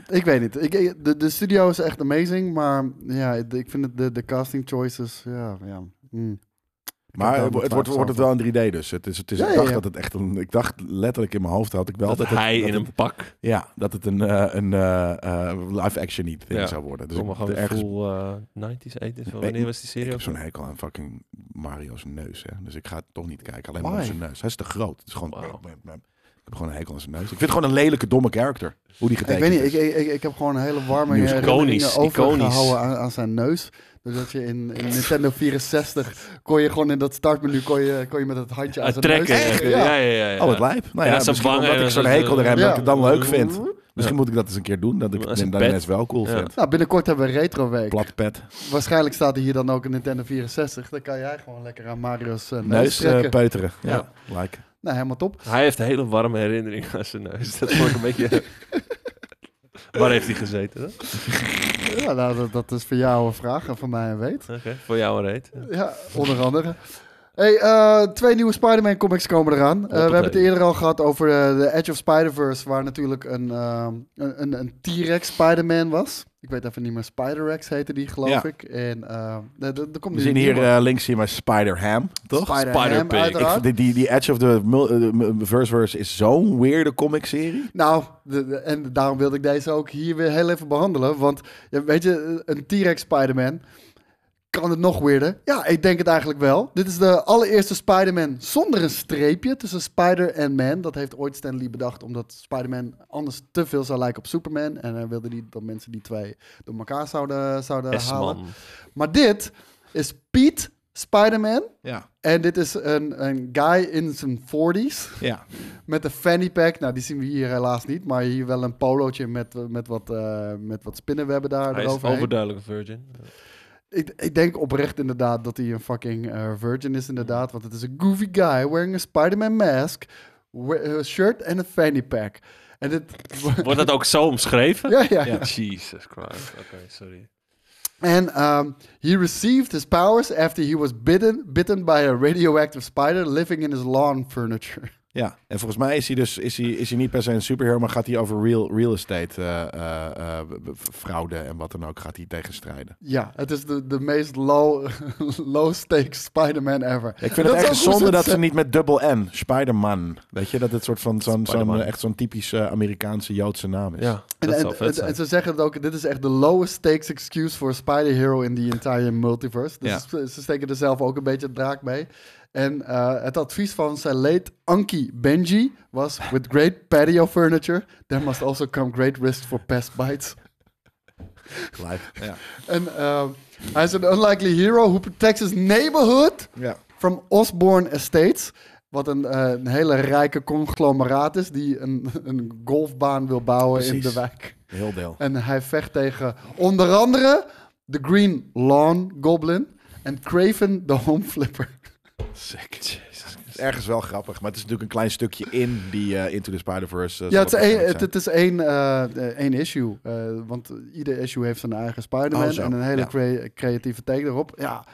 [SPEAKER 3] Ik weet niet. Ik- Ik, de, de studio is echt amazing, maar ja, ik vind het, de, de casting choices, ja, ja. mm. Ik heb
[SPEAKER 2] Maar
[SPEAKER 3] daar
[SPEAKER 2] het,
[SPEAKER 3] mijn
[SPEAKER 2] het wordt,
[SPEAKER 3] twijfels
[SPEAKER 2] wordt het wel in 3D dus. Het is, het is,
[SPEAKER 3] Ja,
[SPEAKER 2] ik
[SPEAKER 3] ja,
[SPEAKER 2] dacht
[SPEAKER 3] ja.
[SPEAKER 2] dat het echt een... Ik dacht letterlijk in mijn hoofd had ik wel...
[SPEAKER 4] Dat, hij
[SPEAKER 2] het,
[SPEAKER 4] in
[SPEAKER 2] het-
[SPEAKER 4] een pak.
[SPEAKER 2] Ja, dat het een, eh, een eh, eh, live-action niet ding
[SPEAKER 4] Ja.
[SPEAKER 2] zou worden. Dus
[SPEAKER 4] Dus maar
[SPEAKER 2] ik,
[SPEAKER 4] gewoon
[SPEAKER 2] ergens,
[SPEAKER 4] full eh, 90s, 80s.
[SPEAKER 2] weet
[SPEAKER 4] Wanneer
[SPEAKER 2] niet.
[SPEAKER 4] was die
[SPEAKER 2] ik
[SPEAKER 4] serie?
[SPEAKER 2] heb
[SPEAKER 4] ook?
[SPEAKER 2] zo'n hekel aan fucking Mario's neus. Hè. Dus ik ga het toch niet kijken. Alleen maar
[SPEAKER 3] Why?
[SPEAKER 2] op zijn neus. Hij is te groot. Het is gewoon...
[SPEAKER 4] Wauw.
[SPEAKER 2] Ik heb gewoon een hekel aan zijn neus. Ik vind het gewoon een lelijke, domme character. Hoe die
[SPEAKER 3] Ik
[SPEAKER 2] getekend
[SPEAKER 3] weet niet,
[SPEAKER 2] is.
[SPEAKER 3] ik, ik, ik, ik heb gewoon een hele warme
[SPEAKER 2] Nieuws.
[SPEAKER 4] Iconisch,
[SPEAKER 3] herinneringen
[SPEAKER 4] iconisch.
[SPEAKER 3] overgehouden aan, aan zijn neus. Dus dat je in, in Nintendo 64 kon je gewoon in dat startmenu kon je, kon je met het handje aan
[SPEAKER 4] Ah,
[SPEAKER 3] zijn
[SPEAKER 4] trekken.
[SPEAKER 3] neus.
[SPEAKER 4] Ja, ja, ja. ja.
[SPEAKER 2] Oh, wat lijp. Nou
[SPEAKER 4] Eh, Ja,
[SPEAKER 2] ja,
[SPEAKER 4] ze
[SPEAKER 2] misschien
[SPEAKER 4] bangen
[SPEAKER 2] omdat
[SPEAKER 4] en
[SPEAKER 2] ik zo'n
[SPEAKER 4] ze-
[SPEAKER 2] hekel er heb, dat
[SPEAKER 3] Ja. Mm-hmm.
[SPEAKER 2] ik het dan leuk vind. Misschien
[SPEAKER 4] Ja.
[SPEAKER 2] moet ik dat eens een keer doen, dat ik
[SPEAKER 4] Als
[SPEAKER 2] het
[SPEAKER 4] een
[SPEAKER 2] dan
[SPEAKER 4] pet.
[SPEAKER 2] net wel cool
[SPEAKER 4] Ja.
[SPEAKER 2] vind.
[SPEAKER 3] Nou, binnenkort hebben we Retro Week.
[SPEAKER 2] Plat pet,
[SPEAKER 3] Waarschijnlijk staat er hier dan ook een Nintendo 64. Dan kan jij gewoon lekker aan Mario's eh, neus,
[SPEAKER 2] neus eh,
[SPEAKER 3] trekken.
[SPEAKER 2] peuteren. Ja,
[SPEAKER 4] Ja.
[SPEAKER 2] like.
[SPEAKER 3] nou, helemaal top.
[SPEAKER 4] Hij heeft een hele warme herinnering aan zijn neus. Dat vond ik een
[SPEAKER 2] <laughs>
[SPEAKER 4] beetje... Waar heeft hij gezeten? dan?
[SPEAKER 3] Ja, nou, dat, dat is voor jou een vraag en voor mij een weet.
[SPEAKER 4] Oké, voor jou een reet.
[SPEAKER 3] Ja, onder andere. Hey, eh, twee nieuwe Spider-Man comics komen eraan. Eh, we
[SPEAKER 4] Hoppatee.
[SPEAKER 3] hebben het eerder al gehad over eh, The Edge of Spider-Verse, waar natuurlijk een, ehm, een, een, een T-Rex Spider-Man was. Ik weet even niet meer, Spider-Rex heette die, geloof
[SPEAKER 2] Ja.
[SPEAKER 3] ik. En eh, er- er- er komt
[SPEAKER 2] We
[SPEAKER 3] nu
[SPEAKER 2] zien
[SPEAKER 3] een
[SPEAKER 2] hier
[SPEAKER 3] nieuwe.
[SPEAKER 2] eh, links zien wij Spider-Ham, toch?
[SPEAKER 3] Spider-Ham,
[SPEAKER 4] Spider-Pig.
[SPEAKER 3] uiteraard.
[SPEAKER 2] Ik- die, die, die Edge of the Mul- eh, de Verseverse is zo'n weirde comic-serie.
[SPEAKER 3] Nou, de- de- en daarom wilde ik deze ook hier weer heel even behandelen. Want ja, weet je, een T-Rex Spider-Man. Kan het nog weerder? Ja, ik denk het eigenlijk wel. Dit is de allereerste Spider-Man zonder een streepje tussen Spider en Man. Dat heeft ooit Stan Lee bedacht, omdat Spider-Man anders te veel zou lijken op Superman. En hij wilde niet dat mensen die twee door elkaar zouden, zouden halen.
[SPEAKER 4] S-man.
[SPEAKER 3] Maar dit is Piet Spider-Man.
[SPEAKER 2] Ja.
[SPEAKER 3] En dit is een, een guy in zijn 40s
[SPEAKER 2] Ja.
[SPEAKER 3] met een fanny pack. Nou, die zien we hier helaas niet, maar hier wel een polootje met, met, wat, eh, met wat spinnenwebben daar
[SPEAKER 4] Hij is
[SPEAKER 3] eroverheen.
[SPEAKER 4] overduidelijk een virgin.
[SPEAKER 3] Ik, ik denk oprecht inderdaad dat hij een fucking eh, virgin is, inderdaad. Want het is een goofy guy wearing a Spider-Man mask, we- eh, shirt en een fanny pack. En dit...
[SPEAKER 4] Wordt dat ook zo
[SPEAKER 3] <laughs>
[SPEAKER 4] omschreven?
[SPEAKER 3] ja, ja, ja.
[SPEAKER 4] Jesus Christ. Oké, sorry.
[SPEAKER 3] And um, he received his powers after he was bitten, bitten by a radioactive spider living in his lawn furniture. <laughs>
[SPEAKER 2] Ja, en volgens mij is hij dus is hij, is hij niet per se een superhero, maar gaat hij over real, real estate eh, eh, eh, b- b- fraude en wat dan ook gaat hij tegenstrijden.
[SPEAKER 3] Ja, het is de, de meest low, <laughs> low stakes Spider-Man ever.
[SPEAKER 2] Ik vind het
[SPEAKER 3] is
[SPEAKER 2] echt
[SPEAKER 3] ook hoe
[SPEAKER 2] zonde dat
[SPEAKER 3] het-
[SPEAKER 2] ze niet met dubbel N, Spider-Man, weet je, dat het soort van zo'n zo'n
[SPEAKER 4] Spider-Man.
[SPEAKER 2] eh, echt zo'n typische Amerikaanse Joodse naam is.
[SPEAKER 4] Ja,
[SPEAKER 3] En,
[SPEAKER 4] dat
[SPEAKER 3] en-
[SPEAKER 4] zou vet
[SPEAKER 3] en- en
[SPEAKER 4] zijn.
[SPEAKER 3] ze zeggen het ook, dit is echt de lowest stakes excuse voor Spider-Hero in the entire multiverse. Dus
[SPEAKER 2] Ja.
[SPEAKER 3] ze- ze steken er zelf ook een beetje draak mee. En eh, het advies van zijn late Anki Benji was, with great patio furniture, there must also come great risk for pest bites.
[SPEAKER 2] Live. Ja.
[SPEAKER 3] En ehm, hij is een unlikely hero who protects his neighborhood
[SPEAKER 2] ja.
[SPEAKER 3] from Osborne Estates. Wat een, eh, een hele rijke conglomeraat is die een, een golfbaan wil bouwen in de
[SPEAKER 2] Precies.
[SPEAKER 3] wijk.
[SPEAKER 2] Heel deel.
[SPEAKER 3] En hij vecht tegen onder andere de Green Lawn Goblin en Craven de Home Flipper.
[SPEAKER 2] Sick. <laughs> Het is ergens wel grappig, maar het is natuurlijk een klein stukje in die eh, Into the Spider-Verse. eh,
[SPEAKER 3] Ja,
[SPEAKER 2] zal
[SPEAKER 3] het is
[SPEAKER 2] wel
[SPEAKER 3] één,
[SPEAKER 2] bekend
[SPEAKER 3] het,
[SPEAKER 2] zijn.
[SPEAKER 3] het is één, eh, eh, één issue. eh, want ieder issue heeft zijn eigen Spider-Man
[SPEAKER 2] Oh, zo,
[SPEAKER 3] en een hele
[SPEAKER 2] ja.
[SPEAKER 3] crea- creatieve take erop. Ja.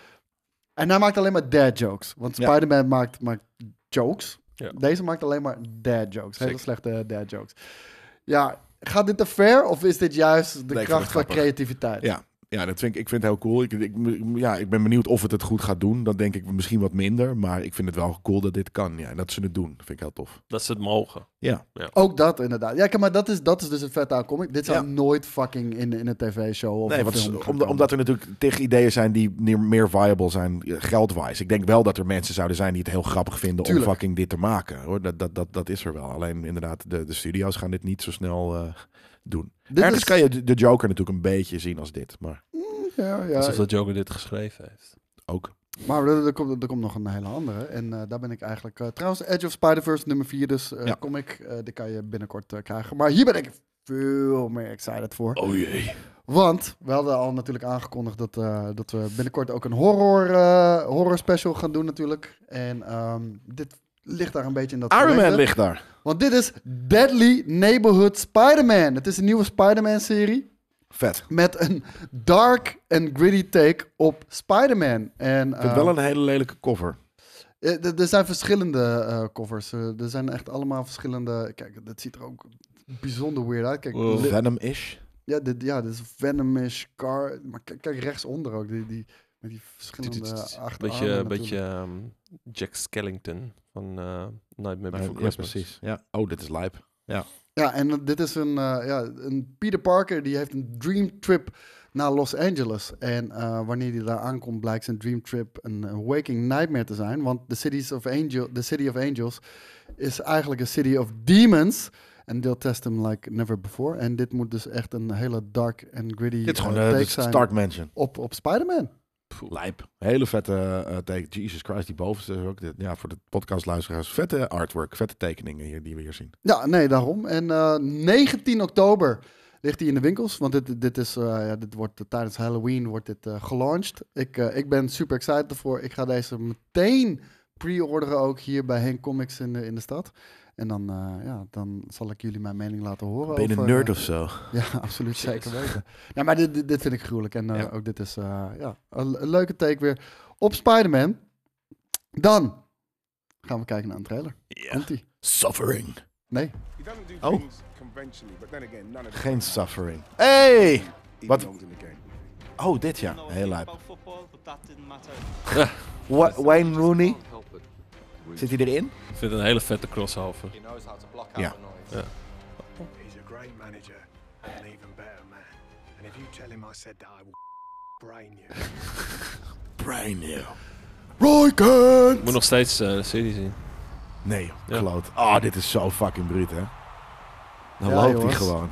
[SPEAKER 3] En hij maakt alleen maar dad jokes. Want
[SPEAKER 2] Ja.
[SPEAKER 3] Spider-Man maakt, maakt jokes.
[SPEAKER 4] Ja.
[SPEAKER 3] Deze maakt alleen maar dad jokes. Hele
[SPEAKER 2] Zeker.
[SPEAKER 3] slechte dad jokes. Ja, gaat dit te ver of is dit juist de
[SPEAKER 2] Nee, ik vond
[SPEAKER 3] kracht
[SPEAKER 2] het
[SPEAKER 3] van
[SPEAKER 2] grappig.
[SPEAKER 3] creativiteit?
[SPEAKER 2] Ja, ja dat vind ik, ik vind het heel cool. Ik, ik, ja, ik ben benieuwd of het het goed gaat doen. Dan denk ik misschien wat minder. Maar ik vind het wel cool dat dit kan. Ja, en dat ze het doen. Dat vind ik heel tof.
[SPEAKER 4] Dat ze het mogen.
[SPEAKER 2] Ja,
[SPEAKER 3] Ook dat inderdaad. Ja, kijk, maar dat is, dat is dus een vette aan comic. Dit zou
[SPEAKER 2] Ja.
[SPEAKER 3] nooit fucking in, in een tv-show of
[SPEAKER 2] nee,
[SPEAKER 3] een
[SPEAKER 2] want
[SPEAKER 3] film
[SPEAKER 2] s- omdat,
[SPEAKER 3] gaan komen.
[SPEAKER 2] omdat er natuurlijk tegen ideeën zijn die neer- meer viable zijn eh, geldwijs. Ik denk wel dat er mensen zouden zijn die het heel grappig vinden
[SPEAKER 3] Tuurlijk.
[SPEAKER 2] om fucking dit te maken. Hoor. Dat, dat, dat, dat is er wel. Alleen inderdaad, de, de studio's gaan dit niet zo snel eh, doen.
[SPEAKER 3] Dit
[SPEAKER 2] ergens
[SPEAKER 3] is-
[SPEAKER 2] kan je de- de Joker natuurlijk een beetje zien als dit. Maar
[SPEAKER 3] Ja, ja,
[SPEAKER 4] Alsof dat Joker dit geschreven heeft.
[SPEAKER 2] ook.
[SPEAKER 3] Maar er, er komt, er komt nog een hele andere. En eh, daar ben ik eigenlijk... eh, trouwens, Edge of Spider-Verse nummer 4, dus eh
[SPEAKER 2] Ja.
[SPEAKER 3] comic. eh die kan je binnenkort eh, krijgen. Maar hier ben ik veel meer excited voor.
[SPEAKER 4] Oh jee.
[SPEAKER 3] Want we hadden al natuurlijk aangekondigd dat, eh, dat we binnenkort ook een horror, eh, horror special gaan doen natuurlijk. En ehm, dit ligt daar een beetje in dat
[SPEAKER 2] Iron Man
[SPEAKER 3] verlengde.
[SPEAKER 2] ligt daar.
[SPEAKER 3] Want dit is Deadly Neighborhood Spider-Man. Het is een nieuwe Spider-Man-serie
[SPEAKER 2] Vet.
[SPEAKER 3] met een dark en gritty take op Spider-Man. En
[SPEAKER 2] Ik vind
[SPEAKER 3] eh,
[SPEAKER 2] wel een hele lelijke cover.
[SPEAKER 3] eh, d- er zijn verschillende eh, covers. Eh, er zijn echt allemaal verschillende. Kijk, dat ziet er ook bijzonder weird uit. Kijk,
[SPEAKER 4] Wow.
[SPEAKER 3] li-
[SPEAKER 2] Venom-ish.
[SPEAKER 3] ja, dit, ja, dit is Venomish Car. Maar kijk, kijk rechtsonder ook. Die, die, met die verschillende achterarmen.
[SPEAKER 4] Beetje,
[SPEAKER 3] Ah, natuurlijk.
[SPEAKER 4] beetje ehm, Jack Skellington van eh, Nightmare
[SPEAKER 2] Nee,
[SPEAKER 4] Before
[SPEAKER 2] ja,
[SPEAKER 4] Christmas.
[SPEAKER 2] precies. Ja. Oh, dit is lijp.
[SPEAKER 3] Ja, en dat- dit is een, eh, ja, een Peter Parker die heeft een dream trip naar Los Angeles. En eh, wanneer hij daar aankomt, blijkt zijn dream trip een eh, waking nightmare te zijn. Want the, cities of Angel, the City of Angels is eigenlijk een city of demons. En they'll test him like never before. En dit moet dus echt een hele dark en gritty
[SPEAKER 2] Dit is gewoon
[SPEAKER 3] eh,
[SPEAKER 2] eh, de
[SPEAKER 3] take zijn
[SPEAKER 2] Stark Mansion.
[SPEAKER 3] op, op Spider-Man.
[SPEAKER 2] Lijp. Hele vette eh, take. Jesus Christ, die bovenste is ook. dit- Ja, voor de podcastluisteraars. Vette artwork. Vette tekeningen hier, die we hier zien.
[SPEAKER 3] Ja, nee, daarom. En eh, 19 oktober ligt hij in de winkels. Want dit, dit, is, eh, ja, dit wordt, tijdens Halloween wordt dit eh, gelaunched. Ik, eh, ik ben super excited ervoor. Ik ga deze meteen pre-orderen ook hier bij Henk Comics in de, in de stad. En dan, eh, ja, dan zal ik jullie mijn mening laten horen.
[SPEAKER 2] Ben je
[SPEAKER 3] over,
[SPEAKER 2] een nerd
[SPEAKER 3] eh,
[SPEAKER 2] of zo?
[SPEAKER 3] <laughs> Ja, absoluut. Zeker weten. Ja, maar dit, dit, dit vind ik gruwelijk. En eh,
[SPEAKER 2] Ja.
[SPEAKER 3] ook dit is eh, ja, een, een leuke take weer op Spider-Man. Dan gaan we kijken naar een trailer. Komt-ie.
[SPEAKER 2] Suffering.
[SPEAKER 3] Nee.
[SPEAKER 6] He doesn't do
[SPEAKER 2] Oh.
[SPEAKER 6] things conventionally, but then again, none of it
[SPEAKER 2] Geen suffering. Hey!
[SPEAKER 6] even
[SPEAKER 2] Wat?
[SPEAKER 6] belongs in the game.
[SPEAKER 2] Oh, dit ja. Heel lijp.
[SPEAKER 8] About football, but that didn't matter.
[SPEAKER 2] Wa- Wayne Rooney. Zit hij erin?
[SPEAKER 4] Ik vind het een hele vette crossover.
[SPEAKER 8] He knows how to block out
[SPEAKER 2] Ja.
[SPEAKER 8] the noise.
[SPEAKER 7] He's a great manager and an even better man. And if you tell him I said that, I will brain you.
[SPEAKER 2] Brain new.
[SPEAKER 4] Ik moet nog steeds eh, de serie zien.
[SPEAKER 2] Nee, Ah,
[SPEAKER 4] Ja.
[SPEAKER 2] kloot. Oh, dit is zo fucking bruut, hè? Dan
[SPEAKER 3] Ja,
[SPEAKER 2] loopt hij
[SPEAKER 3] jongens.
[SPEAKER 2] gewoon.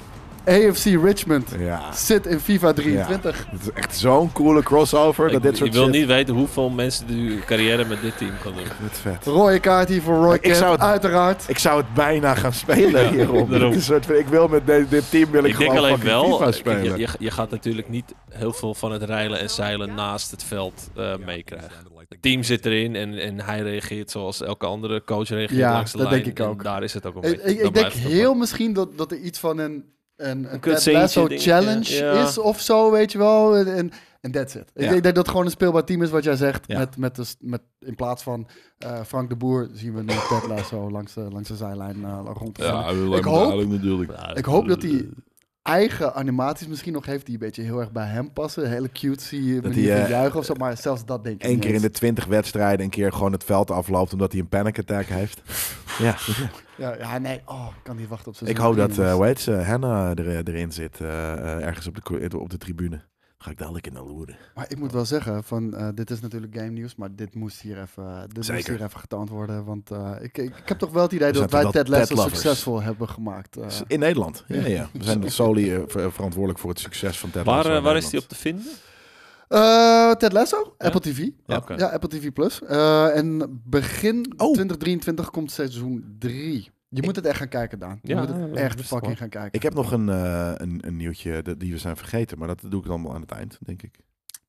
[SPEAKER 3] AFC Richmond
[SPEAKER 2] Ja.
[SPEAKER 3] zit in FIFA 23.
[SPEAKER 2] Het is echt zo'n coole crossover dat
[SPEAKER 4] Ik-
[SPEAKER 2] dit soort
[SPEAKER 4] je wil
[SPEAKER 2] shit-
[SPEAKER 4] niet weten hoeveel mensen die carrière met dit team kan doen.
[SPEAKER 2] Wat vet.
[SPEAKER 3] Rode kaart hier voor Roy
[SPEAKER 2] Ik zou
[SPEAKER 3] Kent,
[SPEAKER 2] het-
[SPEAKER 3] uiteraard.
[SPEAKER 2] Ik zou het bijna gaan spelen
[SPEAKER 4] Ja,
[SPEAKER 2] hierop.
[SPEAKER 4] daarom.
[SPEAKER 2] Het is een soort van, ik wil met de- dit team wil ik,
[SPEAKER 4] Ik denk
[SPEAKER 2] gewoon
[SPEAKER 4] alleen
[SPEAKER 2] fucking
[SPEAKER 4] wel,
[SPEAKER 2] FIFA
[SPEAKER 4] eh,
[SPEAKER 2] spelen.
[SPEAKER 4] je, je, je gaat natuurlijk niet heel veel van het reilen en zeilen naast het veld eh, meekrijgen. Het team zit erin en, en hij reageert zoals elke andere coach reageert
[SPEAKER 3] Ja,
[SPEAKER 4] langs de
[SPEAKER 3] dat
[SPEAKER 4] lijn.
[SPEAKER 3] denk ik
[SPEAKER 4] En
[SPEAKER 3] ook.
[SPEAKER 4] daar is het ook een
[SPEAKER 3] Ik,
[SPEAKER 4] beetje.
[SPEAKER 3] ik,
[SPEAKER 4] Dan
[SPEAKER 3] ik denk
[SPEAKER 4] blijft het
[SPEAKER 3] heel
[SPEAKER 4] ook
[SPEAKER 3] misschien dat, dat er iets van een, een, een Ted
[SPEAKER 4] cutscene
[SPEAKER 3] Lasso
[SPEAKER 4] ding,
[SPEAKER 3] challenge
[SPEAKER 4] ja. Ja.
[SPEAKER 3] is of zo, weet je wel. En- En en that's it. Ik
[SPEAKER 2] Ja.
[SPEAKER 3] denk dat het gewoon een speelbaar team is wat jij zegt.
[SPEAKER 4] Ja.
[SPEAKER 3] Met, met de, s- met, in plaats van eh, Frank de Boer zien we nu Ted Lasso langs de, langs de zijlijn eh rond.
[SPEAKER 9] Ja,
[SPEAKER 3] Ik hoop-
[SPEAKER 9] natuurlijk.
[SPEAKER 4] wel-
[SPEAKER 3] Ik hoop dat hij eigen animaties misschien nog heeft die een beetje heel erg bij hem passen. Een Hele cutesy manier
[SPEAKER 2] die,
[SPEAKER 3] van
[SPEAKER 2] eh,
[SPEAKER 3] juichen of zo, maar zelfs dat denk ik
[SPEAKER 2] Eén
[SPEAKER 3] niet
[SPEAKER 2] keer in
[SPEAKER 3] eens.
[SPEAKER 2] de twintig wedstrijden een keer gewoon het veld afloopt omdat hij een panic attack heeft. ja.
[SPEAKER 3] Ja, ja, nee. Oh, ik kan niet wachten op zijn
[SPEAKER 2] Ik hoop dat, eh hoe heet ze, Hannah er, erin zit. eh, eh, ergens op de, cru- op de tribune. Ga ik dadelijk in naar loeren.
[SPEAKER 3] Maar ik moet wel zeggen, van, eh, dit is natuurlijk game nieuws, maar dit moest hier even, dit moest
[SPEAKER 2] Zeker.
[SPEAKER 3] hier even getoond worden. Want eh, ik, ik, ik heb toch wel het idee
[SPEAKER 2] We
[SPEAKER 3] dat
[SPEAKER 2] zijn
[SPEAKER 3] wij
[SPEAKER 2] toch wel
[SPEAKER 3] Ted Lasso
[SPEAKER 2] Ted-lovers?
[SPEAKER 3] succesvol hebben gemaakt. eh.
[SPEAKER 2] In Nederland. Ja, ja. We zijn solely eh, ver- verantwoordelijk voor het succes van Ted
[SPEAKER 4] Waar,
[SPEAKER 2] Lasso in
[SPEAKER 4] eh, waar is
[SPEAKER 2] Nederland.
[SPEAKER 4] hij op te vinden?
[SPEAKER 3] Eh, Ted Lasso, Apple TV. Ja,
[SPEAKER 4] oké.
[SPEAKER 3] ja, Apple TV Plus. Eh, en begin
[SPEAKER 2] Oh.
[SPEAKER 3] 2023 komt seizoen 3. Je moet het echt gaan kijken, Daan. Je
[SPEAKER 4] Ja,
[SPEAKER 3] moet het
[SPEAKER 4] dat
[SPEAKER 3] echt
[SPEAKER 4] is
[SPEAKER 3] fucking
[SPEAKER 4] waar.
[SPEAKER 3] gaan kijken.
[SPEAKER 2] Ik heb nog een, eh, een, een nieuwtje dat- die we zijn vergeten, maar dat doe ik dan aan het eind, denk ik.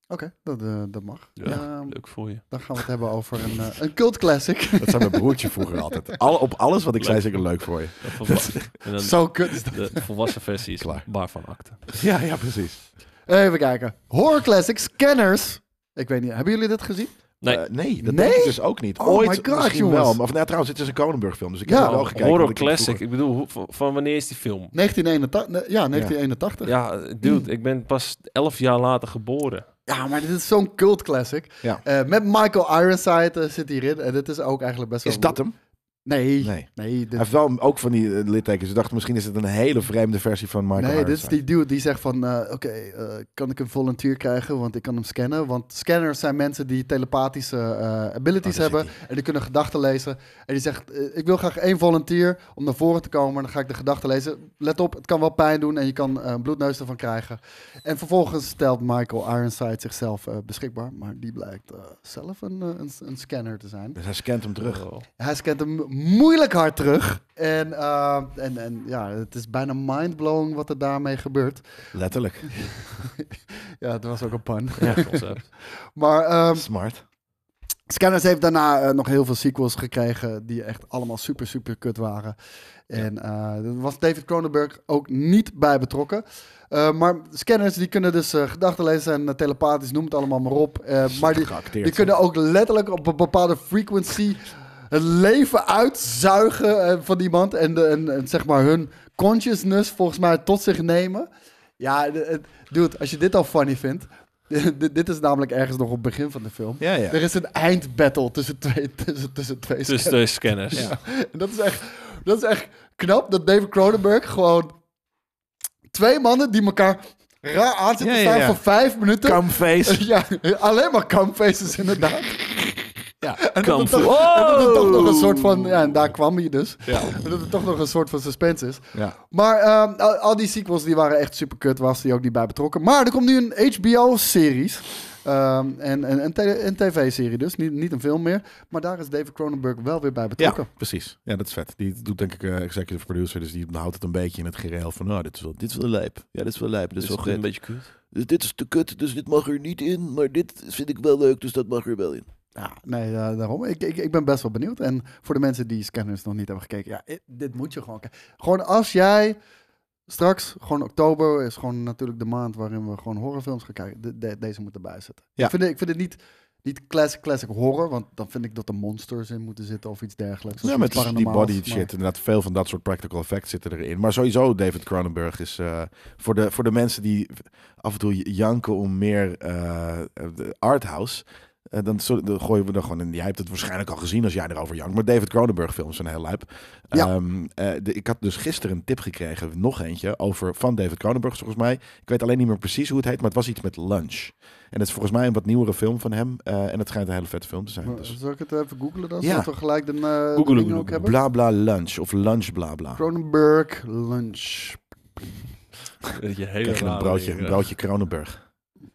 [SPEAKER 3] Oké, dat, eh, dat mag.
[SPEAKER 4] Ja,
[SPEAKER 3] Ehm,
[SPEAKER 4] Leuk voor je.
[SPEAKER 3] dan gaan we het hebben over een, eh, een cult classic.
[SPEAKER 2] Dat zei mijn broertje vroeger altijd. Alle, op alles wat ik zei, zeker leuk
[SPEAKER 4] <laughs>
[SPEAKER 2] voor je.
[SPEAKER 4] Dat
[SPEAKER 2] <laughs>
[SPEAKER 4] volwa- en dan
[SPEAKER 3] <laughs> Zo kut is dat.
[SPEAKER 4] de volwassen versie is
[SPEAKER 2] Klaar.
[SPEAKER 4] waarvan acte.
[SPEAKER 2] Ja, ja, precies.
[SPEAKER 3] Even kijken. Horror classics, Scanners. Ik weet niet, hebben jullie dit gezien?
[SPEAKER 4] Nee.
[SPEAKER 2] Eh, nee, dat
[SPEAKER 3] Nee?
[SPEAKER 2] denk ik dus ook niet.
[SPEAKER 3] Oh
[SPEAKER 2] Ooit
[SPEAKER 3] my God,
[SPEAKER 2] misschien
[SPEAKER 3] jongens.
[SPEAKER 2] wel. maar- Of nou, trouwens, het is een Kronenburg film, dus ik
[SPEAKER 3] Ja.
[SPEAKER 2] heb er wel gekeken.
[SPEAKER 4] Horror
[SPEAKER 2] want ik heb
[SPEAKER 4] classic. Ik bedoel, hoe- van, van wanneer is die film?
[SPEAKER 3] 1981, nee, ja, 1981. Ja.
[SPEAKER 4] Ja, dude, ik ben pas elf jaar later geboren.
[SPEAKER 3] maar dit is zo'n cult classic.
[SPEAKER 2] Ja.
[SPEAKER 3] Eh, met Michael Ironside eh, zit hierin. En dit is ook eigenlijk best wel...
[SPEAKER 2] Is dat hem?
[SPEAKER 3] Nee, nee,
[SPEAKER 2] Nee. Hij
[SPEAKER 3] dit,
[SPEAKER 2] heeft wel ook van die eh, littekens. Ik dacht, misschien is het een hele vreemde versie van Michael
[SPEAKER 3] nee dit is
[SPEAKER 2] Ironside.
[SPEAKER 3] die dude die zegt van... eh, Oké, eh, kan ik een volunteer krijgen? Want ik kan hem scannen. Want scanners zijn mensen die telepathische eh, abilities
[SPEAKER 2] Oh, daar
[SPEAKER 3] hebben. En die kunnen gedachten lezen. En die zegt, eh, ik wil graag één volunteer om naar voren te komen. En dan ga ik de gedachten lezen. Let op, het kan wel pijn doen en je kan eh, een bloedneus ervan krijgen. En vervolgens stelt Michael Ironside zichzelf eh, beschikbaar. Maar die blijkt eh, zelf een, eh, een, een scanner te zijn.
[SPEAKER 2] Dus hij scant hem terug.
[SPEAKER 4] Oh.
[SPEAKER 3] Hij scant hem moeilijk hard terug. En, eh, en, en ja, het is bijna mindblowing wat er daarmee gebeurt.
[SPEAKER 2] Letterlijk.
[SPEAKER 3] Ja, dat was ook een pun.
[SPEAKER 4] <laughs> Concept.
[SPEAKER 3] Maar ehm,
[SPEAKER 2] Smart.
[SPEAKER 3] Scanners heeft daarna eh, nog heel veel sequels gekregen die echt allemaal super, super kut waren. En eh, daar was David Cronenberg ook niet bij betrokken. Eh, maar scanners die kunnen dus eh, gedachten lezen en eh, telepathisch, noem het allemaal maar op. Eh, maar die,
[SPEAKER 2] Geacteerd.
[SPEAKER 3] die kunnen ook letterlijk op een bepaalde frequency het leven uitzuigen eh, van iemand. En, de, en, en zeg maar hun consciousness volgens mij tot zich nemen. Ja, de- het- dude, als je dit al funny vindt. <laughs> dit dit is namelijk ergens nog op het begin van de film.
[SPEAKER 2] Ja, ja.
[SPEAKER 3] Er is een eindbattle tussen twee, <laughs> tussen, tussen twee
[SPEAKER 4] Dus
[SPEAKER 3] scanners.
[SPEAKER 4] twee scanners.
[SPEAKER 3] En dat is, echt, dat is echt knap dat David Cronenberg gewoon twee mannen die elkaar raar aan zitten
[SPEAKER 2] Ja, ja,
[SPEAKER 3] staan
[SPEAKER 2] ja.
[SPEAKER 3] voor vijf minuten.
[SPEAKER 2] Camface.
[SPEAKER 3] <laughs> Ja, alleen maar camfaces inderdaad.
[SPEAKER 2] Ja,
[SPEAKER 3] en dat het, toch, en dat het toch nog een soort
[SPEAKER 2] Oh.
[SPEAKER 3] van... Ja, en daar kwam hij dus. En dat het toch nog een soort van suspense is.
[SPEAKER 2] Ja.
[SPEAKER 3] Maar ehm, al, al die sequels die waren echt super kut, was die ook niet bij betrokken. Maar er komt nu een HBO-series. Ehm, en en, en te- een tv-serie dus, niet, niet een film meer. Maar daar is David Cronenberg wel weer bij betrokken.
[SPEAKER 2] Ja, precies. Ja, dat is vet. Die doet denk ik eh, executive producer, dus die houdt het een beetje in het gereel van, nou, dit is wel, dit is wel lijp. Ja, dit is wel lijp, dit is
[SPEAKER 4] Dus
[SPEAKER 2] wel
[SPEAKER 4] een
[SPEAKER 2] vet.
[SPEAKER 4] beetje kut.
[SPEAKER 2] Dus dit is te kut, dus dit mag er niet in, maar dit vind ik wel leuk, dus dat mag er wel in.
[SPEAKER 3] Ja, nee, eh, daarom. Ik, ik, ik ben best wel benieuwd. En voor de mensen die Scanners nog niet hebben gekeken, ja, i- dit moet je gewoon kijken. Gewoon als jij straks, gewoon oktober is gewoon natuurlijk de maand waarin we gewoon horrorfilms gaan kijken. De- de- deze moet erbij zitten.
[SPEAKER 2] Ja.
[SPEAKER 3] Ik, vind, het- ik vind het niet, niet classic, classic horror, want dan vind ik dat er monsters in moeten zitten of iets dergelijks. Of
[SPEAKER 2] Ja,
[SPEAKER 3] iets
[SPEAKER 2] met die
[SPEAKER 3] paranormaals,
[SPEAKER 2] body shit.
[SPEAKER 3] maar-
[SPEAKER 2] Inderdaad, veel van dat soort practical effects zitten erin. Maar sowieso, David Cronenberg is eh, voor, de, voor de mensen die af en toe j- janken om meer eh, de arthouse. eh, dan, zo- dan gooien we er gewoon in. Jij hebt het waarschijnlijk al gezien als jij erover jankt. Maar David Cronenberg films zijn heel lijp.
[SPEAKER 3] Ja.
[SPEAKER 2] Ehm, eh, de- ik had dus gisteren een tip gekregen, nog eentje, over van David Cronenberg volgens mij. Ik weet alleen niet meer precies hoe het heet, maar het was iets met lunch. En het is volgens mij een wat nieuwere film van hem. eh, en het schijnt een hele vette film te zijn. Dus.
[SPEAKER 3] Zal ik het even googlen dan?
[SPEAKER 2] Ja.
[SPEAKER 3] Zodat we gelijk de, eh, de
[SPEAKER 4] Googelen,
[SPEAKER 3] dingen
[SPEAKER 4] googelen.
[SPEAKER 3] ook hebben?
[SPEAKER 2] Blabla lunch of lunch blabla.
[SPEAKER 3] Cronenberg Lunch.
[SPEAKER 4] Je hele
[SPEAKER 2] Kreeg je een
[SPEAKER 4] rare
[SPEAKER 2] broodje,
[SPEAKER 4] dingen.
[SPEAKER 2] een broodje Kronenburg.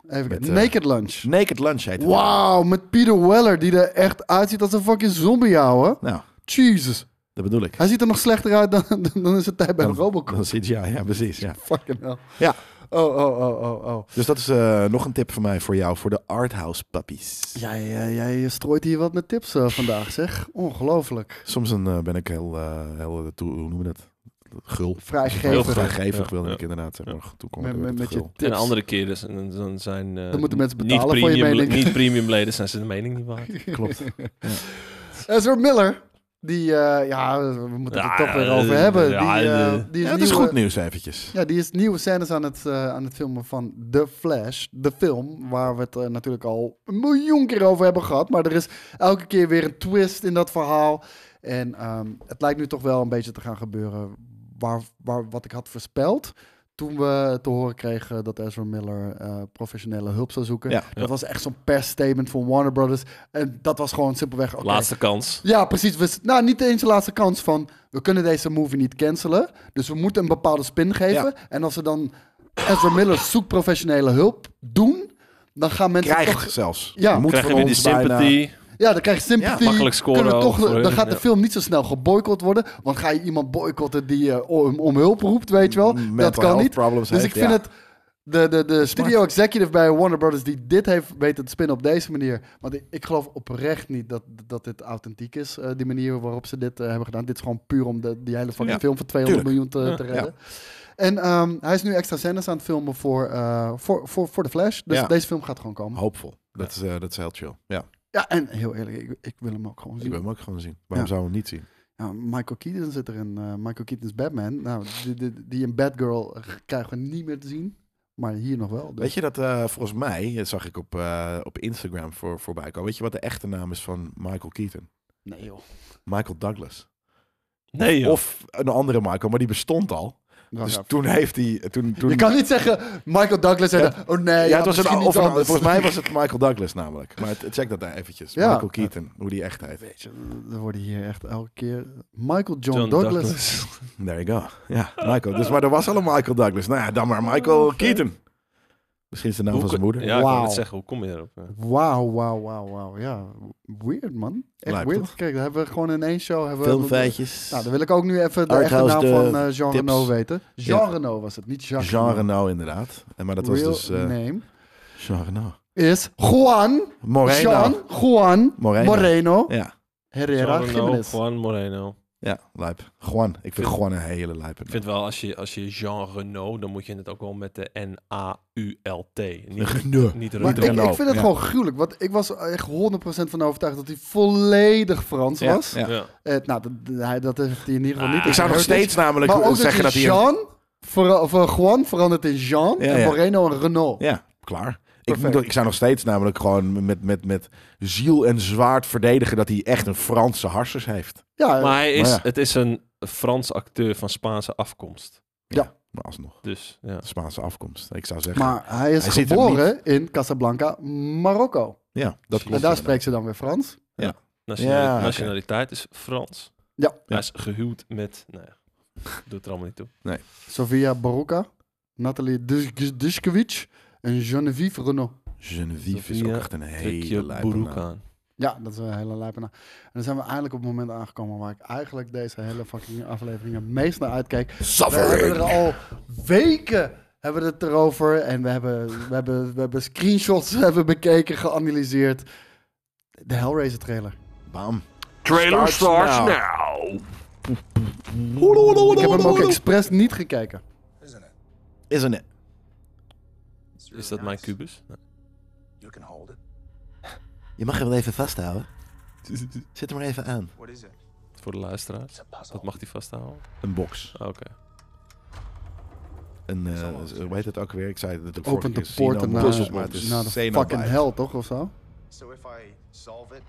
[SPEAKER 3] Even
[SPEAKER 2] Met,
[SPEAKER 3] kijken.
[SPEAKER 2] eh,
[SPEAKER 3] Naked Lunch.
[SPEAKER 2] Naked Lunch heet het.
[SPEAKER 3] Wauw, met Peter Weller, die er echt uitziet als een fucking zombie, ouwe.
[SPEAKER 2] Nou,
[SPEAKER 3] Jesus.
[SPEAKER 2] dat bedoel ik.
[SPEAKER 3] Hij ziet er nog slechter uit dan, <laughs> dan, dan is het tijd bij
[SPEAKER 2] Dan-
[SPEAKER 3] Robocop.
[SPEAKER 2] Dan zit ja, ja, precies. Ja.
[SPEAKER 3] <laughs> Fucking hell.
[SPEAKER 2] Ja.
[SPEAKER 3] Oh, oh, oh, oh, oh.
[SPEAKER 2] Dus dat is eh, nog een tip van mij voor jou, voor de arthouse puppies.
[SPEAKER 3] Jij, eh, jij strooit hier wat met tips eh, vandaag, zeg. Ongelooflijk.
[SPEAKER 2] Soms dan, eh, ben ik heel, eh, heel eh, toe, hoe noemen we dat? Gul.
[SPEAKER 3] Vrijgevig.
[SPEAKER 2] Heel vrijgevig
[SPEAKER 4] Ja.
[SPEAKER 2] wilde
[SPEAKER 4] Ja.
[SPEAKER 2] ik inderdaad. eh, maar Toen kwam ik
[SPEAKER 3] Met,
[SPEAKER 2] weer met
[SPEAKER 3] met,
[SPEAKER 2] het
[SPEAKER 3] met je
[SPEAKER 2] gul.
[SPEAKER 4] En
[SPEAKER 3] tips.
[SPEAKER 4] de andere keer dus, en dan zijn eh,
[SPEAKER 3] Dan moeten mensen
[SPEAKER 4] niet
[SPEAKER 3] betalen voor je
[SPEAKER 4] premium-
[SPEAKER 3] mening.
[SPEAKER 4] Niet premium leden zijn ze de mening niet
[SPEAKER 2] <laughs>
[SPEAKER 3] <laughs>
[SPEAKER 4] waard.
[SPEAKER 2] Klopt.
[SPEAKER 3] Ezra Eh, Miller, die, eh, ja, we moeten het er
[SPEAKER 4] Ja,
[SPEAKER 3] toch weer over
[SPEAKER 4] eh,
[SPEAKER 3] hebben.
[SPEAKER 4] ja,
[SPEAKER 3] die, eh,
[SPEAKER 4] eh,
[SPEAKER 3] die
[SPEAKER 2] Ja,
[SPEAKER 3] is
[SPEAKER 2] het is
[SPEAKER 3] nieuwe-
[SPEAKER 2] goed nieuws eventjes.
[SPEAKER 3] Ja, die is nieuwe scènes aan het, eh, aan het filmen van The Flash, de film, waar we het eh, natuurlijk al een miljoen keer over hebben gehad. Maar er is elke keer weer een twist in dat verhaal. En ehm, het lijkt nu toch wel een beetje te gaan gebeuren waar, waar, wat ik had voorspeld. Toen we te horen kregen dat Ezra Miller eh, professionele hulp zou zoeken.
[SPEAKER 2] Ja.
[SPEAKER 3] Dat was echt zo'n persstatement van Warner Brothers. En dat was gewoon simpelweg... oké,
[SPEAKER 4] Laatste kans.
[SPEAKER 3] ja, precies. We, nou, niet eens de laatste kans van... we kunnen deze movie niet cancelen. Dus we moeten een bepaalde spin geven. En als we dan Ezra Miller zoekt professionele hulp doen... dan gaan mensen
[SPEAKER 2] Krijgt
[SPEAKER 3] toch...
[SPEAKER 2] zelfs.
[SPEAKER 3] Ja.
[SPEAKER 2] Moet
[SPEAKER 4] Krijgen
[SPEAKER 2] van
[SPEAKER 4] jullie die
[SPEAKER 2] ons bijna-
[SPEAKER 4] sympathie?
[SPEAKER 3] Ja, dan krijg je sympathie.
[SPEAKER 4] Ja, makkelijk scoren
[SPEAKER 3] Kunnen we
[SPEAKER 4] ook voor
[SPEAKER 3] toch, dan
[SPEAKER 4] hun,
[SPEAKER 3] gaat de
[SPEAKER 4] ja.
[SPEAKER 3] film niet zo snel geboycott worden. Want ga je iemand boycotten die eh, om, om hulp roept, weet je wel?
[SPEAKER 2] Mm, Mental
[SPEAKER 3] dat kan
[SPEAKER 2] health
[SPEAKER 3] niet.
[SPEAKER 2] problems
[SPEAKER 3] Dus
[SPEAKER 2] heeft,
[SPEAKER 3] ik vind
[SPEAKER 2] ja.
[SPEAKER 3] het... De, de, de studio executive bij Warner Brothers die dit heeft weten te spinnen op deze manier. Want ik, ik geloof oprecht niet dat, dat dit authentiek is, eh, die manier waarop ze dit eh, hebben gedaan. Dit is gewoon puur om de, die hele fucking
[SPEAKER 2] Ja,
[SPEAKER 3] film van 200
[SPEAKER 2] tuurlijk.
[SPEAKER 3] miljoen te, te
[SPEAKER 2] ja.
[SPEAKER 3] redden. En ehm, hij is nu extra scènes aan het filmen voor, eh, voor, voor, voor The Flash. Dus
[SPEAKER 2] Ja.
[SPEAKER 3] deze film gaat gewoon komen.
[SPEAKER 2] Hoopvol. Dat is, eh, dat is heel chill. Ja,
[SPEAKER 3] Ja, en heel eerlijk, ik, ik wil hem ook gewoon
[SPEAKER 2] ik
[SPEAKER 3] zien.
[SPEAKER 2] wil hem ook gewoon zien. Waarom
[SPEAKER 3] Ja.
[SPEAKER 2] zouden we hem niet zien?
[SPEAKER 3] Ja, Nou, Michael Keaton zit erin. eh Michael Keaton's Batman. Nou, die, die, die in Batgirl eh, krijgen we niet meer te zien. Maar hier nog wel. Dus.
[SPEAKER 2] Weet je dat eh, volgens mij, dat zag ik op, eh, op Instagram voor, voorbij komen. Weet je wat de echte naam is van Michael Keaton?
[SPEAKER 3] Nee joh.
[SPEAKER 2] Michael Douglas.
[SPEAKER 4] Nee, joh.
[SPEAKER 2] Of een andere Michael, maar die bestond al. Dus toen heeft hij... Toen, toen,
[SPEAKER 3] Nou, Je kan niet zeggen, Michael Douglas en
[SPEAKER 2] Ja.
[SPEAKER 3] dan- oh nee.
[SPEAKER 2] ja, het was een,
[SPEAKER 3] misschien
[SPEAKER 2] of
[SPEAKER 3] iets
[SPEAKER 2] een-
[SPEAKER 3] anders.
[SPEAKER 2] volgens mij was het Michael Douglas namelijk. Maar het- check dat daar eventjes.
[SPEAKER 3] Ja.
[SPEAKER 2] Michael Keaton, hoe die echt heet.
[SPEAKER 3] Weet je, <laughs> er worden hier echt elke keer... Michael John,
[SPEAKER 4] John
[SPEAKER 3] Douglas.
[SPEAKER 2] Nou,
[SPEAKER 4] Douglas.
[SPEAKER 2] There you go. Ja, Michael. Dus, maar er was al een Michael Douglas. Nou ja, dan maar Michael Keaton. Misschien is de naam
[SPEAKER 4] Hoe
[SPEAKER 2] van zijn
[SPEAKER 4] kon-
[SPEAKER 2] moeder.
[SPEAKER 4] Ja, ik wou
[SPEAKER 3] Wauw.
[SPEAKER 4] net zeggen, hoe kom je erop? eh? Ja.
[SPEAKER 3] Wauw, wauw, wauw, wauw. Ja, weird man. Echt
[SPEAKER 2] Lijp,
[SPEAKER 3] weird.
[SPEAKER 2] toch?
[SPEAKER 3] Kijk, daar hebben we gewoon in één show... Hebben we-
[SPEAKER 2] Filmfeitjes.
[SPEAKER 3] Nou, dan wil ik ook nu even de echte
[SPEAKER 2] Arthouse,
[SPEAKER 3] naam
[SPEAKER 2] de
[SPEAKER 3] van eh, Jean
[SPEAKER 2] tips.
[SPEAKER 3] Reno weten. Jean
[SPEAKER 2] Ja.
[SPEAKER 3] Reno was het, niet Jacques
[SPEAKER 2] Jean
[SPEAKER 3] Reno.
[SPEAKER 2] Reno inderdaad. En, maar dat was
[SPEAKER 3] Real
[SPEAKER 2] dus eh,
[SPEAKER 3] name
[SPEAKER 2] Jean Reno.
[SPEAKER 3] is Juan...
[SPEAKER 2] Moreno.
[SPEAKER 3] Oh, Jean Juan
[SPEAKER 2] Moreno.
[SPEAKER 3] Moreno,
[SPEAKER 2] Ja,
[SPEAKER 3] Herrera
[SPEAKER 4] Jean Reno,
[SPEAKER 3] Jiménez.
[SPEAKER 4] Juan Moreno.
[SPEAKER 2] ja, lijp. Juan. Ik vind
[SPEAKER 4] Vind-
[SPEAKER 2] Juan een hele lijp.
[SPEAKER 4] Ik vind wel, als je, als je Jean Renault, dan moet je het ook wel met de N-A-U-L-T. Niet,
[SPEAKER 2] <laughs> Renault.
[SPEAKER 4] niet
[SPEAKER 3] Maar ik,
[SPEAKER 4] Renault.
[SPEAKER 3] ik vind het
[SPEAKER 2] Ja.
[SPEAKER 3] gewoon gruwelijk. Want ik was echt 100% van overtuigd dat hij volledig Frans
[SPEAKER 2] Ja,
[SPEAKER 3] was.
[SPEAKER 2] ja.
[SPEAKER 4] Ja.
[SPEAKER 3] Eh, nou, dat, dat- hij- dat heeft hij in ieder geval niet.
[SPEAKER 2] Ik zou nog
[SPEAKER 3] Heritage.
[SPEAKER 2] steeds namelijk
[SPEAKER 3] maar ook
[SPEAKER 2] zeggen dat hij... een-
[SPEAKER 3] Jean, vera- of, eh, Juan verandert in Jean
[SPEAKER 2] Ja,
[SPEAKER 3] en
[SPEAKER 2] ja.
[SPEAKER 3] Moreno en Renault.
[SPEAKER 2] Ja, klaar. Ik,
[SPEAKER 3] Perfect.
[SPEAKER 2] moet- ik zou nog steeds namelijk gewoon met, met, met ziel en zwaard verdedigen dat hij echt een Franse harsers heeft.
[SPEAKER 3] Ja,
[SPEAKER 4] Maar hij is,
[SPEAKER 2] Maar ja.
[SPEAKER 4] het is een Frans acteur van Spaanse afkomst.
[SPEAKER 2] Maar alsnog,
[SPEAKER 4] Dus ja.
[SPEAKER 2] Spaanse afkomst. Ik zou zeggen,
[SPEAKER 3] maar hij is
[SPEAKER 2] Hij zit hem
[SPEAKER 3] geboren in Casablanca, Marokko.
[SPEAKER 2] ja, dat klopt.
[SPEAKER 3] En daar spreekt ze dan weer Frans.
[SPEAKER 4] Nationaliteit,
[SPEAKER 2] Ja, oké.
[SPEAKER 4] nationaliteit is Frans.
[SPEAKER 3] Ja.
[SPEAKER 4] Hij is gehuwd met. Nou ja, doet er allemaal niet toe.
[SPEAKER 3] Sofia Baruca, Nathalie Dus- Duskewitsch en Genevieve Renault.
[SPEAKER 2] Genevieve is ook
[SPEAKER 4] Sofia
[SPEAKER 2] echt een
[SPEAKER 4] Trek
[SPEAKER 2] hele
[SPEAKER 4] je
[SPEAKER 2] lijpe
[SPEAKER 4] broek
[SPEAKER 2] naam.
[SPEAKER 4] aan.
[SPEAKER 3] Ja, dat is een hele lijpe naam. En dan zijn we eindelijk op het moment aangekomen waar ik eigenlijk deze hele fucking aflevering het meest naar uitkeek. We hebben er
[SPEAKER 2] Suffering!
[SPEAKER 3] al weken hebben we het erover en we hebben, we hebben, we hebben screenshots hebben bekeken, geanalyseerd. De Hellraiser trailer.
[SPEAKER 2] Bam.
[SPEAKER 9] Trailer
[SPEAKER 2] Starts
[SPEAKER 9] starts,
[SPEAKER 2] now.
[SPEAKER 9] now.
[SPEAKER 3] Ik heb hem ook expres niet gekeken.
[SPEAKER 5] Isn't it?
[SPEAKER 2] Is een...
[SPEAKER 5] It's
[SPEAKER 4] Is
[SPEAKER 5] really
[SPEAKER 4] dat mijn
[SPEAKER 5] nice.
[SPEAKER 4] kubus? Nee.
[SPEAKER 5] You can hold it.
[SPEAKER 2] Je mag hem wel even <laughs> vasthouden. Zet hem maar even aan.
[SPEAKER 5] What is it?
[SPEAKER 4] Voor de luisteraars.
[SPEAKER 5] It's a puzzle.
[SPEAKER 4] Dat mag hij vasthouden.
[SPEAKER 2] Een box.
[SPEAKER 4] Ah, Oké.
[SPEAKER 2] Een, eh, hoe heet het ook weer? Ik zei dat ook vorige
[SPEAKER 3] Opent
[SPEAKER 2] keer.
[SPEAKER 3] de poorten
[SPEAKER 2] Xenoblade,
[SPEAKER 3] naar,
[SPEAKER 2] maar het is
[SPEAKER 3] naar de
[SPEAKER 2] Xenoblade.
[SPEAKER 3] fucking hell, toch? Of zo?
[SPEAKER 5] So if I solve it,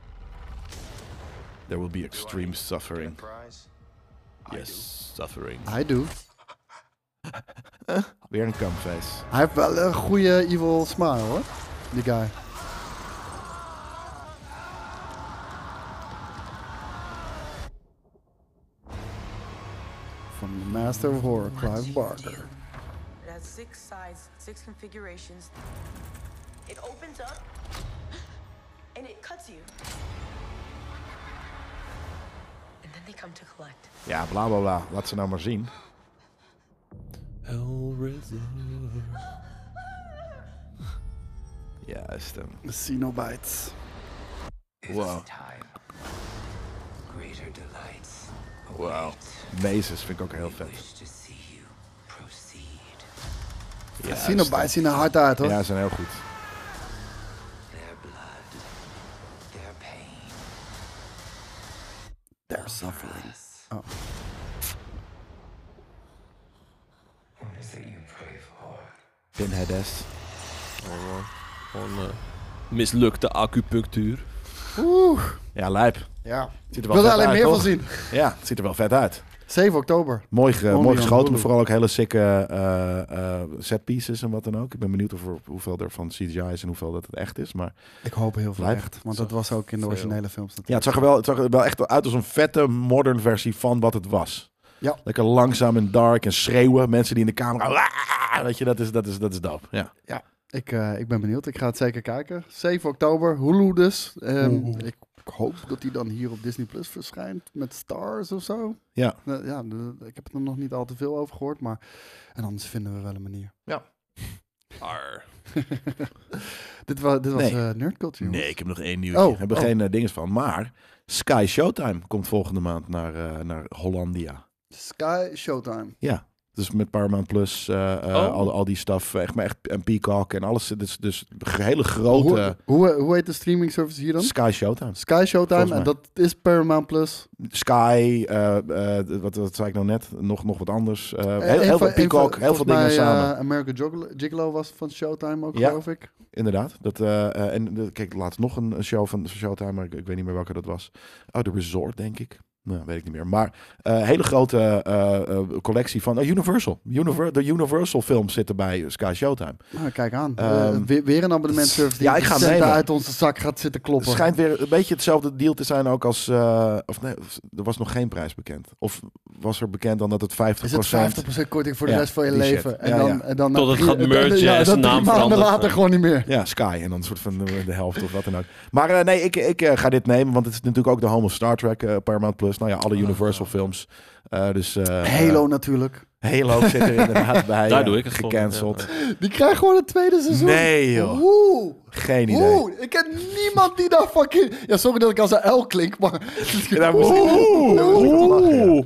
[SPEAKER 2] There will be
[SPEAKER 5] do I
[SPEAKER 2] extreme
[SPEAKER 5] get a
[SPEAKER 2] suffering.
[SPEAKER 5] prize?
[SPEAKER 2] Yes, suffering.
[SPEAKER 3] I do.
[SPEAKER 2] Weer een kampfeest.
[SPEAKER 3] Hij heeft wel een goede evil smile, hoor. Die guy. From the master of horror, Clive Barker.
[SPEAKER 10] But
[SPEAKER 9] has six sides, six configurations. It opens up and it cuts you. And then they come to collect.
[SPEAKER 2] Ja, bla bla bla. Laat ze nou maar zien.
[SPEAKER 4] Hellraiser.
[SPEAKER 2] Juist hem.
[SPEAKER 3] De Cenobites.
[SPEAKER 2] Wow.
[SPEAKER 9] Time.
[SPEAKER 10] Greater delights
[SPEAKER 2] Wow. Mezes vind ik ook heel vet.
[SPEAKER 10] to see you proceed.
[SPEAKER 3] De Cenobites zien er hard uit hoor.
[SPEAKER 2] Ja, ze zijn heel goed.
[SPEAKER 10] Their blood, their pain.
[SPEAKER 3] They're suffering.
[SPEAKER 10] What is it you pray for?
[SPEAKER 2] Pinhead-ass.
[SPEAKER 4] Gewoon eh, mislukte acupunctuur.
[SPEAKER 2] Ja, lijp.
[SPEAKER 3] Ja.
[SPEAKER 2] Ziet er
[SPEAKER 3] Ik
[SPEAKER 2] wel
[SPEAKER 3] wil er
[SPEAKER 2] vet
[SPEAKER 3] alleen
[SPEAKER 2] uit,
[SPEAKER 3] meer
[SPEAKER 2] toch?
[SPEAKER 3] van <laughs> zien.
[SPEAKER 2] Ja, het ziet er wel vet uit.
[SPEAKER 3] 7 oktober.
[SPEAKER 2] Mooi, ge-
[SPEAKER 3] Mooi
[SPEAKER 2] mooi
[SPEAKER 3] aan
[SPEAKER 2] geschoten,
[SPEAKER 3] Hulu.
[SPEAKER 2] maar vooral ook hele sikke eh, eh, set pieces en wat dan ook. Ik ben benieuwd of, er- hoeveel er van CGI is en hoeveel dat het echt is. Maar
[SPEAKER 3] Ik hoop heel veel
[SPEAKER 2] Blijf.
[SPEAKER 3] echt. Want dat was ook in de
[SPEAKER 4] Veel.
[SPEAKER 3] originele films
[SPEAKER 2] ja, het
[SPEAKER 3] natuurlijk.
[SPEAKER 2] zag, er wel, het zag er wel echt uit als een vette modern versie van wat het was.
[SPEAKER 3] Ja.
[SPEAKER 2] Lekker langzaam en dark en schreeuwen. Mensen die in de camera... "Waaah!" Weet je, dat is, dat is, dat is dope. Ja.
[SPEAKER 3] Ik, eh, ik ben benieuwd. Ik ga het zeker kijken. 7 oktober. Hulu dus. Ehm, ik hoop dat die dan hier op Disney Plus verschijnt. Met stars of zo.
[SPEAKER 2] Ja.
[SPEAKER 3] Nou, ja, de- ik heb er nog niet al te veel over gehoord. Maar... En anders vinden we wel een manier. <laughs>
[SPEAKER 4] Arr.
[SPEAKER 3] Dit, wa dit was
[SPEAKER 2] Nee.
[SPEAKER 3] eh, Nerd Culture. jongens.
[SPEAKER 2] Nee, ik heb nog één nieuwtje.
[SPEAKER 3] Oh,
[SPEAKER 2] We hebben
[SPEAKER 3] oh.
[SPEAKER 2] geen eh, dinges van. Maar Sky Showtime komt volgende maand naar, eh, naar Hollandia.
[SPEAKER 3] Sky Showtime.
[SPEAKER 2] Ja. Dus met Paramount Plus, eh, eh,
[SPEAKER 4] Oh.
[SPEAKER 2] al, al die stuff. Echt, maar echt, en Peacock en alles. Dus, dus een hele grote...
[SPEAKER 3] Hoe, hoe, hoe heet de streaming service hier dan?
[SPEAKER 2] Sky Showtime.
[SPEAKER 3] Sky
[SPEAKER 2] Volgens
[SPEAKER 3] Showtime.
[SPEAKER 2] mij.
[SPEAKER 3] En dat is Paramount Plus.
[SPEAKER 2] Sky, eh, eh, wat, wat zei ik nou net? Nog, nog wat anders. Eh, heel,
[SPEAKER 3] Eh, een
[SPEAKER 2] heel
[SPEAKER 3] van-
[SPEAKER 2] veel
[SPEAKER 3] een van-
[SPEAKER 2] Peacock, heel veel
[SPEAKER 3] volgens
[SPEAKER 2] dingen
[SPEAKER 3] mij,
[SPEAKER 2] samen.
[SPEAKER 3] eh, American Juggalo- Gigolo was van Showtime ook,
[SPEAKER 2] Ja.
[SPEAKER 3] geloof ik.
[SPEAKER 2] Inderdaad. Dat, eh, eh, en eh, kijk, laatst nog een een show van Showtime, maar ik, ik weet niet meer welke dat was. Oh, The Resort, denk ik. Nou, weet ik niet meer. Maar eh hele grote eh, eh, collectie van oh, Universal. Univer- de Universal films zitten bij Sky Showtime.
[SPEAKER 3] Nou, kijk aan.
[SPEAKER 2] Ehm,
[SPEAKER 3] Eh, weer, weer een abonnementservice die
[SPEAKER 2] Ja, ik ga hem
[SPEAKER 3] centen
[SPEAKER 2] nemen.
[SPEAKER 3] uit onze zak gaat zitten
[SPEAKER 2] Het
[SPEAKER 3] kloppen.
[SPEAKER 2] schijnt weer een beetje hetzelfde deal te zijn ook als... eh, of nee, of- er was nog geen prijs bekend. Of was er bekend dan dat het 50%...
[SPEAKER 3] is het 50% korting voor de
[SPEAKER 2] Ja,
[SPEAKER 3] rest van je
[SPEAKER 2] die
[SPEAKER 3] leven?
[SPEAKER 2] shit.
[SPEAKER 3] En
[SPEAKER 2] Ja,
[SPEAKER 3] dan,
[SPEAKER 2] ja.
[SPEAKER 3] En dan
[SPEAKER 4] Tot het gaat
[SPEAKER 3] en dan-
[SPEAKER 4] mergen
[SPEAKER 3] ja,
[SPEAKER 4] en
[SPEAKER 3] dan
[SPEAKER 4] zijn
[SPEAKER 3] drie
[SPEAKER 4] naam
[SPEAKER 3] maanden
[SPEAKER 4] verandert.
[SPEAKER 3] later gewoon niet meer.
[SPEAKER 2] Ja, Sky en dan een soort van de, de helft of wat dan ook. Maar eh, nee, ik, ik eh, ga dit nemen, want het is natuurlijk ook de home of Star Trek, eh, Paramount Plus. Nou ja, alle Universal films. Eh, dus, eh,
[SPEAKER 3] Halo natuurlijk.
[SPEAKER 2] eh, Halo zit er inderdaad bij.
[SPEAKER 4] Daar
[SPEAKER 2] ja,
[SPEAKER 4] doe ik het voor.
[SPEAKER 2] Gecanceld.
[SPEAKER 4] Ja,
[SPEAKER 3] Die krijgt gewoon het tweede seizoen.
[SPEAKER 2] Nee, joh.
[SPEAKER 3] Oeh.
[SPEAKER 2] Geen idee.
[SPEAKER 3] Oeh, ik ken niemand die daar fucking... Ja, sorry dat ik als een L klink, maar...
[SPEAKER 2] Ja, daar moest ik- Oeh.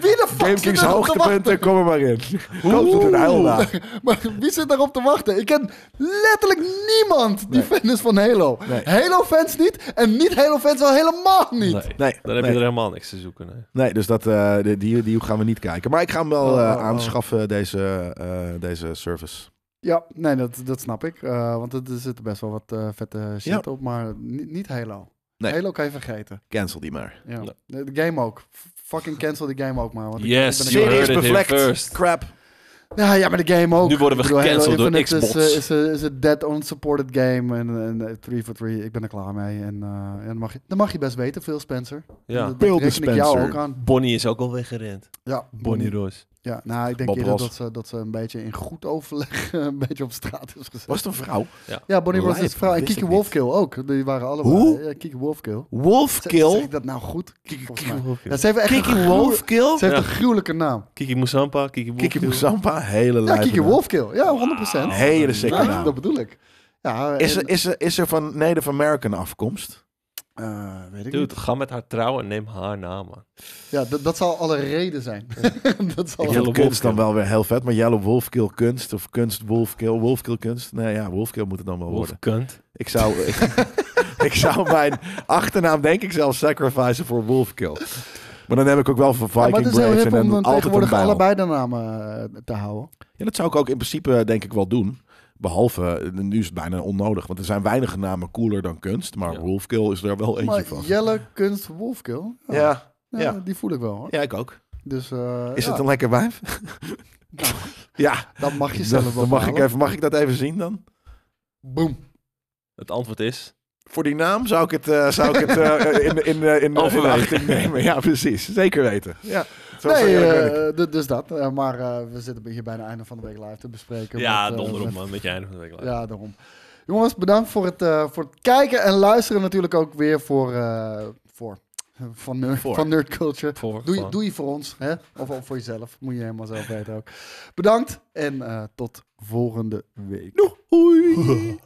[SPEAKER 3] Wie de fuck
[SPEAKER 2] Game
[SPEAKER 3] zit
[SPEAKER 2] Kings
[SPEAKER 3] daar op te wachten?
[SPEAKER 2] hoogtepunten, kom er maar in. Komt het een huil daar.
[SPEAKER 3] <laughs> Maar wie zit daarop te wachten? Ik ken letterlijk niemand die fan is van Halo.
[SPEAKER 2] Nee.
[SPEAKER 3] Halo-fans niet en niet-Halo-fans al helemaal niet.
[SPEAKER 4] Nee,
[SPEAKER 2] Nee,
[SPEAKER 4] dan heb
[SPEAKER 2] nee.
[SPEAKER 4] je er helemaal niks te zoeken. nee.
[SPEAKER 2] Nee, dus dat, eh, die, die, die gaan we niet kijken. Maar ik ga hem wel
[SPEAKER 3] Oh,
[SPEAKER 2] eh,
[SPEAKER 3] oh, oh.
[SPEAKER 2] aanschaffen, deze, eh, deze service.
[SPEAKER 3] Ja, nee, dat, dat snap ik. eh, want het- er zitten best wel wat eh, vette shit op, maar ni- niet Halo.
[SPEAKER 2] Nee.
[SPEAKER 3] Halo kan je vergeten.
[SPEAKER 2] Cancel die maar.
[SPEAKER 3] Ja.
[SPEAKER 4] Ja.
[SPEAKER 3] De game ook. F- Fucking cancel die game ook maar. Want ik-
[SPEAKER 4] Yes,
[SPEAKER 3] ik ben
[SPEAKER 4] you
[SPEAKER 3] er-
[SPEAKER 4] heard
[SPEAKER 2] Series
[SPEAKER 4] it here
[SPEAKER 2] bevlekt.
[SPEAKER 4] first.
[SPEAKER 2] Crap.
[SPEAKER 3] ja, ja, maar de game ook.
[SPEAKER 4] Nu worden we
[SPEAKER 3] Ik bedoel, Halo
[SPEAKER 4] gecanceld door
[SPEAKER 3] Infinite is,
[SPEAKER 4] Xbox.
[SPEAKER 3] eh, Is, eh, is een dead unsupported game en- en eh, 3 for 3. Ik ben er klaar mee. En eh, ja, dan, mag je, dan mag je best weten, Phil Spencer.
[SPEAKER 4] Ja.
[SPEAKER 3] Dat-
[SPEAKER 2] Phil
[SPEAKER 3] Dat
[SPEAKER 2] de
[SPEAKER 3] reken ik jou ook
[SPEAKER 2] Spencer.
[SPEAKER 3] aan.
[SPEAKER 4] Bonnie is ook al weggerend.
[SPEAKER 3] Ja,
[SPEAKER 4] Bonnie Roos.
[SPEAKER 3] Ja, nou, ik denk
[SPEAKER 2] Bob
[SPEAKER 3] eerder
[SPEAKER 2] Ross.
[SPEAKER 3] dat ze, dat ze een beetje in goed overleg <laughs> een beetje op straat is gezet.
[SPEAKER 2] Was het een vrouw?
[SPEAKER 3] Ja, Bonnie Ross
[SPEAKER 2] Lijp,
[SPEAKER 3] is vrouw. En
[SPEAKER 2] wist
[SPEAKER 3] Kiki
[SPEAKER 2] ik niet.
[SPEAKER 3] Wolfkill ook. Die waren allebei. eh,
[SPEAKER 2] Hoe?
[SPEAKER 3] Ja, Kiki Wolfkill. Z- Zeg
[SPEAKER 2] Wolfkill?
[SPEAKER 3] ik dat nou goed? Kiki, Wolfkill.
[SPEAKER 4] Wolfkill.
[SPEAKER 3] Ja, ze heeft echt een
[SPEAKER 2] Kiki
[SPEAKER 3] gruwe-
[SPEAKER 2] Wolfkill?
[SPEAKER 3] Ze heeft
[SPEAKER 4] Ja.
[SPEAKER 3] een gruwelijke naam.
[SPEAKER 4] Kiki Moesampa, Kiki Wolfkill.
[SPEAKER 2] Kiki Moesampa, hele
[SPEAKER 3] Ja,
[SPEAKER 2] lijpe
[SPEAKER 3] Kiki
[SPEAKER 2] naam.
[SPEAKER 3] Wolfkill. Ja, 100%.
[SPEAKER 2] Een Hele sikke
[SPEAKER 3] Ja,
[SPEAKER 2] naam.
[SPEAKER 3] dat bedoel ik. Ja,
[SPEAKER 2] Is
[SPEAKER 3] en-
[SPEAKER 2] er, is, er, is er van Native American afkomst?
[SPEAKER 3] eh, weet ik
[SPEAKER 4] Dude,
[SPEAKER 3] niet.
[SPEAKER 4] ga met haar trouwen en neem haar naam aan.
[SPEAKER 3] Ja, dat- dat zal alle reden zijn. <laughs> dat zal
[SPEAKER 2] Ik
[SPEAKER 4] Jelle
[SPEAKER 2] vind
[SPEAKER 4] Yellow
[SPEAKER 2] kunst dan
[SPEAKER 4] Wolfkill.
[SPEAKER 2] wel weer heel vet, maar Yellow Wolfkill kunst of kunst Wolfkill, Wolfkill kunst. Nee ja, Wolfkill moet het dan wel worden.
[SPEAKER 4] Wolfkunt.
[SPEAKER 2] Ik zou, <laughs> ik, ik zou mijn achternaam denk ik zelf sacrificen voor Wolfkill. Maar dan heb ik ook wel van
[SPEAKER 3] Ja,
[SPEAKER 2] Viking
[SPEAKER 3] maar het is heel
[SPEAKER 2] Brave en
[SPEAKER 3] hip om
[SPEAKER 2] dan
[SPEAKER 3] dan
[SPEAKER 2] altijd een
[SPEAKER 3] tegenwoordig
[SPEAKER 2] bijl.
[SPEAKER 3] allebei de namen eh, te houden.
[SPEAKER 2] Ja, dat zou ik ook in principe eh, denk ik wel doen. Behalve, eh, nu is het bijna onnodig, want er zijn weinig namen cooler dan kunst. Maar
[SPEAKER 4] Ja.
[SPEAKER 2] Wolfkill is er wel eentje
[SPEAKER 3] Maar
[SPEAKER 2] van.
[SPEAKER 3] Jelle Kunst Wolfkill.
[SPEAKER 2] ja.
[SPEAKER 3] Ja,
[SPEAKER 2] Ja.
[SPEAKER 3] die voel ik wel hoor.
[SPEAKER 2] ja, ik ook.
[SPEAKER 3] Dus eh,
[SPEAKER 2] Is
[SPEAKER 3] ja, Nou,
[SPEAKER 2] het
[SPEAKER 3] <laughs>
[SPEAKER 2] een lekker wijf? ja,
[SPEAKER 3] dat
[SPEAKER 2] <laughs>
[SPEAKER 3] mag je zelf
[SPEAKER 2] dan,
[SPEAKER 3] wel
[SPEAKER 2] dan mag, ik even, mag ik dat even zien dan?
[SPEAKER 3] Boom.
[SPEAKER 4] Het antwoord is...
[SPEAKER 2] Voor die naam zou ik het, eh, zou ik het eh, in, in, eh, in, in,
[SPEAKER 4] Overwegen.
[SPEAKER 2] achting nemen. Ja, precies. Zeker weten. Ja. Zo zou je
[SPEAKER 3] Nee,
[SPEAKER 2] dat
[SPEAKER 3] eh,
[SPEAKER 2] kunnen.
[SPEAKER 3] d- dus dat. Eh, maar eh, we zitten hier bijna einde van de week live te bespreken.
[SPEAKER 4] Ja,
[SPEAKER 3] met, eh,
[SPEAKER 4] donder
[SPEAKER 3] met
[SPEAKER 4] op man, met je einde van de week later.
[SPEAKER 3] Ja, daarom. Jongens, bedankt voor het, eh, voor het kijken en luisteren natuurlijk ook weer voor, eh, voor, van, nerd,
[SPEAKER 4] Voor.
[SPEAKER 3] van Nerd Culture.
[SPEAKER 4] Voor-
[SPEAKER 3] Doe je,
[SPEAKER 4] van-
[SPEAKER 3] doe je voor ons, hè? Of, of voor jezelf. Moet je helemaal zelf weten ook. Bedankt en eh, tot volgende week.
[SPEAKER 2] Doei.